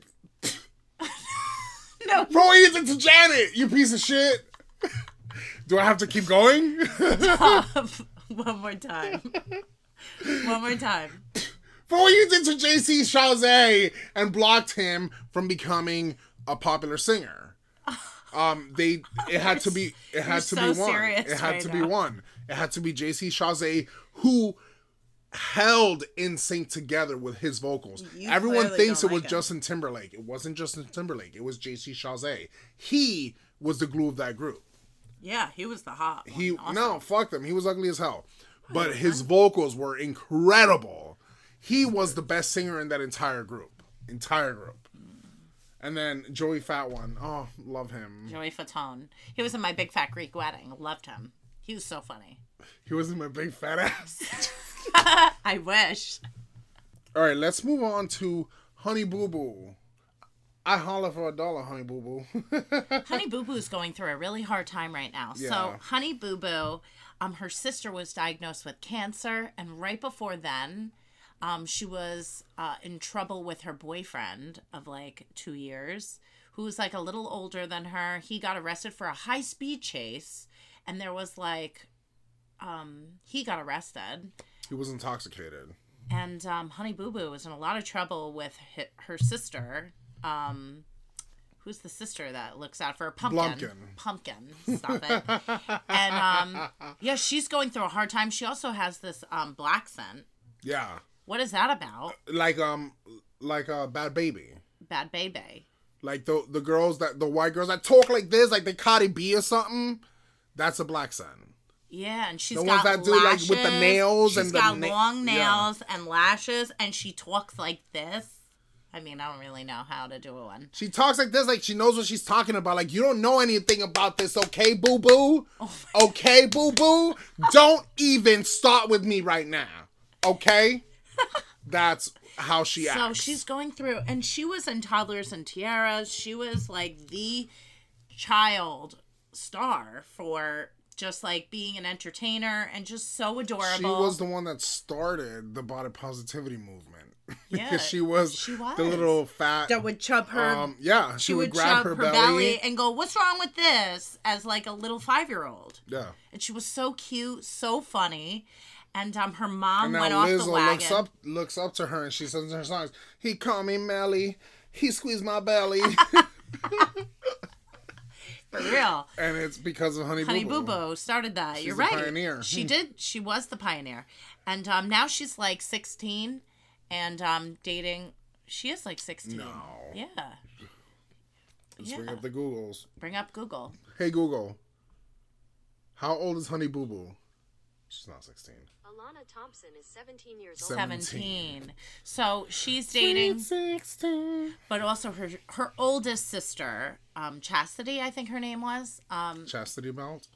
[SPEAKER 2] No.
[SPEAKER 1] bro, what you did to Janet? You piece of shit! Do I have to keep going?
[SPEAKER 2] One more time. One more time.
[SPEAKER 1] For what you did to JC Chazé and blocked him from becoming a popular singer. Um, they it had to be it had to
[SPEAKER 2] you're so
[SPEAKER 1] be one.
[SPEAKER 2] serious
[SPEAKER 1] It had
[SPEAKER 2] right
[SPEAKER 1] to be
[SPEAKER 2] now.
[SPEAKER 1] one. It had to be JC Chazé who held in sync together with his vocals.
[SPEAKER 2] You
[SPEAKER 1] Everyone
[SPEAKER 2] clearly
[SPEAKER 1] thinks it
[SPEAKER 2] don't
[SPEAKER 1] was
[SPEAKER 2] like him.
[SPEAKER 1] Justin Timberlake. It wasn't Justin Timberlake. It was JC Chazé. He was the glue of that group.
[SPEAKER 2] Yeah, he was the hot.
[SPEAKER 1] He
[SPEAKER 2] one. Awesome.
[SPEAKER 1] no, fuck them. He was ugly as hell, but his vocals were incredible. He was the best singer in that entire group, entire group. And then Joey Fat One, oh, love him.
[SPEAKER 2] Joey Fatone. He was in my Big Fat Greek Wedding. Loved him. He was so funny.
[SPEAKER 1] He was in my big fat ass.
[SPEAKER 2] I wish.
[SPEAKER 1] All right, let's move on to Honey Boo Boo. I holler for a dollar, Honey Boo Boo.
[SPEAKER 2] Honey Boo Boo's going through a really hard time right now.
[SPEAKER 1] Yeah.
[SPEAKER 2] So, Honey Boo Boo, um, her sister was diagnosed with cancer, and right before then, um, she was uh, in trouble with her boyfriend of like two years, who was like a little older than her. He got arrested for a high speed chase, and there was like, um, he got arrested.
[SPEAKER 1] he was intoxicated.
[SPEAKER 2] and um, Honey Boo Boo was in a lot of trouble with hi- her sister. Um, who's the sister that looks out for her? pumpkin? Pumpkin, stop it. and um, yeah, she's going through a hard time. She also has this um, black scent.
[SPEAKER 1] Yeah,
[SPEAKER 2] What is that about?
[SPEAKER 1] like um, like a uh, Bad Baby.
[SPEAKER 2] Bad Baby.
[SPEAKER 1] Like the the girls that the white girls that talk like this, like they Cardi B or something. That's a black son.
[SPEAKER 2] Yeah, and she's the got ones that do lashes. like with the nails she's and the got na- long nails yeah. and lashes, and she talks like this. I mean, I don't really know how to do one.
[SPEAKER 1] She talks like this, like she knows what she's talking about. Like, you don't know anything about this, okay, boo boo? Oh okay, boo boo? don't even start with me right now, okay? That's how she acts. So
[SPEAKER 2] she's going through, and she was in Toddlers and Tiaras. She was like the child star for just like being an entertainer and just so adorable. She
[SPEAKER 1] was the one that started the body positivity movement. Yeah, because she was, she was the little fat
[SPEAKER 2] that would chub her. Um,
[SPEAKER 1] yeah, she, she would, would, grab her, her belly. belly.
[SPEAKER 2] and go, "What's wrong with this?" As like a little five year old.
[SPEAKER 1] Yeah,
[SPEAKER 2] and she was so cute, so funny. And um, her mom and went Liz off the wagon.
[SPEAKER 1] Looks up, looks up to her, and she sings her songs. He called me Melly. He squeezed my belly.
[SPEAKER 2] For real.
[SPEAKER 1] And it's because of Honey,
[SPEAKER 2] Honey Boo Boo. started that. She's You're right. Pioneer. Hmm. She did. She was the pioneer, and um, now she's like 16, and um, dating. She is like 16. No. Yeah.
[SPEAKER 1] Let's yeah. bring up the Googles.
[SPEAKER 2] Bring up Google.
[SPEAKER 1] Hey Google. How old is Honey Boo Boo? She's not 16.
[SPEAKER 3] Alana Thompson is 17 years
[SPEAKER 2] 17. old. 17. So she's dating. 16. But also her her oldest sister, um, Chastity, I think her name was. Um,
[SPEAKER 1] Chastity Belt.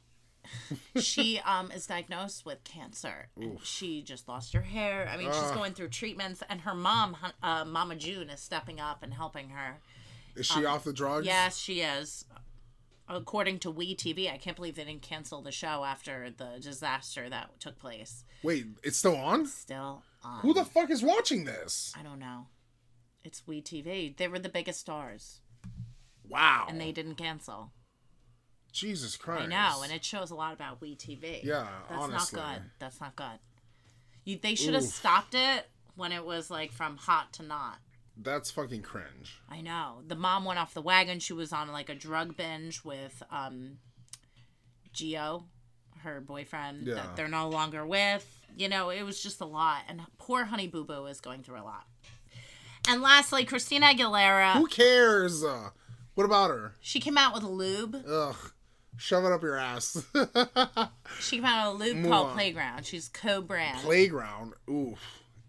[SPEAKER 2] she um, is diagnosed with cancer. She just lost her hair. I mean, uh, she's going through treatments, and her mom, uh, Mama June, is stepping up and helping her.
[SPEAKER 1] Is she off the drugs?
[SPEAKER 2] um, Yes, she is according to Wii TV. I can't believe they didn't cancel the show after the disaster that took place.
[SPEAKER 1] Wait, it's still on?
[SPEAKER 2] Still on.
[SPEAKER 1] Who the fuck is watching this?
[SPEAKER 2] I don't know. It's Wii TV. They were the biggest stars.
[SPEAKER 1] Wow.
[SPEAKER 2] And they didn't cancel.
[SPEAKER 1] Jesus Christ. I
[SPEAKER 2] know, and it shows a lot about Wii TV.
[SPEAKER 1] Yeah,
[SPEAKER 2] That's
[SPEAKER 1] honestly.
[SPEAKER 2] not good. That's not good. You, they should Oof. have stopped it when it was like from hot to not.
[SPEAKER 1] That's fucking cringe.
[SPEAKER 2] I know. The mom went off the wagon. She was on like a drug binge with um Geo, her boyfriend yeah. that they're no longer with. You know, it was just a lot. And poor Honey Boo Boo is going through a lot. And lastly, Christina Aguilera.
[SPEAKER 1] Who cares? Uh, what about her?
[SPEAKER 2] She came out with lube.
[SPEAKER 1] Ugh. Shove it up your ass.
[SPEAKER 2] she came out with a lube Move called on. Playground. She's co brand.
[SPEAKER 1] Playground? Oof.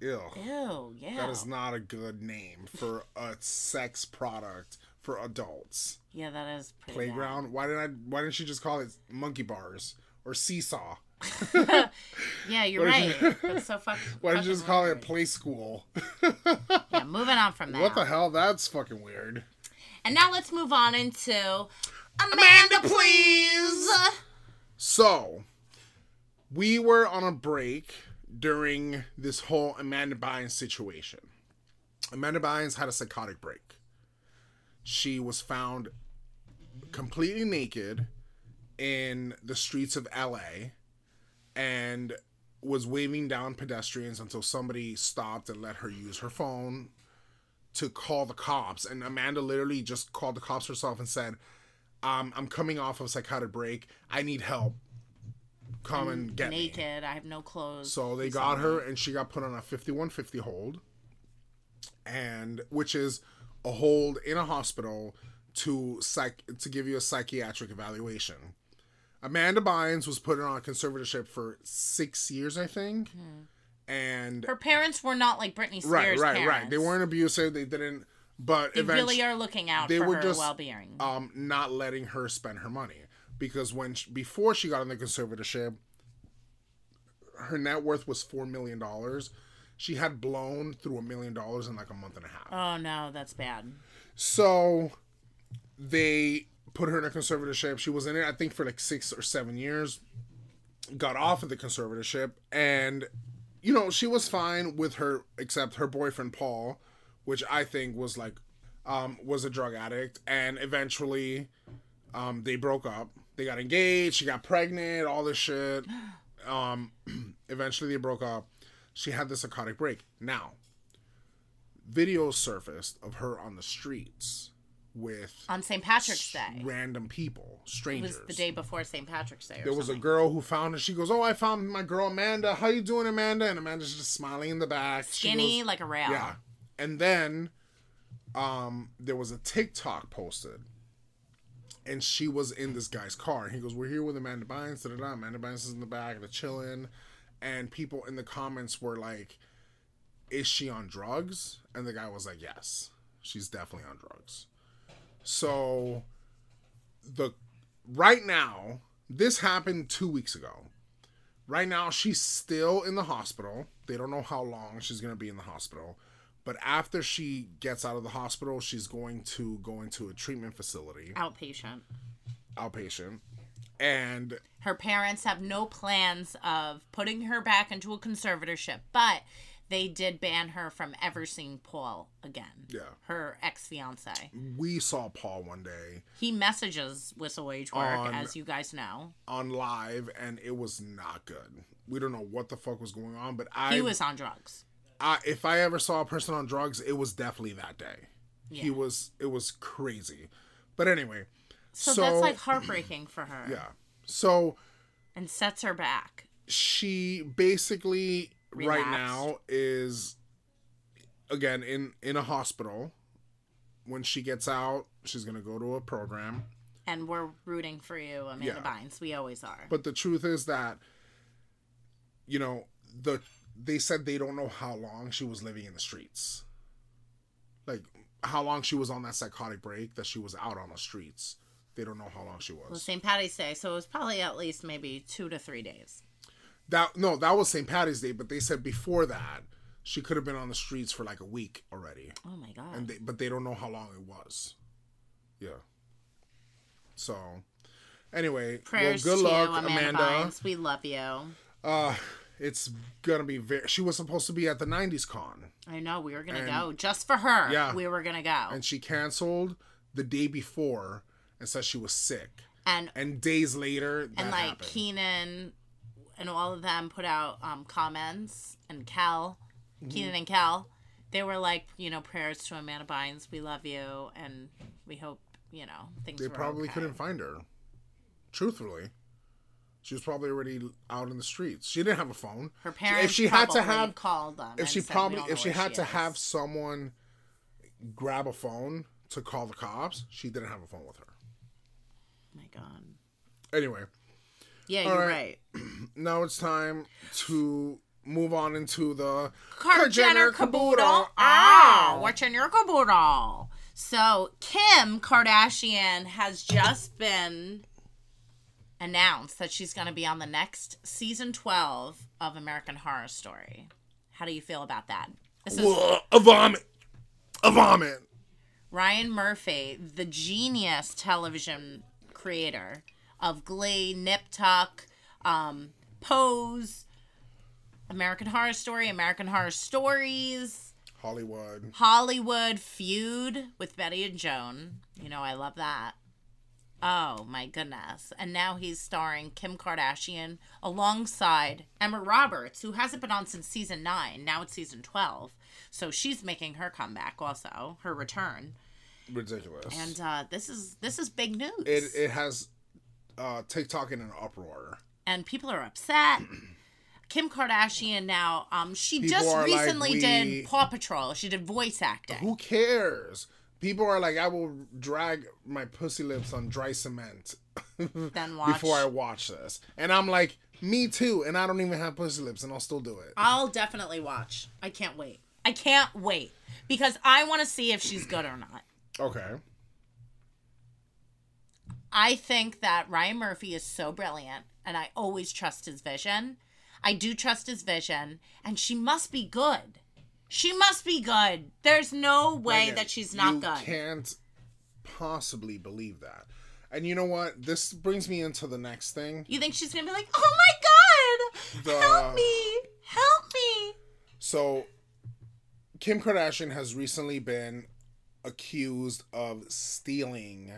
[SPEAKER 1] Ew.
[SPEAKER 2] Ew, yeah.
[SPEAKER 1] That is not a good name for a sex product for adults.
[SPEAKER 2] Yeah, that is pretty
[SPEAKER 1] Playground.
[SPEAKER 2] Bad.
[SPEAKER 1] Why didn't I why didn't she just call it monkey bars or seesaw?
[SPEAKER 2] yeah, you're right. That's so fuck,
[SPEAKER 1] Why did you just call weird. it play school?
[SPEAKER 2] yeah, moving on from that.
[SPEAKER 1] What the hell? That's fucking weird.
[SPEAKER 2] And now let's move on into Amanda,
[SPEAKER 1] Amanda please. So, we were on a break during this whole Amanda Bynes situation. Amanda Bynes had a psychotic break. She was found completely naked in the streets of LA and was waving down pedestrians until somebody stopped and let her use her phone to call the cops. And Amanda literally just called the cops herself and said, um, I'm coming off of a psychotic break. I need help come and get
[SPEAKER 2] naked. Me. I have no clothes.
[SPEAKER 1] So they got something. her, and she got put on a fifty-one fifty hold, and which is a hold in a hospital to psych to give you a psychiatric evaluation. Amanda Bynes was put on conservatorship for six years, I think, mm-hmm. and
[SPEAKER 2] Hmm. her parents were not like Britney Spears. Right,
[SPEAKER 1] right,
[SPEAKER 2] parents. right.
[SPEAKER 1] They weren't abusive. They didn't. But
[SPEAKER 2] they really are looking out they for were her just, well-being.
[SPEAKER 1] Um, not letting her spend her money because when she, before she got in the conservatorship, her net worth was four million dollars. She had blown through a million dollars in like a month and a half.
[SPEAKER 2] Oh no, that's bad.
[SPEAKER 1] So they put her in a conservatorship. She was in it, I think, for like six or seven years. Got off of the conservatorship, and you know she was fine with her, except her boyfriend Paul, which I think was like um, was a drug addict, and eventually um, they broke up. They got engaged. She got pregnant. All this shit. Um, eventually, they broke up. She had this psychotic break. Now, videos surfaced of her on the streets with
[SPEAKER 2] on St. Patrick's Day
[SPEAKER 1] random people, strangers. It
[SPEAKER 2] was the day before St. Patrick's Day.
[SPEAKER 1] there something. was a girl who found her. She goes, "Oh, I found my girl Amanda. How you doing, Amanda?" And Amanda's just smiling in the back,
[SPEAKER 2] skinny
[SPEAKER 1] goes,
[SPEAKER 2] like a rail.
[SPEAKER 1] Yeah, And then um, there was a TikTok posted, and she was in this guy's car. And he goes, "We're here with Amanda Bynes." Da da da. Amanda Bynes is in the back, they're chilling, and people in the comments were like, "Is she on drugs?" And the guy was like, "Yes, she's definitely on drugs." So, the right now, this happened two weeks ago. Right now, she's still in the hospital. They don't know how long she's gonna be in the hospital but after she gets out of the hospital she's going to go into a treatment facility
[SPEAKER 2] outpatient
[SPEAKER 1] outpatient and
[SPEAKER 2] her parents have no plans of putting her back into a conservatorship but they did ban her from ever seeing paul again
[SPEAKER 1] yeah
[SPEAKER 2] her ex-fiance
[SPEAKER 1] we saw paul one day
[SPEAKER 2] he messages whistle wage work on, as you guys know
[SPEAKER 1] on live and it was not good we don't know what the fuck was going on but i
[SPEAKER 2] he was on drugs
[SPEAKER 1] I, if I ever saw a person on drugs, it was definitely that day. Yeah. He was it was crazy. But anyway,
[SPEAKER 2] so, so that's like heartbreaking for her.
[SPEAKER 1] Yeah. So
[SPEAKER 2] and sets her back.
[SPEAKER 1] She basically Relapsed. right now is again in in a hospital. When she gets out, she's going to go to a program.
[SPEAKER 2] And we're rooting for you, Amanda yeah. Bynes. We always are.
[SPEAKER 1] But the truth is that you know, the they said they don't know how long she was living in the streets. Like how long she was on that psychotic break that she was out on the streets. They don't know how long she was.
[SPEAKER 2] Well, St. Patty's Day, so it was probably at least maybe two to three days.
[SPEAKER 1] That no, that was St. Patty's Day, but they said before that she could have been on the streets for like a week already.
[SPEAKER 2] Oh my god!
[SPEAKER 1] And they, but they don't know how long it was. Yeah. So, anyway,
[SPEAKER 2] prayers well, good to luck, you, Amanda. Amanda. We love you.
[SPEAKER 1] Uh, it's gonna be very she was supposed to be at the 90s con
[SPEAKER 2] i know we were gonna and, go just for her yeah we were gonna go
[SPEAKER 1] and she canceled the day before and said she was sick and and days later
[SPEAKER 2] and like happened. keenan and all of them put out um, comments and cal mm-hmm. keenan and cal they were like you know prayers to amanda bynes we love you and we hope you know things
[SPEAKER 1] they probably
[SPEAKER 2] okay.
[SPEAKER 1] couldn't find her truthfully she was probably already out in the streets. She didn't have a phone.
[SPEAKER 2] Her parents.
[SPEAKER 1] If she had to have
[SPEAKER 2] called them.
[SPEAKER 1] If she probably if she had she to is. have someone grab a phone to call the cops, she didn't have a phone with her.
[SPEAKER 2] My God.
[SPEAKER 1] Anyway.
[SPEAKER 2] Yeah, you're right.
[SPEAKER 1] right. now it's time to move on into the
[SPEAKER 2] Car Jenner caboodle. Ah, oh, what's in your caboodle? So Kim Kardashian has just been announced that she's going to be on the next season 12 of American Horror Story. How do you feel about that?
[SPEAKER 1] This is Whoa, a vomit. A vomit.
[SPEAKER 2] Ryan Murphy, the genius television creator of Glee, Nip Tuck, um, Pose, American Horror Story, American Horror Stories.
[SPEAKER 1] Hollywood.
[SPEAKER 2] Hollywood feud with Betty and Joan. You know, I love that. Oh my goodness. And now he's starring Kim Kardashian alongside Emma Roberts, who hasn't been on since season nine. Now it's season 12. So she's making her comeback also, her return.
[SPEAKER 1] Ridiculous.
[SPEAKER 2] And uh, this is this is big news.
[SPEAKER 1] It, it has uh, TikTok in an uproar.
[SPEAKER 2] And people are upset. Kim Kardashian now, um, she people just recently like, we... did Paw Patrol. She did voice acting.
[SPEAKER 1] Who cares? people are like, I will drag my pussy lips on dry cement before I watch this, and I'm like, me too, and I don't even have pussy lips, and I'll still do it.
[SPEAKER 2] I'll definitely watch. I can't wait. I can't wait because I want to see if she's good or not.
[SPEAKER 1] Okay.
[SPEAKER 2] I think that Ryan Murphy is so brilliant, and I always trust his vision. I do trust his vision, and she must be good. She must be good. There's no way Again, that she's not
[SPEAKER 1] you
[SPEAKER 2] good.
[SPEAKER 1] Can't possibly believe that. And you know what? This brings me into the next thing.
[SPEAKER 2] You think she's gonna be like, "Oh my god, the... help me, help me."
[SPEAKER 1] So, Kim Kardashian has recently been accused of stealing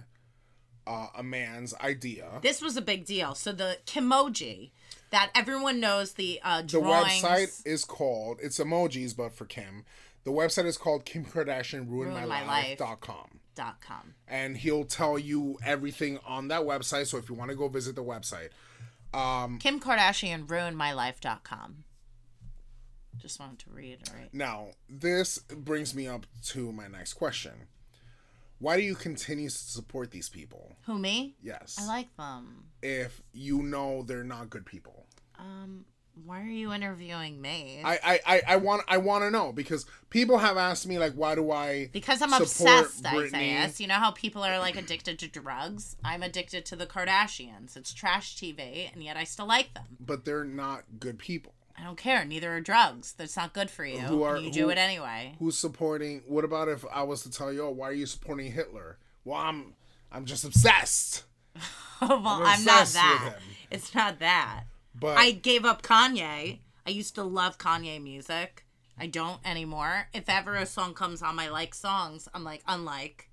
[SPEAKER 1] uh, a man's idea.
[SPEAKER 2] This was a big deal. So the Kimoji that everyone knows the uh,
[SPEAKER 1] The website is called it's emojis, but for Kim. The website is called Kim Kardashian Ruined Ruin My, Life dot com.
[SPEAKER 2] Dot com.
[SPEAKER 1] And he'll tell you everything on that website. So if you want to go visit the website, um,
[SPEAKER 2] Kim Kardashian Ruined My Life dot com. Just wanted to reiterate.
[SPEAKER 1] Now, this brings me up to my next question. Why do you continue to support these people?
[SPEAKER 2] Who me?
[SPEAKER 1] Yes.
[SPEAKER 2] I like them.
[SPEAKER 1] if you know they're not good people.
[SPEAKER 2] Um, why are you interviewing me?
[SPEAKER 1] I I, I, I want I want to know because people have asked me like why do I
[SPEAKER 2] because I'm
[SPEAKER 1] support
[SPEAKER 2] obsessed,
[SPEAKER 1] Britney?
[SPEAKER 2] Isaiah. You know how people are like addicted to drugs? I'm addicted to the Kardashians. It's trash TV, and yet I still like them.
[SPEAKER 1] but they're not good people.
[SPEAKER 2] I don't care. Neither are drugs. That's not good for you.
[SPEAKER 1] Who are-
[SPEAKER 2] and you do
[SPEAKER 1] who-
[SPEAKER 2] it anyway.
[SPEAKER 1] Who's supporting? What about if I was to tell you, oh, why are you supporting Hitler? Well, I'm I'm just obsessed.
[SPEAKER 2] well, I'm, not
[SPEAKER 1] obsessed with
[SPEAKER 2] that.
[SPEAKER 1] him.
[SPEAKER 2] It's not that.
[SPEAKER 1] But
[SPEAKER 2] I gave up Kanye. I used to love Kanye music. I don't anymore. If ever a song comes on, I like songs. I'm like, unlike.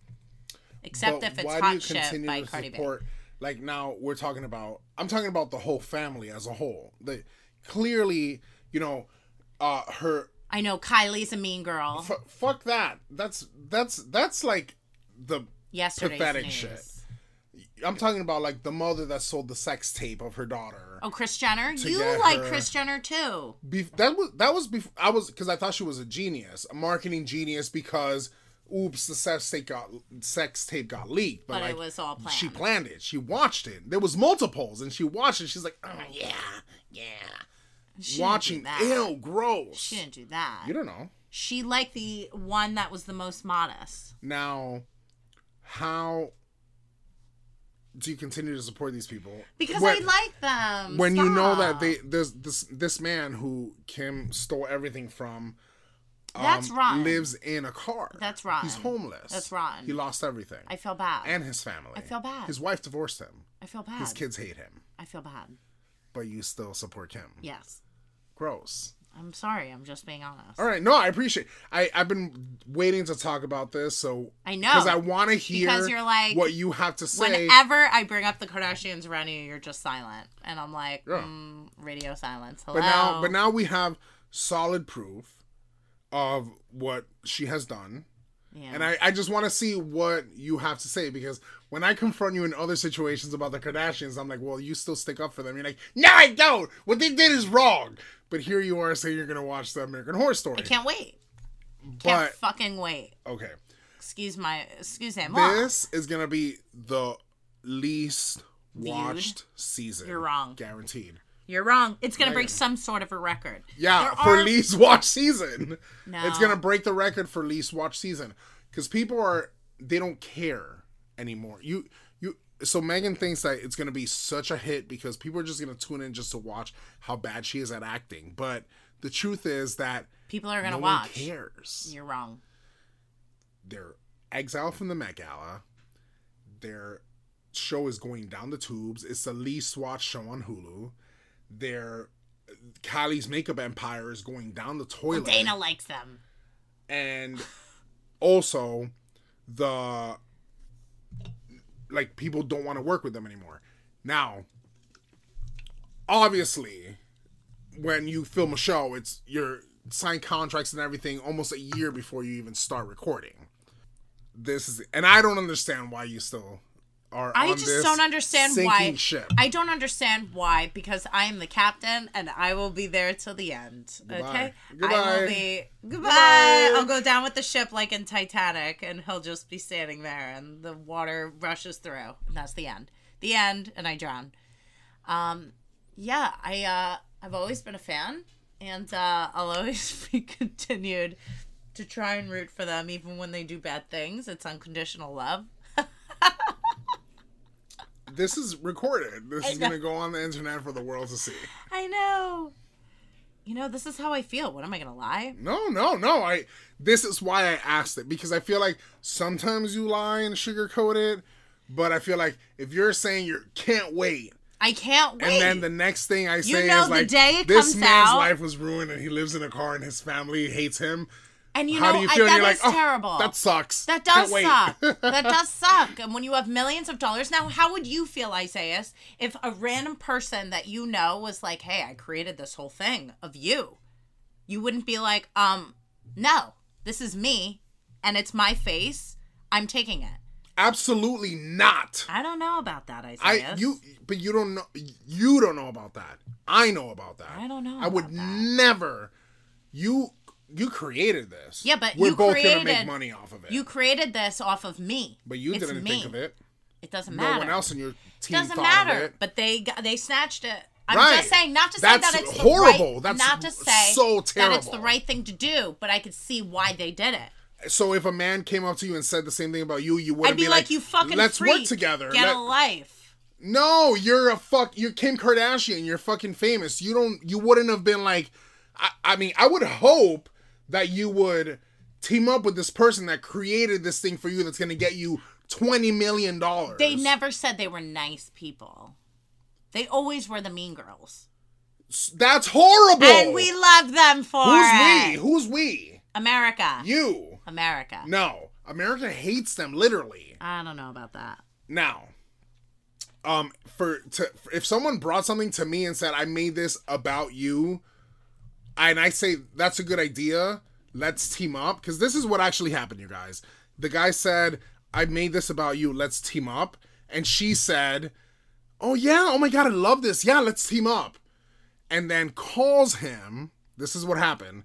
[SPEAKER 2] Except
[SPEAKER 1] but
[SPEAKER 2] if it's
[SPEAKER 1] why
[SPEAKER 2] Hot
[SPEAKER 1] do you
[SPEAKER 2] Shit
[SPEAKER 1] continue
[SPEAKER 2] by
[SPEAKER 1] to
[SPEAKER 2] Cardi B.
[SPEAKER 1] support? Like now we're talking about. I'm talking about the whole family as a whole. The clearly, you know, uh, her
[SPEAKER 2] I know Kylie's a mean girl.
[SPEAKER 1] f- fuck that. That's that's that's like the.
[SPEAKER 2] Yesterday's
[SPEAKER 1] pathetic
[SPEAKER 2] news.
[SPEAKER 1] shit. I'm talking about like the mother that sold the sex tape of her daughter.
[SPEAKER 2] Oh, Chris Jenner?
[SPEAKER 1] get
[SPEAKER 2] You like
[SPEAKER 1] her-
[SPEAKER 2] Chris Jenner too.
[SPEAKER 1] Be- that was that was before I was because I thought she was a genius, a marketing genius because. Oops, the sex tape got sex tape got leaked, but,
[SPEAKER 2] But it
[SPEAKER 1] like,
[SPEAKER 2] was all planned.
[SPEAKER 1] She planned it. She watched it. There was multiples, and she watched it. She's like, oh yeah, yeah.
[SPEAKER 2] She didn't
[SPEAKER 1] watching
[SPEAKER 2] do that.
[SPEAKER 1] ew gross
[SPEAKER 2] She didn't do that.
[SPEAKER 1] you don't know
[SPEAKER 2] She liked the one that was the most modest.
[SPEAKER 1] now how do you continue to support these people
[SPEAKER 2] Because
[SPEAKER 1] when,
[SPEAKER 2] I like them.
[SPEAKER 1] when you know that
[SPEAKER 2] Stop.
[SPEAKER 1] they there's this this man who kim stole everything from um,
[SPEAKER 2] That's rotten.
[SPEAKER 1] lives in a car
[SPEAKER 2] That's rotten.
[SPEAKER 1] he's homeless
[SPEAKER 2] That's rotten.
[SPEAKER 1] he lost everything
[SPEAKER 2] I feel bad.
[SPEAKER 1] and his family
[SPEAKER 2] I feel bad.
[SPEAKER 1] his wife divorced him
[SPEAKER 2] I feel bad.
[SPEAKER 1] his kids hate him
[SPEAKER 2] I feel bad.
[SPEAKER 1] but you still support kim
[SPEAKER 2] Yes.
[SPEAKER 1] gross
[SPEAKER 2] I'm sorry. I'm just being honest.
[SPEAKER 1] All right, no, I appreciate. I I've been waiting to talk about this, so
[SPEAKER 2] I know.
[SPEAKER 1] because I want to hear
[SPEAKER 2] Because you're like,
[SPEAKER 1] what you have to say.
[SPEAKER 2] Whenever I bring up the Kardashians around you, you're just silent, and I'm like,
[SPEAKER 1] Yeah.
[SPEAKER 2] mm, radio silence. Hello.
[SPEAKER 1] but now, but now we have solid proof of what she has done,
[SPEAKER 2] yeah.
[SPEAKER 1] and I I just want to see what you have to say because when I confront you in other situations about the Kardashians, I'm like, well, you still stick up for them. You're like, no, I don't. What they did is wrong. But here you are saying you're gonna watch the American Horror Story.
[SPEAKER 2] I can't wait. Can't
[SPEAKER 1] but
[SPEAKER 2] fucking wait.
[SPEAKER 1] okay.
[SPEAKER 2] Excuse my, excuse him.
[SPEAKER 1] This is gonna be the least watched season.
[SPEAKER 2] You're wrong.
[SPEAKER 1] Guaranteed.
[SPEAKER 2] You're wrong. It's gonna break some sort of a record.
[SPEAKER 1] Yeah,
[SPEAKER 2] There
[SPEAKER 1] for
[SPEAKER 2] are-
[SPEAKER 1] least watched season.
[SPEAKER 2] No.
[SPEAKER 1] It's gonna break the record for least watched season. Cause people are they don't care anymore. You you so Megan thinks that it's gonna be such a hit because people are just gonna tune in just to watch how bad she is at acting. But the truth is that
[SPEAKER 2] people are gonna
[SPEAKER 1] no
[SPEAKER 2] watch.
[SPEAKER 1] one cares.
[SPEAKER 2] You're wrong.
[SPEAKER 1] they're exiled from the Met Gala. Their show is going down the tubes. It's the least watched show on Hulu. Their Kylie's makeup empire is going down the toilet.
[SPEAKER 2] Dana likes them.
[SPEAKER 1] And also the like people don't want to work with them anymore. Now, obviously, when you film a show, it's you're signed contracts and everything almost a year before you even start recording. This is, and I don't understand why you still are.
[SPEAKER 2] I
[SPEAKER 1] on
[SPEAKER 2] just
[SPEAKER 1] this
[SPEAKER 2] don't understand
[SPEAKER 1] sinking
[SPEAKER 2] why.
[SPEAKER 1] Ship.
[SPEAKER 2] I don't understand why because I am the captain and I will be there till the end. Okay, I
[SPEAKER 1] Goodbye.
[SPEAKER 2] will be goodbye.
[SPEAKER 1] Goodbye.
[SPEAKER 2] I'll go down with the ship like in Titanic, and he'll just be standing there, and the water rushes through, and that's the end. The end, and I drown. Um, yeah, I uh, I've always been a fan, and uh, I'll always be continued to try and root for them, even when they do bad things. It's unconditional love.
[SPEAKER 1] this is recorded. This is gonna go on the internet for the world to see.
[SPEAKER 2] I know. You know, this is how I feel. What am I gonna lie?
[SPEAKER 1] No, no, no. I this is why I asked it because I feel like sometimes you lie and sugarcoat it, but I feel like if you're saying you can't wait,
[SPEAKER 2] I can't wait.
[SPEAKER 1] and then the next thing I say
[SPEAKER 2] know
[SPEAKER 1] is
[SPEAKER 2] the
[SPEAKER 1] like
[SPEAKER 2] day it
[SPEAKER 1] this
[SPEAKER 2] comes
[SPEAKER 1] man's
[SPEAKER 2] out-
[SPEAKER 1] life was ruined and he lives in a car and his family hates him.
[SPEAKER 2] and you
[SPEAKER 1] How do
[SPEAKER 2] know,
[SPEAKER 1] you
[SPEAKER 2] I-
[SPEAKER 1] feel? And
[SPEAKER 2] that
[SPEAKER 1] you're
[SPEAKER 2] is
[SPEAKER 1] like, "Oh,
[SPEAKER 2] terrible.
[SPEAKER 1] that sucks.
[SPEAKER 2] that
[SPEAKER 1] Can't
[SPEAKER 2] does
[SPEAKER 1] wait."
[SPEAKER 2] suck. that does suck. And when you have millions of dollars, now how would you feel, Isaiah, if a random person that you know was like, "Hey, I created this whole thing of you," you wouldn't be like, "Um, no, this is me, and it's my face. I'm taking it."
[SPEAKER 1] Absolutely not.
[SPEAKER 2] I don't know about that,
[SPEAKER 1] I
[SPEAKER 2] Isaiah.
[SPEAKER 1] you but you don't know you don't know about that. I know about that.
[SPEAKER 2] I don't know
[SPEAKER 1] I would
[SPEAKER 2] about that.
[SPEAKER 1] never you you created this.
[SPEAKER 2] Yeah, but
[SPEAKER 1] we're
[SPEAKER 2] you
[SPEAKER 1] both
[SPEAKER 2] created,
[SPEAKER 1] gonna make money off of it.
[SPEAKER 2] You created this off of me.
[SPEAKER 1] but you
[SPEAKER 2] It's
[SPEAKER 1] didn't
[SPEAKER 2] me.
[SPEAKER 1] think of it.
[SPEAKER 2] It doesn't matter.
[SPEAKER 1] No one else in your team thought
[SPEAKER 2] doesn't
[SPEAKER 1] of
[SPEAKER 2] matter.
[SPEAKER 1] it.
[SPEAKER 2] But they got- they snatched it. I'm
[SPEAKER 1] Right.
[SPEAKER 2] just saying, not to
[SPEAKER 1] That's
[SPEAKER 2] say that it's The
[SPEAKER 1] horrible.
[SPEAKER 2] right,
[SPEAKER 1] That's
[SPEAKER 2] not to say
[SPEAKER 1] so
[SPEAKER 2] that it's the
[SPEAKER 1] terrible.
[SPEAKER 2] right thing to do. But I could see why they did it.
[SPEAKER 1] so if a man came up to you and said the same thing about you, you wouldn't
[SPEAKER 2] I'd be, like, "You fucking
[SPEAKER 1] Let's
[SPEAKER 2] freak.
[SPEAKER 1] work together.
[SPEAKER 2] Get
[SPEAKER 1] Let-
[SPEAKER 2] a life."
[SPEAKER 1] no, you're a fuck. You're Kim Kardashian. You're fucking famous. You don't. You wouldn't have been like. I, I mean, I would hope that you would team up with this person that created this thing for you. That's gonna get you twenty million dollars.
[SPEAKER 2] They never said they were nice people. They always were the mean girls,
[SPEAKER 1] That's horrible.
[SPEAKER 2] and we love them for
[SPEAKER 1] Who's
[SPEAKER 2] it.
[SPEAKER 1] we? Who's we?
[SPEAKER 2] America.
[SPEAKER 1] You.
[SPEAKER 2] America.
[SPEAKER 1] No. America hates them literally.
[SPEAKER 2] I don't know about that.
[SPEAKER 1] Now, um, for to if someone brought something to me and said I made this about you, and I say that's a good idea, let's team up because this is what actually happened, you guys. The guy said I made this about you, let's team up, and she said, "Oh yeah, oh my god, I love this. Yeah, let's team up," and then calls him. This is what happened.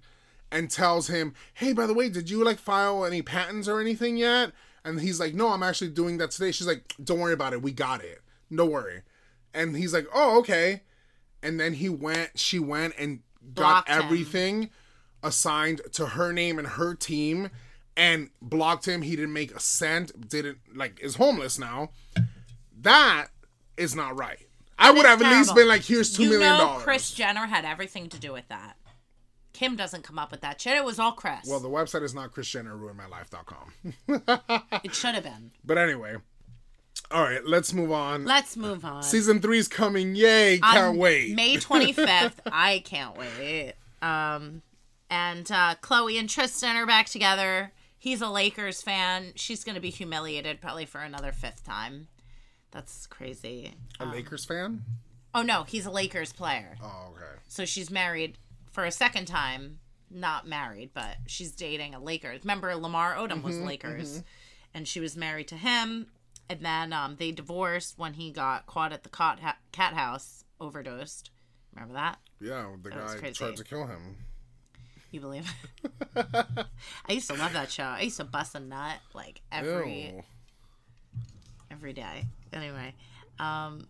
[SPEAKER 1] And tells him, hey, by the way, did you like file any patents or anything yet? And he's like, no, I'm actually doing that today. She's like, don't worry about it. We got it. Don't worry. And he's like, oh, okay. And then he went, she went and got
[SPEAKER 2] Blocked him.
[SPEAKER 1] everything assigned to her name and her team and blocked him. He didn't make a cent, didn't like, is homeless now. That is not right. I would
[SPEAKER 2] It's
[SPEAKER 1] have at least
[SPEAKER 2] terrible.
[SPEAKER 1] been like, here's two
[SPEAKER 2] you
[SPEAKER 1] million
[SPEAKER 2] know
[SPEAKER 1] dollars.
[SPEAKER 2] Chris Jenner had everything to do with that. Kim doesn't come up with that shit. It was all Chris.
[SPEAKER 1] Well, the website is not Chris Jenner ruinmylife.com.
[SPEAKER 2] it should have been.
[SPEAKER 1] But anyway, all right, let's move on.
[SPEAKER 2] Let's move on.
[SPEAKER 1] Season three's coming. Yay,
[SPEAKER 2] On
[SPEAKER 1] can't wait.
[SPEAKER 2] May 25th. I can't wait. Um, and uh, Chloe and Tristan are back together. He's a Lakers fan. She's going to be humiliated probably for another fifth time. That's crazy.
[SPEAKER 1] a Lakers fan?
[SPEAKER 2] Oh, no, he's a Lakers player.
[SPEAKER 1] Oh, okay.
[SPEAKER 2] So she's married for a second time. Not married, but she's dating a Lakers. Remember, Lamar Odom was Lakers, and she was married to him. And then um, they divorced when he got caught at the cot ha- cat house, overdosed. Remember that?
[SPEAKER 1] Yeah, the
[SPEAKER 2] was
[SPEAKER 1] guy
[SPEAKER 2] crazy.
[SPEAKER 1] tried to kill him.
[SPEAKER 2] You believe? I used to love that show. I used to bust a nut like every
[SPEAKER 1] Ew.
[SPEAKER 2] every day. Anyway, um,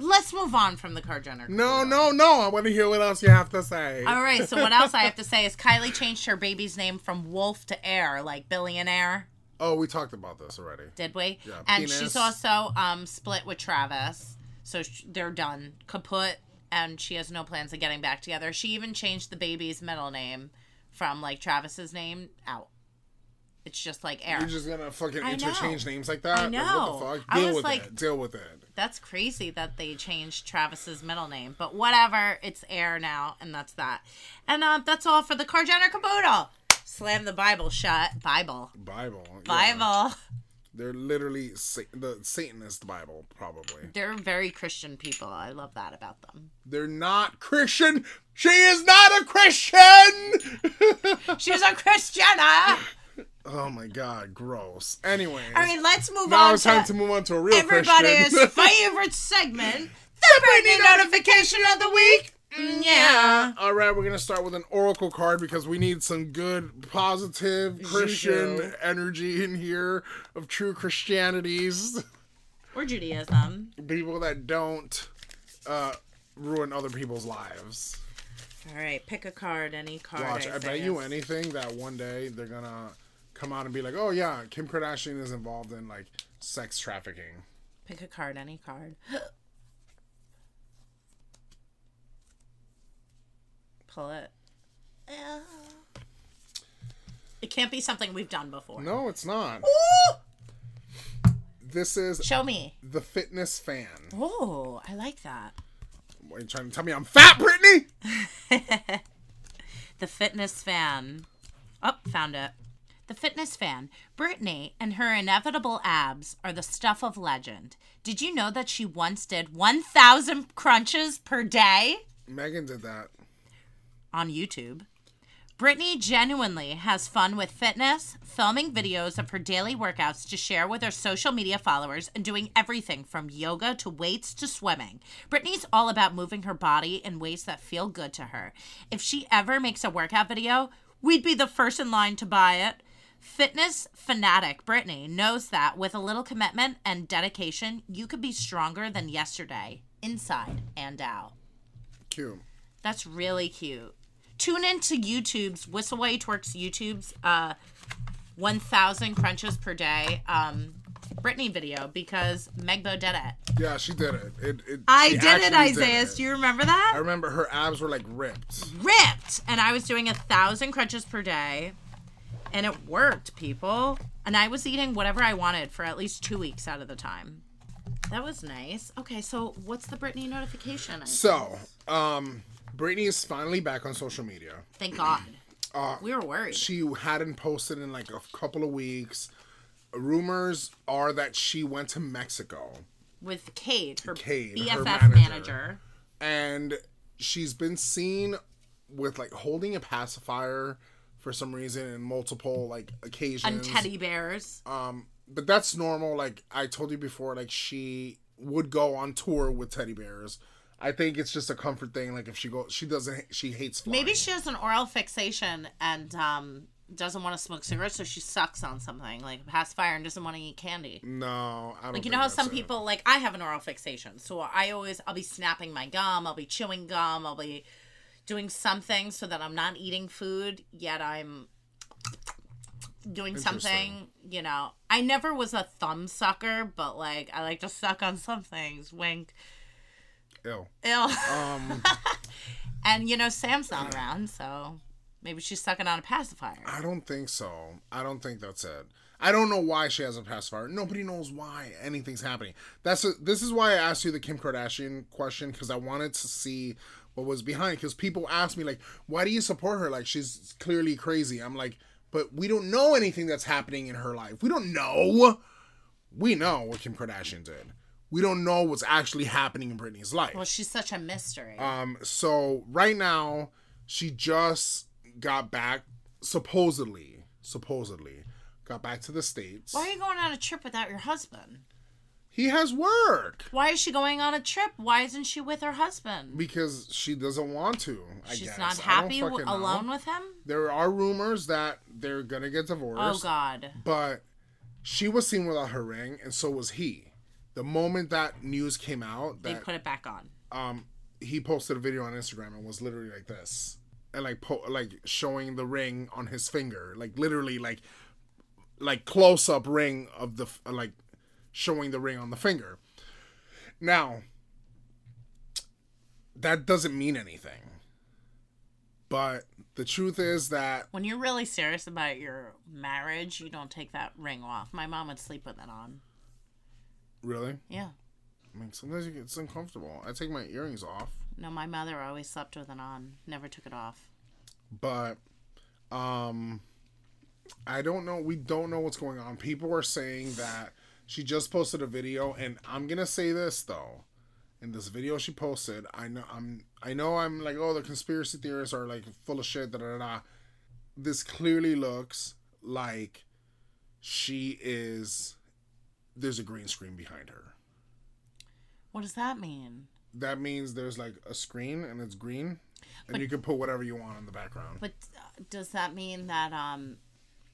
[SPEAKER 2] let's move on from the car Jenner.
[SPEAKER 1] No, no, no. I want to hear what else you have to say.
[SPEAKER 2] All right, so what else I have to say is Kylie changed her baby's name from Wolf to Air, like billionaire,
[SPEAKER 1] Oh, we talked about this already.
[SPEAKER 2] did we?
[SPEAKER 1] Yeah,
[SPEAKER 2] and
[SPEAKER 1] penis.
[SPEAKER 2] she's also um, split with Travis, so sh- they're done, kaput, and she has no plans of getting back together. She even changed the baby's middle name from like Travis's name out. It's just like Air.
[SPEAKER 1] You're just gonna fucking
[SPEAKER 2] I know.
[SPEAKER 1] interchange names like that?
[SPEAKER 2] I know.
[SPEAKER 1] Like, what the fuck?
[SPEAKER 2] I
[SPEAKER 1] Deal
[SPEAKER 2] was
[SPEAKER 1] with
[SPEAKER 2] like-
[SPEAKER 1] it. Deal with it.
[SPEAKER 2] That's crazy that they changed Travis's middle name, but whatever. It's Air now, and that's that. And uh, that's all for the Car Jenner Caboodle. Slam the Bible shut. Bible.
[SPEAKER 1] Bible. yeah.
[SPEAKER 2] Bible.
[SPEAKER 1] They're literally sa- the Satanist Bible, probably.
[SPEAKER 2] They're very Christian people. I love that about them.
[SPEAKER 1] They're not Christian. She is not a Christian.
[SPEAKER 2] She's a Christiana.
[SPEAKER 1] Oh my god, gross. Anyways,
[SPEAKER 2] All right, let's move
[SPEAKER 1] now
[SPEAKER 2] on
[SPEAKER 1] it's time
[SPEAKER 2] to,
[SPEAKER 1] to move on to a real
[SPEAKER 2] everybody's
[SPEAKER 1] Christian.
[SPEAKER 2] favorite segment, the birthday notification of the week. Mm, yeah.
[SPEAKER 1] All right, we're gonna start with an oracle card because we need some good, positive Christian
[SPEAKER 2] Juju.
[SPEAKER 1] energy in here of true Christianities.
[SPEAKER 2] Or Judaism.
[SPEAKER 1] People that don't uh, ruin other people's lives.
[SPEAKER 2] All right, pick a card, any card.
[SPEAKER 1] Watch, I bet
[SPEAKER 2] say
[SPEAKER 1] you
[SPEAKER 2] is-
[SPEAKER 1] anything that one day they're gonna come out and be like, "Oh yeah, Kim Kardashian is involved in like sex trafficking."
[SPEAKER 2] Pick a card, any card. Pull it. It can't be something we've done before.
[SPEAKER 1] No, it's not. This is
[SPEAKER 2] Show me.
[SPEAKER 1] the fitness fan.
[SPEAKER 2] Oh, I like that.
[SPEAKER 1] What, Are you trying to tell me I'm fat, Brittany?
[SPEAKER 2] The fitness fan. Oh, found it. The fitness fan. Brittany and her inevitable abs are the stuff of legend. Did you know that she once did 1,000 crunches per day
[SPEAKER 1] Megan did that.
[SPEAKER 2] on YouTube? Brittany genuinely has fun with fitness, filming videos of her daily workouts to share with her social media followers, and doing everything from yoga to weights to swimming. Brittany's all about moving her body in ways that feel good to her. If she ever makes a workout video, we'd be the first in line to buy it. Fitness fanatic Brittany knows that with a little commitment and dedication, you could be stronger than yesterday, inside and out.
[SPEAKER 1] Cute.
[SPEAKER 2] That's really cute. Tune into YouTube's Whistle While You Twerk's YouTube's uh, 1,000 crunches per day um, Brittany video because Megbo did it.
[SPEAKER 1] Yeah, she did it. it, it
[SPEAKER 2] I
[SPEAKER 1] she
[SPEAKER 2] did it,
[SPEAKER 1] actually
[SPEAKER 2] Isaiah.
[SPEAKER 1] it.
[SPEAKER 2] Do you Mm-hmm. remember that?
[SPEAKER 1] I remember her abs were like ripped.
[SPEAKER 2] ripped and i was doing a thousand crunches per day and it worked people and i was eating whatever i wanted for at least two weeks out of the time that was nice okay so what's the brittany notification I-
[SPEAKER 1] So, um, Brittany is finally back on social media.
[SPEAKER 2] thank god we were worried
[SPEAKER 1] Uh, She hadn't posted in like a couple of weeks. Rumors are that she went to Mexico
[SPEAKER 2] with Cade, her
[SPEAKER 1] Cade, her
[SPEAKER 2] BFF
[SPEAKER 1] manager.
[SPEAKER 2] manager.
[SPEAKER 1] and she's been seen with like holding a pacifier for some reason in multiple like
[SPEAKER 2] and
[SPEAKER 1] occasions.
[SPEAKER 2] teddy bears.
[SPEAKER 1] Oh, but that's normal. Like I told you before, like she would go on tour with teddy bears. I think it's just a comfort thing. Like if she go, she doesn't. She hates flying.
[SPEAKER 2] Maybe she has an oral fixation and um, doesn't want to smoke cigarettes, so she sucks on something like a pacifier and doesn't want to eat candy.
[SPEAKER 1] no. I don't
[SPEAKER 2] Like you
[SPEAKER 1] think
[SPEAKER 2] know how
[SPEAKER 1] that's
[SPEAKER 2] some
[SPEAKER 1] it.
[SPEAKER 2] people like I have an oral fixation, so I always I'll be snapping my gum, I'll be chewing gum, I'll be doing something so that I'm not eating food yet I'm doing something. You know, I never was a thumb sucker, but like I like to suck on some things. Wink.
[SPEAKER 1] Ew.
[SPEAKER 2] Ill.
[SPEAKER 1] Um,
[SPEAKER 2] and you know Sam's not around, so maybe she's sucking on a pacifier.
[SPEAKER 1] I don't think so. I don't think that's it. I don't know why she has a pacifier. Nobody knows why anything's happening. That's this is why I asked you the Kim Kardashian question because I wanted to see what was behind. Because people ask me like, why do you support her? Like she's clearly crazy. I'm like, but we don't know anything that's happening in her life. We don't know. We know what Kim Kardashian did. We don't know what's actually happening in Britney's life.
[SPEAKER 2] Well, she's such a mystery.
[SPEAKER 1] Um, so right now, she just got back, supposedly, supposedly, got back to the states.
[SPEAKER 2] Why are you going on a trip without your husband?
[SPEAKER 1] He has work
[SPEAKER 2] Why is she going on a trip? Why isn't she with her husband?
[SPEAKER 1] because she doesn't want to. I
[SPEAKER 2] She's
[SPEAKER 1] guess.
[SPEAKER 2] not
[SPEAKER 1] I don't
[SPEAKER 2] happy
[SPEAKER 1] fucking
[SPEAKER 2] w-
[SPEAKER 1] know.
[SPEAKER 2] alone with him?
[SPEAKER 1] There are rumors that they're gonna get
[SPEAKER 2] Oh,
[SPEAKER 1] divorced,
[SPEAKER 2] God.
[SPEAKER 1] but she was seen without her ring, and so was he. The moment that news came out,
[SPEAKER 2] They
[SPEAKER 1] that
[SPEAKER 2] put it back on.
[SPEAKER 1] um he posted a video on Instagram and was literally like this and like po- like showing the ring on his finger like literally like like close up ring of the f- like showing the ring on the finger now that doesn't mean anything but the truth is that
[SPEAKER 2] When you're really serious about your marriage, you don't take that ring off. My mom would sleep with it on.
[SPEAKER 1] really
[SPEAKER 2] Yeah.
[SPEAKER 1] I mean, sometimes it gets uncomfortable I take my earrings off
[SPEAKER 2] No, my mother always slept with it on, never took it off.
[SPEAKER 1] but um i don't know we don't know what's going on people are saying that she just posted a video and i'm gonna say this though in this video she posted i know i'm i know i'm like oh the conspiracy theorists are like full of shit da da da, da this clearly looks like she is there's a green screen behind her
[SPEAKER 2] What does that mean?
[SPEAKER 1] that means there's like a screen and it's green and you can put whatever you want in the background
[SPEAKER 2] But uh, does that mean that, um,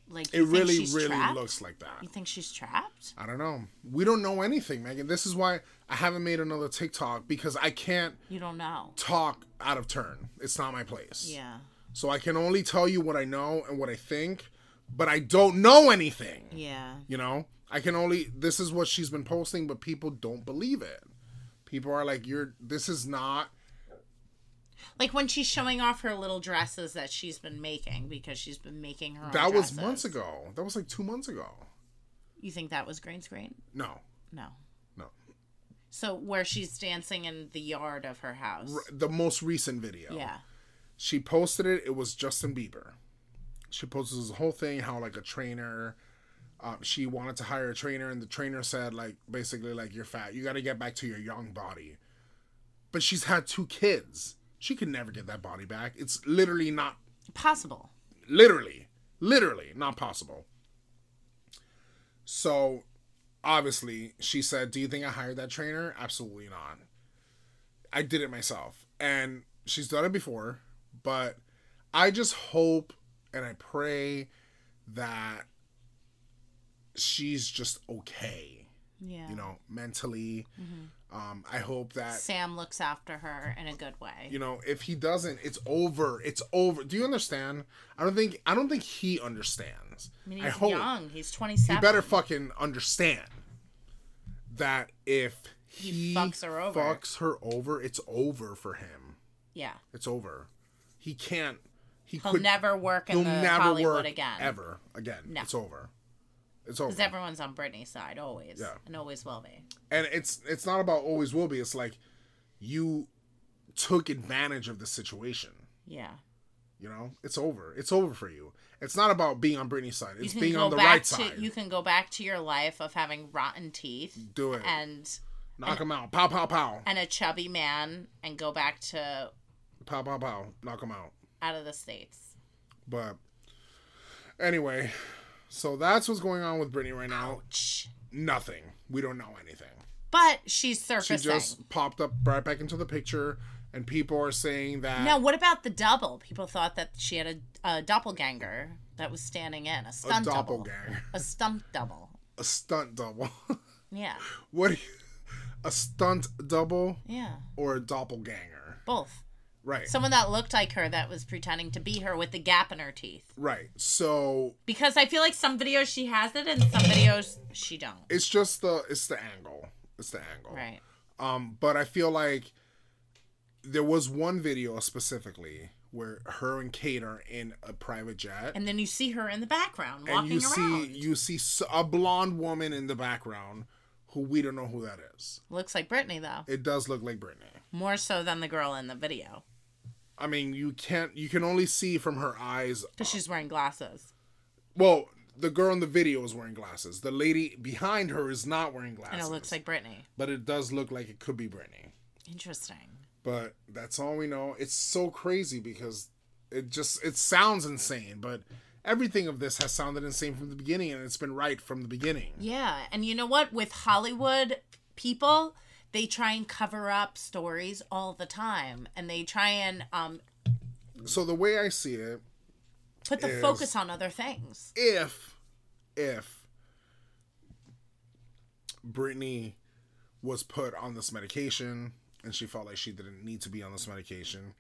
[SPEAKER 2] like,
[SPEAKER 1] it
[SPEAKER 2] you think
[SPEAKER 1] really
[SPEAKER 2] she's
[SPEAKER 1] really
[SPEAKER 2] trapped?
[SPEAKER 1] looks like that
[SPEAKER 2] You think she's trapped?
[SPEAKER 1] I don't know. We don't know anything, Megan. This is why I haven't made another TikTok because I can't
[SPEAKER 2] You don't know.
[SPEAKER 1] talk out of turn. It's not my place.
[SPEAKER 2] Yeah.
[SPEAKER 1] So I can only tell you what I know and what I think, but I don't know anything.
[SPEAKER 2] Yeah.
[SPEAKER 1] You know? I can only this is what she's been posting, but people don't believe it. People are like, You're this is not
[SPEAKER 2] Like when she's showing off her little dresses that she's been making because she's been making her own
[SPEAKER 1] that was
[SPEAKER 2] dresses.
[SPEAKER 1] months ago. That was like two months ago.
[SPEAKER 2] You think that was green screen?
[SPEAKER 1] No.
[SPEAKER 2] No.
[SPEAKER 1] No.
[SPEAKER 2] So where she's dancing in the yard of her house.
[SPEAKER 1] The most recent video.
[SPEAKER 2] Yeah.
[SPEAKER 1] she posted it. It was Justin Bieber. She posted this whole thing how like a trainer, um, she wanted to hire a trainer, and the trainer said like basically like you're fat, you got to get back to your young body. But she's had two kids. She could never get that body back. It's literally not
[SPEAKER 2] Possible.
[SPEAKER 1] Literally, literally not possible. So, obviously, she said, "Do you think I hired that trainer?" Absolutely not. I did it myself, and she's done it before, but I just hope and I pray that she's just okay.
[SPEAKER 2] Yeah.
[SPEAKER 1] You know, mentally. Um, I hope that
[SPEAKER 2] Sam looks after her in a good way.
[SPEAKER 1] you know if he doesn't, it's over. It's over. Do you understand? I don't think I don't think he understands.
[SPEAKER 2] I mean,
[SPEAKER 1] I
[SPEAKER 2] he's
[SPEAKER 1] hope
[SPEAKER 2] young. He's
[SPEAKER 1] he
[SPEAKER 2] 27.
[SPEAKER 1] better fucking understand that if he,
[SPEAKER 2] fucks her over.
[SPEAKER 1] fucks her over, it's over for him.
[SPEAKER 2] yeah.
[SPEAKER 1] It's over. He can't. He
[SPEAKER 2] He'll
[SPEAKER 1] could.
[SPEAKER 2] never work in
[SPEAKER 1] he'll
[SPEAKER 2] the
[SPEAKER 1] never
[SPEAKER 2] Hollywood
[SPEAKER 1] work
[SPEAKER 2] again.
[SPEAKER 1] ever again.
[SPEAKER 2] No.
[SPEAKER 1] It's over. It's over.
[SPEAKER 2] Because everyone's on Britney's side, always.
[SPEAKER 1] Oh. Yeah.
[SPEAKER 2] And always will be.
[SPEAKER 1] and it's it's not about always will be. It's like you took advantage of the situation.
[SPEAKER 2] Yeah.
[SPEAKER 1] You know, it's over. It's over for you. It's not about being on Britney's side. It's being on the
[SPEAKER 2] back
[SPEAKER 1] right
[SPEAKER 2] to
[SPEAKER 1] side.
[SPEAKER 2] you can go back to your life of having rotten teeth
[SPEAKER 1] Do it.
[SPEAKER 2] and
[SPEAKER 1] Knock him out. Pow pow pow.
[SPEAKER 2] and a chubby man and go back to
[SPEAKER 1] Pow pow pow. Knock him out.
[SPEAKER 2] out of the states.
[SPEAKER 1] But anyway, so that's what's going on with Britney right now.
[SPEAKER 2] Ouch.
[SPEAKER 1] Nothing. We don't know anything.
[SPEAKER 2] But she's
[SPEAKER 1] She
[SPEAKER 2] surfacing.
[SPEAKER 1] just popped up right back into the picture, and people are saying that
[SPEAKER 2] Now, what about the double? People thought that she had a, a doppelganger that was standing in a
[SPEAKER 1] a
[SPEAKER 2] stunt double,
[SPEAKER 1] doppelganger,
[SPEAKER 2] a stunt double.
[SPEAKER 1] a stunt double.
[SPEAKER 2] Yeah,
[SPEAKER 1] what? do you- a stunt double
[SPEAKER 2] yeah,
[SPEAKER 1] or a doppelganger?
[SPEAKER 2] both.
[SPEAKER 1] Right.
[SPEAKER 2] Someone that looked like her that was pretending to be her with the gap in her teeth.
[SPEAKER 1] right. So
[SPEAKER 2] Because I feel like some videos she has it and some videos she don't.
[SPEAKER 1] it's just the it's the angle. It's the angle.
[SPEAKER 2] Right.
[SPEAKER 1] Um, but I feel like there was one video specifically where her and Kate are in a private jet,
[SPEAKER 2] And then you see her in the background
[SPEAKER 1] and
[SPEAKER 2] walking
[SPEAKER 1] you
[SPEAKER 2] around.
[SPEAKER 1] see you see s- a blonde woman in the background who we don't know who that is.
[SPEAKER 2] Looks like Britney though,
[SPEAKER 1] It does look like Britney.
[SPEAKER 2] more so than the girl in the video
[SPEAKER 1] I mean, you can't you can only see from her eyes.
[SPEAKER 2] because she's wearing glasses
[SPEAKER 1] Well, the girl in the video is wearing glasses. The lady behind her is not wearing glasses.
[SPEAKER 2] and it looks like Britney.
[SPEAKER 1] but it does look like it could be Britney.
[SPEAKER 2] Interesting.
[SPEAKER 1] But that's all we know. It's so crazy because it just it sounds insane, but everything of this has sounded insane from the beginning and it's been right from the beginning.
[SPEAKER 2] Yeah, and you know what? With Hollywood people, they try and cover up stories all the time, and they try and um,
[SPEAKER 1] So the way I see it,
[SPEAKER 2] put the
[SPEAKER 1] Yes.
[SPEAKER 2] focus on other things.
[SPEAKER 1] if if Brittany was put on this medication and she felt like she didn't need to be on this medication,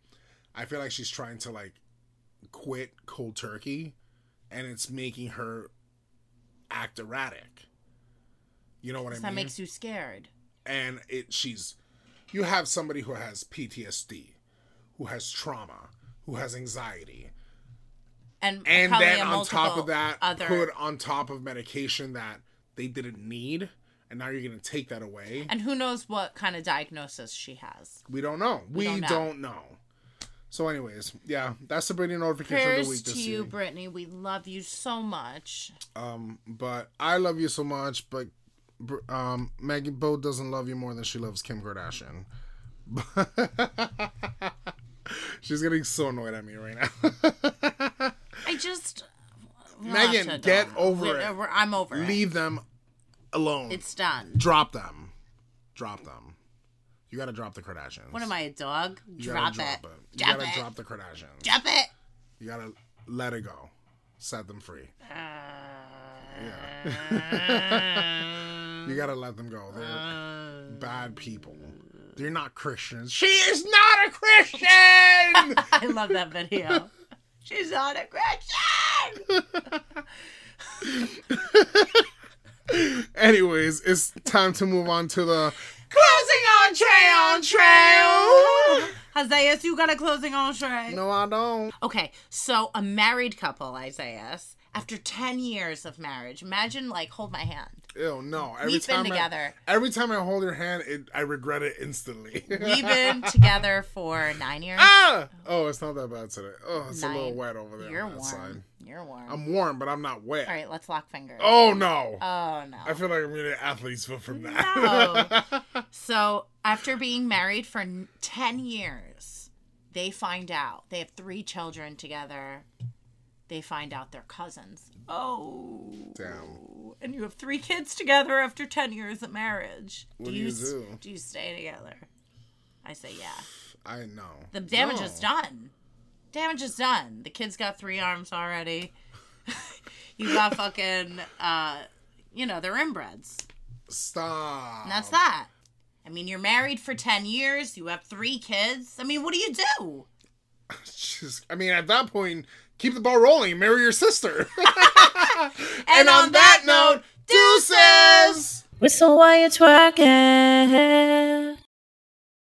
[SPEAKER 1] I feel like she's trying to like quit cold turkey and it's making her act erratic. You know what I
[SPEAKER 2] So
[SPEAKER 1] mean?
[SPEAKER 2] that makes you scared.
[SPEAKER 1] and it she's you have somebody who has PTSD, who has trauma, who has anxiety,
[SPEAKER 2] And,
[SPEAKER 1] and
[SPEAKER 2] probably
[SPEAKER 1] then
[SPEAKER 2] a
[SPEAKER 1] on top
[SPEAKER 2] multiple
[SPEAKER 1] of that
[SPEAKER 2] other
[SPEAKER 1] put on top of medication that they didn't need and now you're gonna take that away
[SPEAKER 2] and who knows what kind of diagnosis she has.
[SPEAKER 1] we don't know we,
[SPEAKER 2] don't
[SPEAKER 1] don't,
[SPEAKER 2] know.
[SPEAKER 1] know. so anyways yeah that's the brady notification of the
[SPEAKER 2] Prayers
[SPEAKER 1] week
[SPEAKER 2] to
[SPEAKER 1] this
[SPEAKER 2] you,
[SPEAKER 1] year
[SPEAKER 2] Brittany. We love you so much.
[SPEAKER 1] um but i love you so much but br- um maggie bo doesn't love you more than she loves kim kardashian she's getting so annoyed at me right now
[SPEAKER 2] I just we'll have
[SPEAKER 1] Megan,
[SPEAKER 2] to
[SPEAKER 1] get
[SPEAKER 2] don't.
[SPEAKER 1] over
[SPEAKER 2] We're-
[SPEAKER 1] it.
[SPEAKER 2] we're- I'm over it.
[SPEAKER 1] leave them alone
[SPEAKER 2] It's done.
[SPEAKER 1] drop them drop them you gotta drop the kardashians
[SPEAKER 2] What am I, a dog?
[SPEAKER 1] You
[SPEAKER 2] Drop,
[SPEAKER 1] gotta
[SPEAKER 2] it.
[SPEAKER 1] drop it. You
[SPEAKER 2] Drop
[SPEAKER 1] gotta
[SPEAKER 2] it.
[SPEAKER 1] drop the Kardashians.
[SPEAKER 2] Drop it.
[SPEAKER 1] You gotta let it go. Set them free. Yeah. you gotta let them go. They're
[SPEAKER 2] Uh.
[SPEAKER 1] bad people. They're not Christians. She is not a Christian!
[SPEAKER 2] I love that video. She's on a Christian.
[SPEAKER 1] Anyways, it's time to move on to the closing on trail.
[SPEAKER 2] Isaiah, you got a closing entree.
[SPEAKER 1] No, I don't.
[SPEAKER 2] Okay, so a married couple, Isaiah, after 10 years of marriage, imagine like hold my hand.
[SPEAKER 1] Ew, no. Every
[SPEAKER 2] We've been
[SPEAKER 1] time I-
[SPEAKER 2] together.
[SPEAKER 1] every time I hold your hand, it, I regret it instantly.
[SPEAKER 2] We've been together for nine years.
[SPEAKER 1] Ah! Oh, it's not that bad today. Oh, it's a little
[SPEAKER 2] Nine.
[SPEAKER 1] wet over there.
[SPEAKER 2] You're
[SPEAKER 1] on that
[SPEAKER 2] warm.
[SPEAKER 1] side.
[SPEAKER 2] You're warm.
[SPEAKER 1] I'm warm, but I'm not wet.
[SPEAKER 2] All right, let's lock fingers.
[SPEAKER 1] Oh no!
[SPEAKER 2] Oh, no.
[SPEAKER 1] I feel like I'm gonna athlete's foot from that.
[SPEAKER 2] No. so after being married for n- 10 years they find out they have three children together they find out they're cousins. Oh.
[SPEAKER 1] Damn.
[SPEAKER 2] And you have three kids together after 10 years of marriage.
[SPEAKER 1] What do you
[SPEAKER 2] s-
[SPEAKER 1] do?
[SPEAKER 2] Do you stay together? I say, yeah.
[SPEAKER 1] I know.
[SPEAKER 2] The damage
[SPEAKER 1] No.
[SPEAKER 2] is done. Damage is done. The kid's got three arms already. you got fucking, uh, you know, they're inbreds.
[SPEAKER 1] Stop.
[SPEAKER 2] And that's that. I mean, you're married for 10 years. You have three kids. I mean, what do you do?
[SPEAKER 1] Jeez. I mean, at that point, keep the ball rolling. Marry your sister. and,
[SPEAKER 2] on that note,
[SPEAKER 1] deuces.
[SPEAKER 4] Whistle while you're twerking.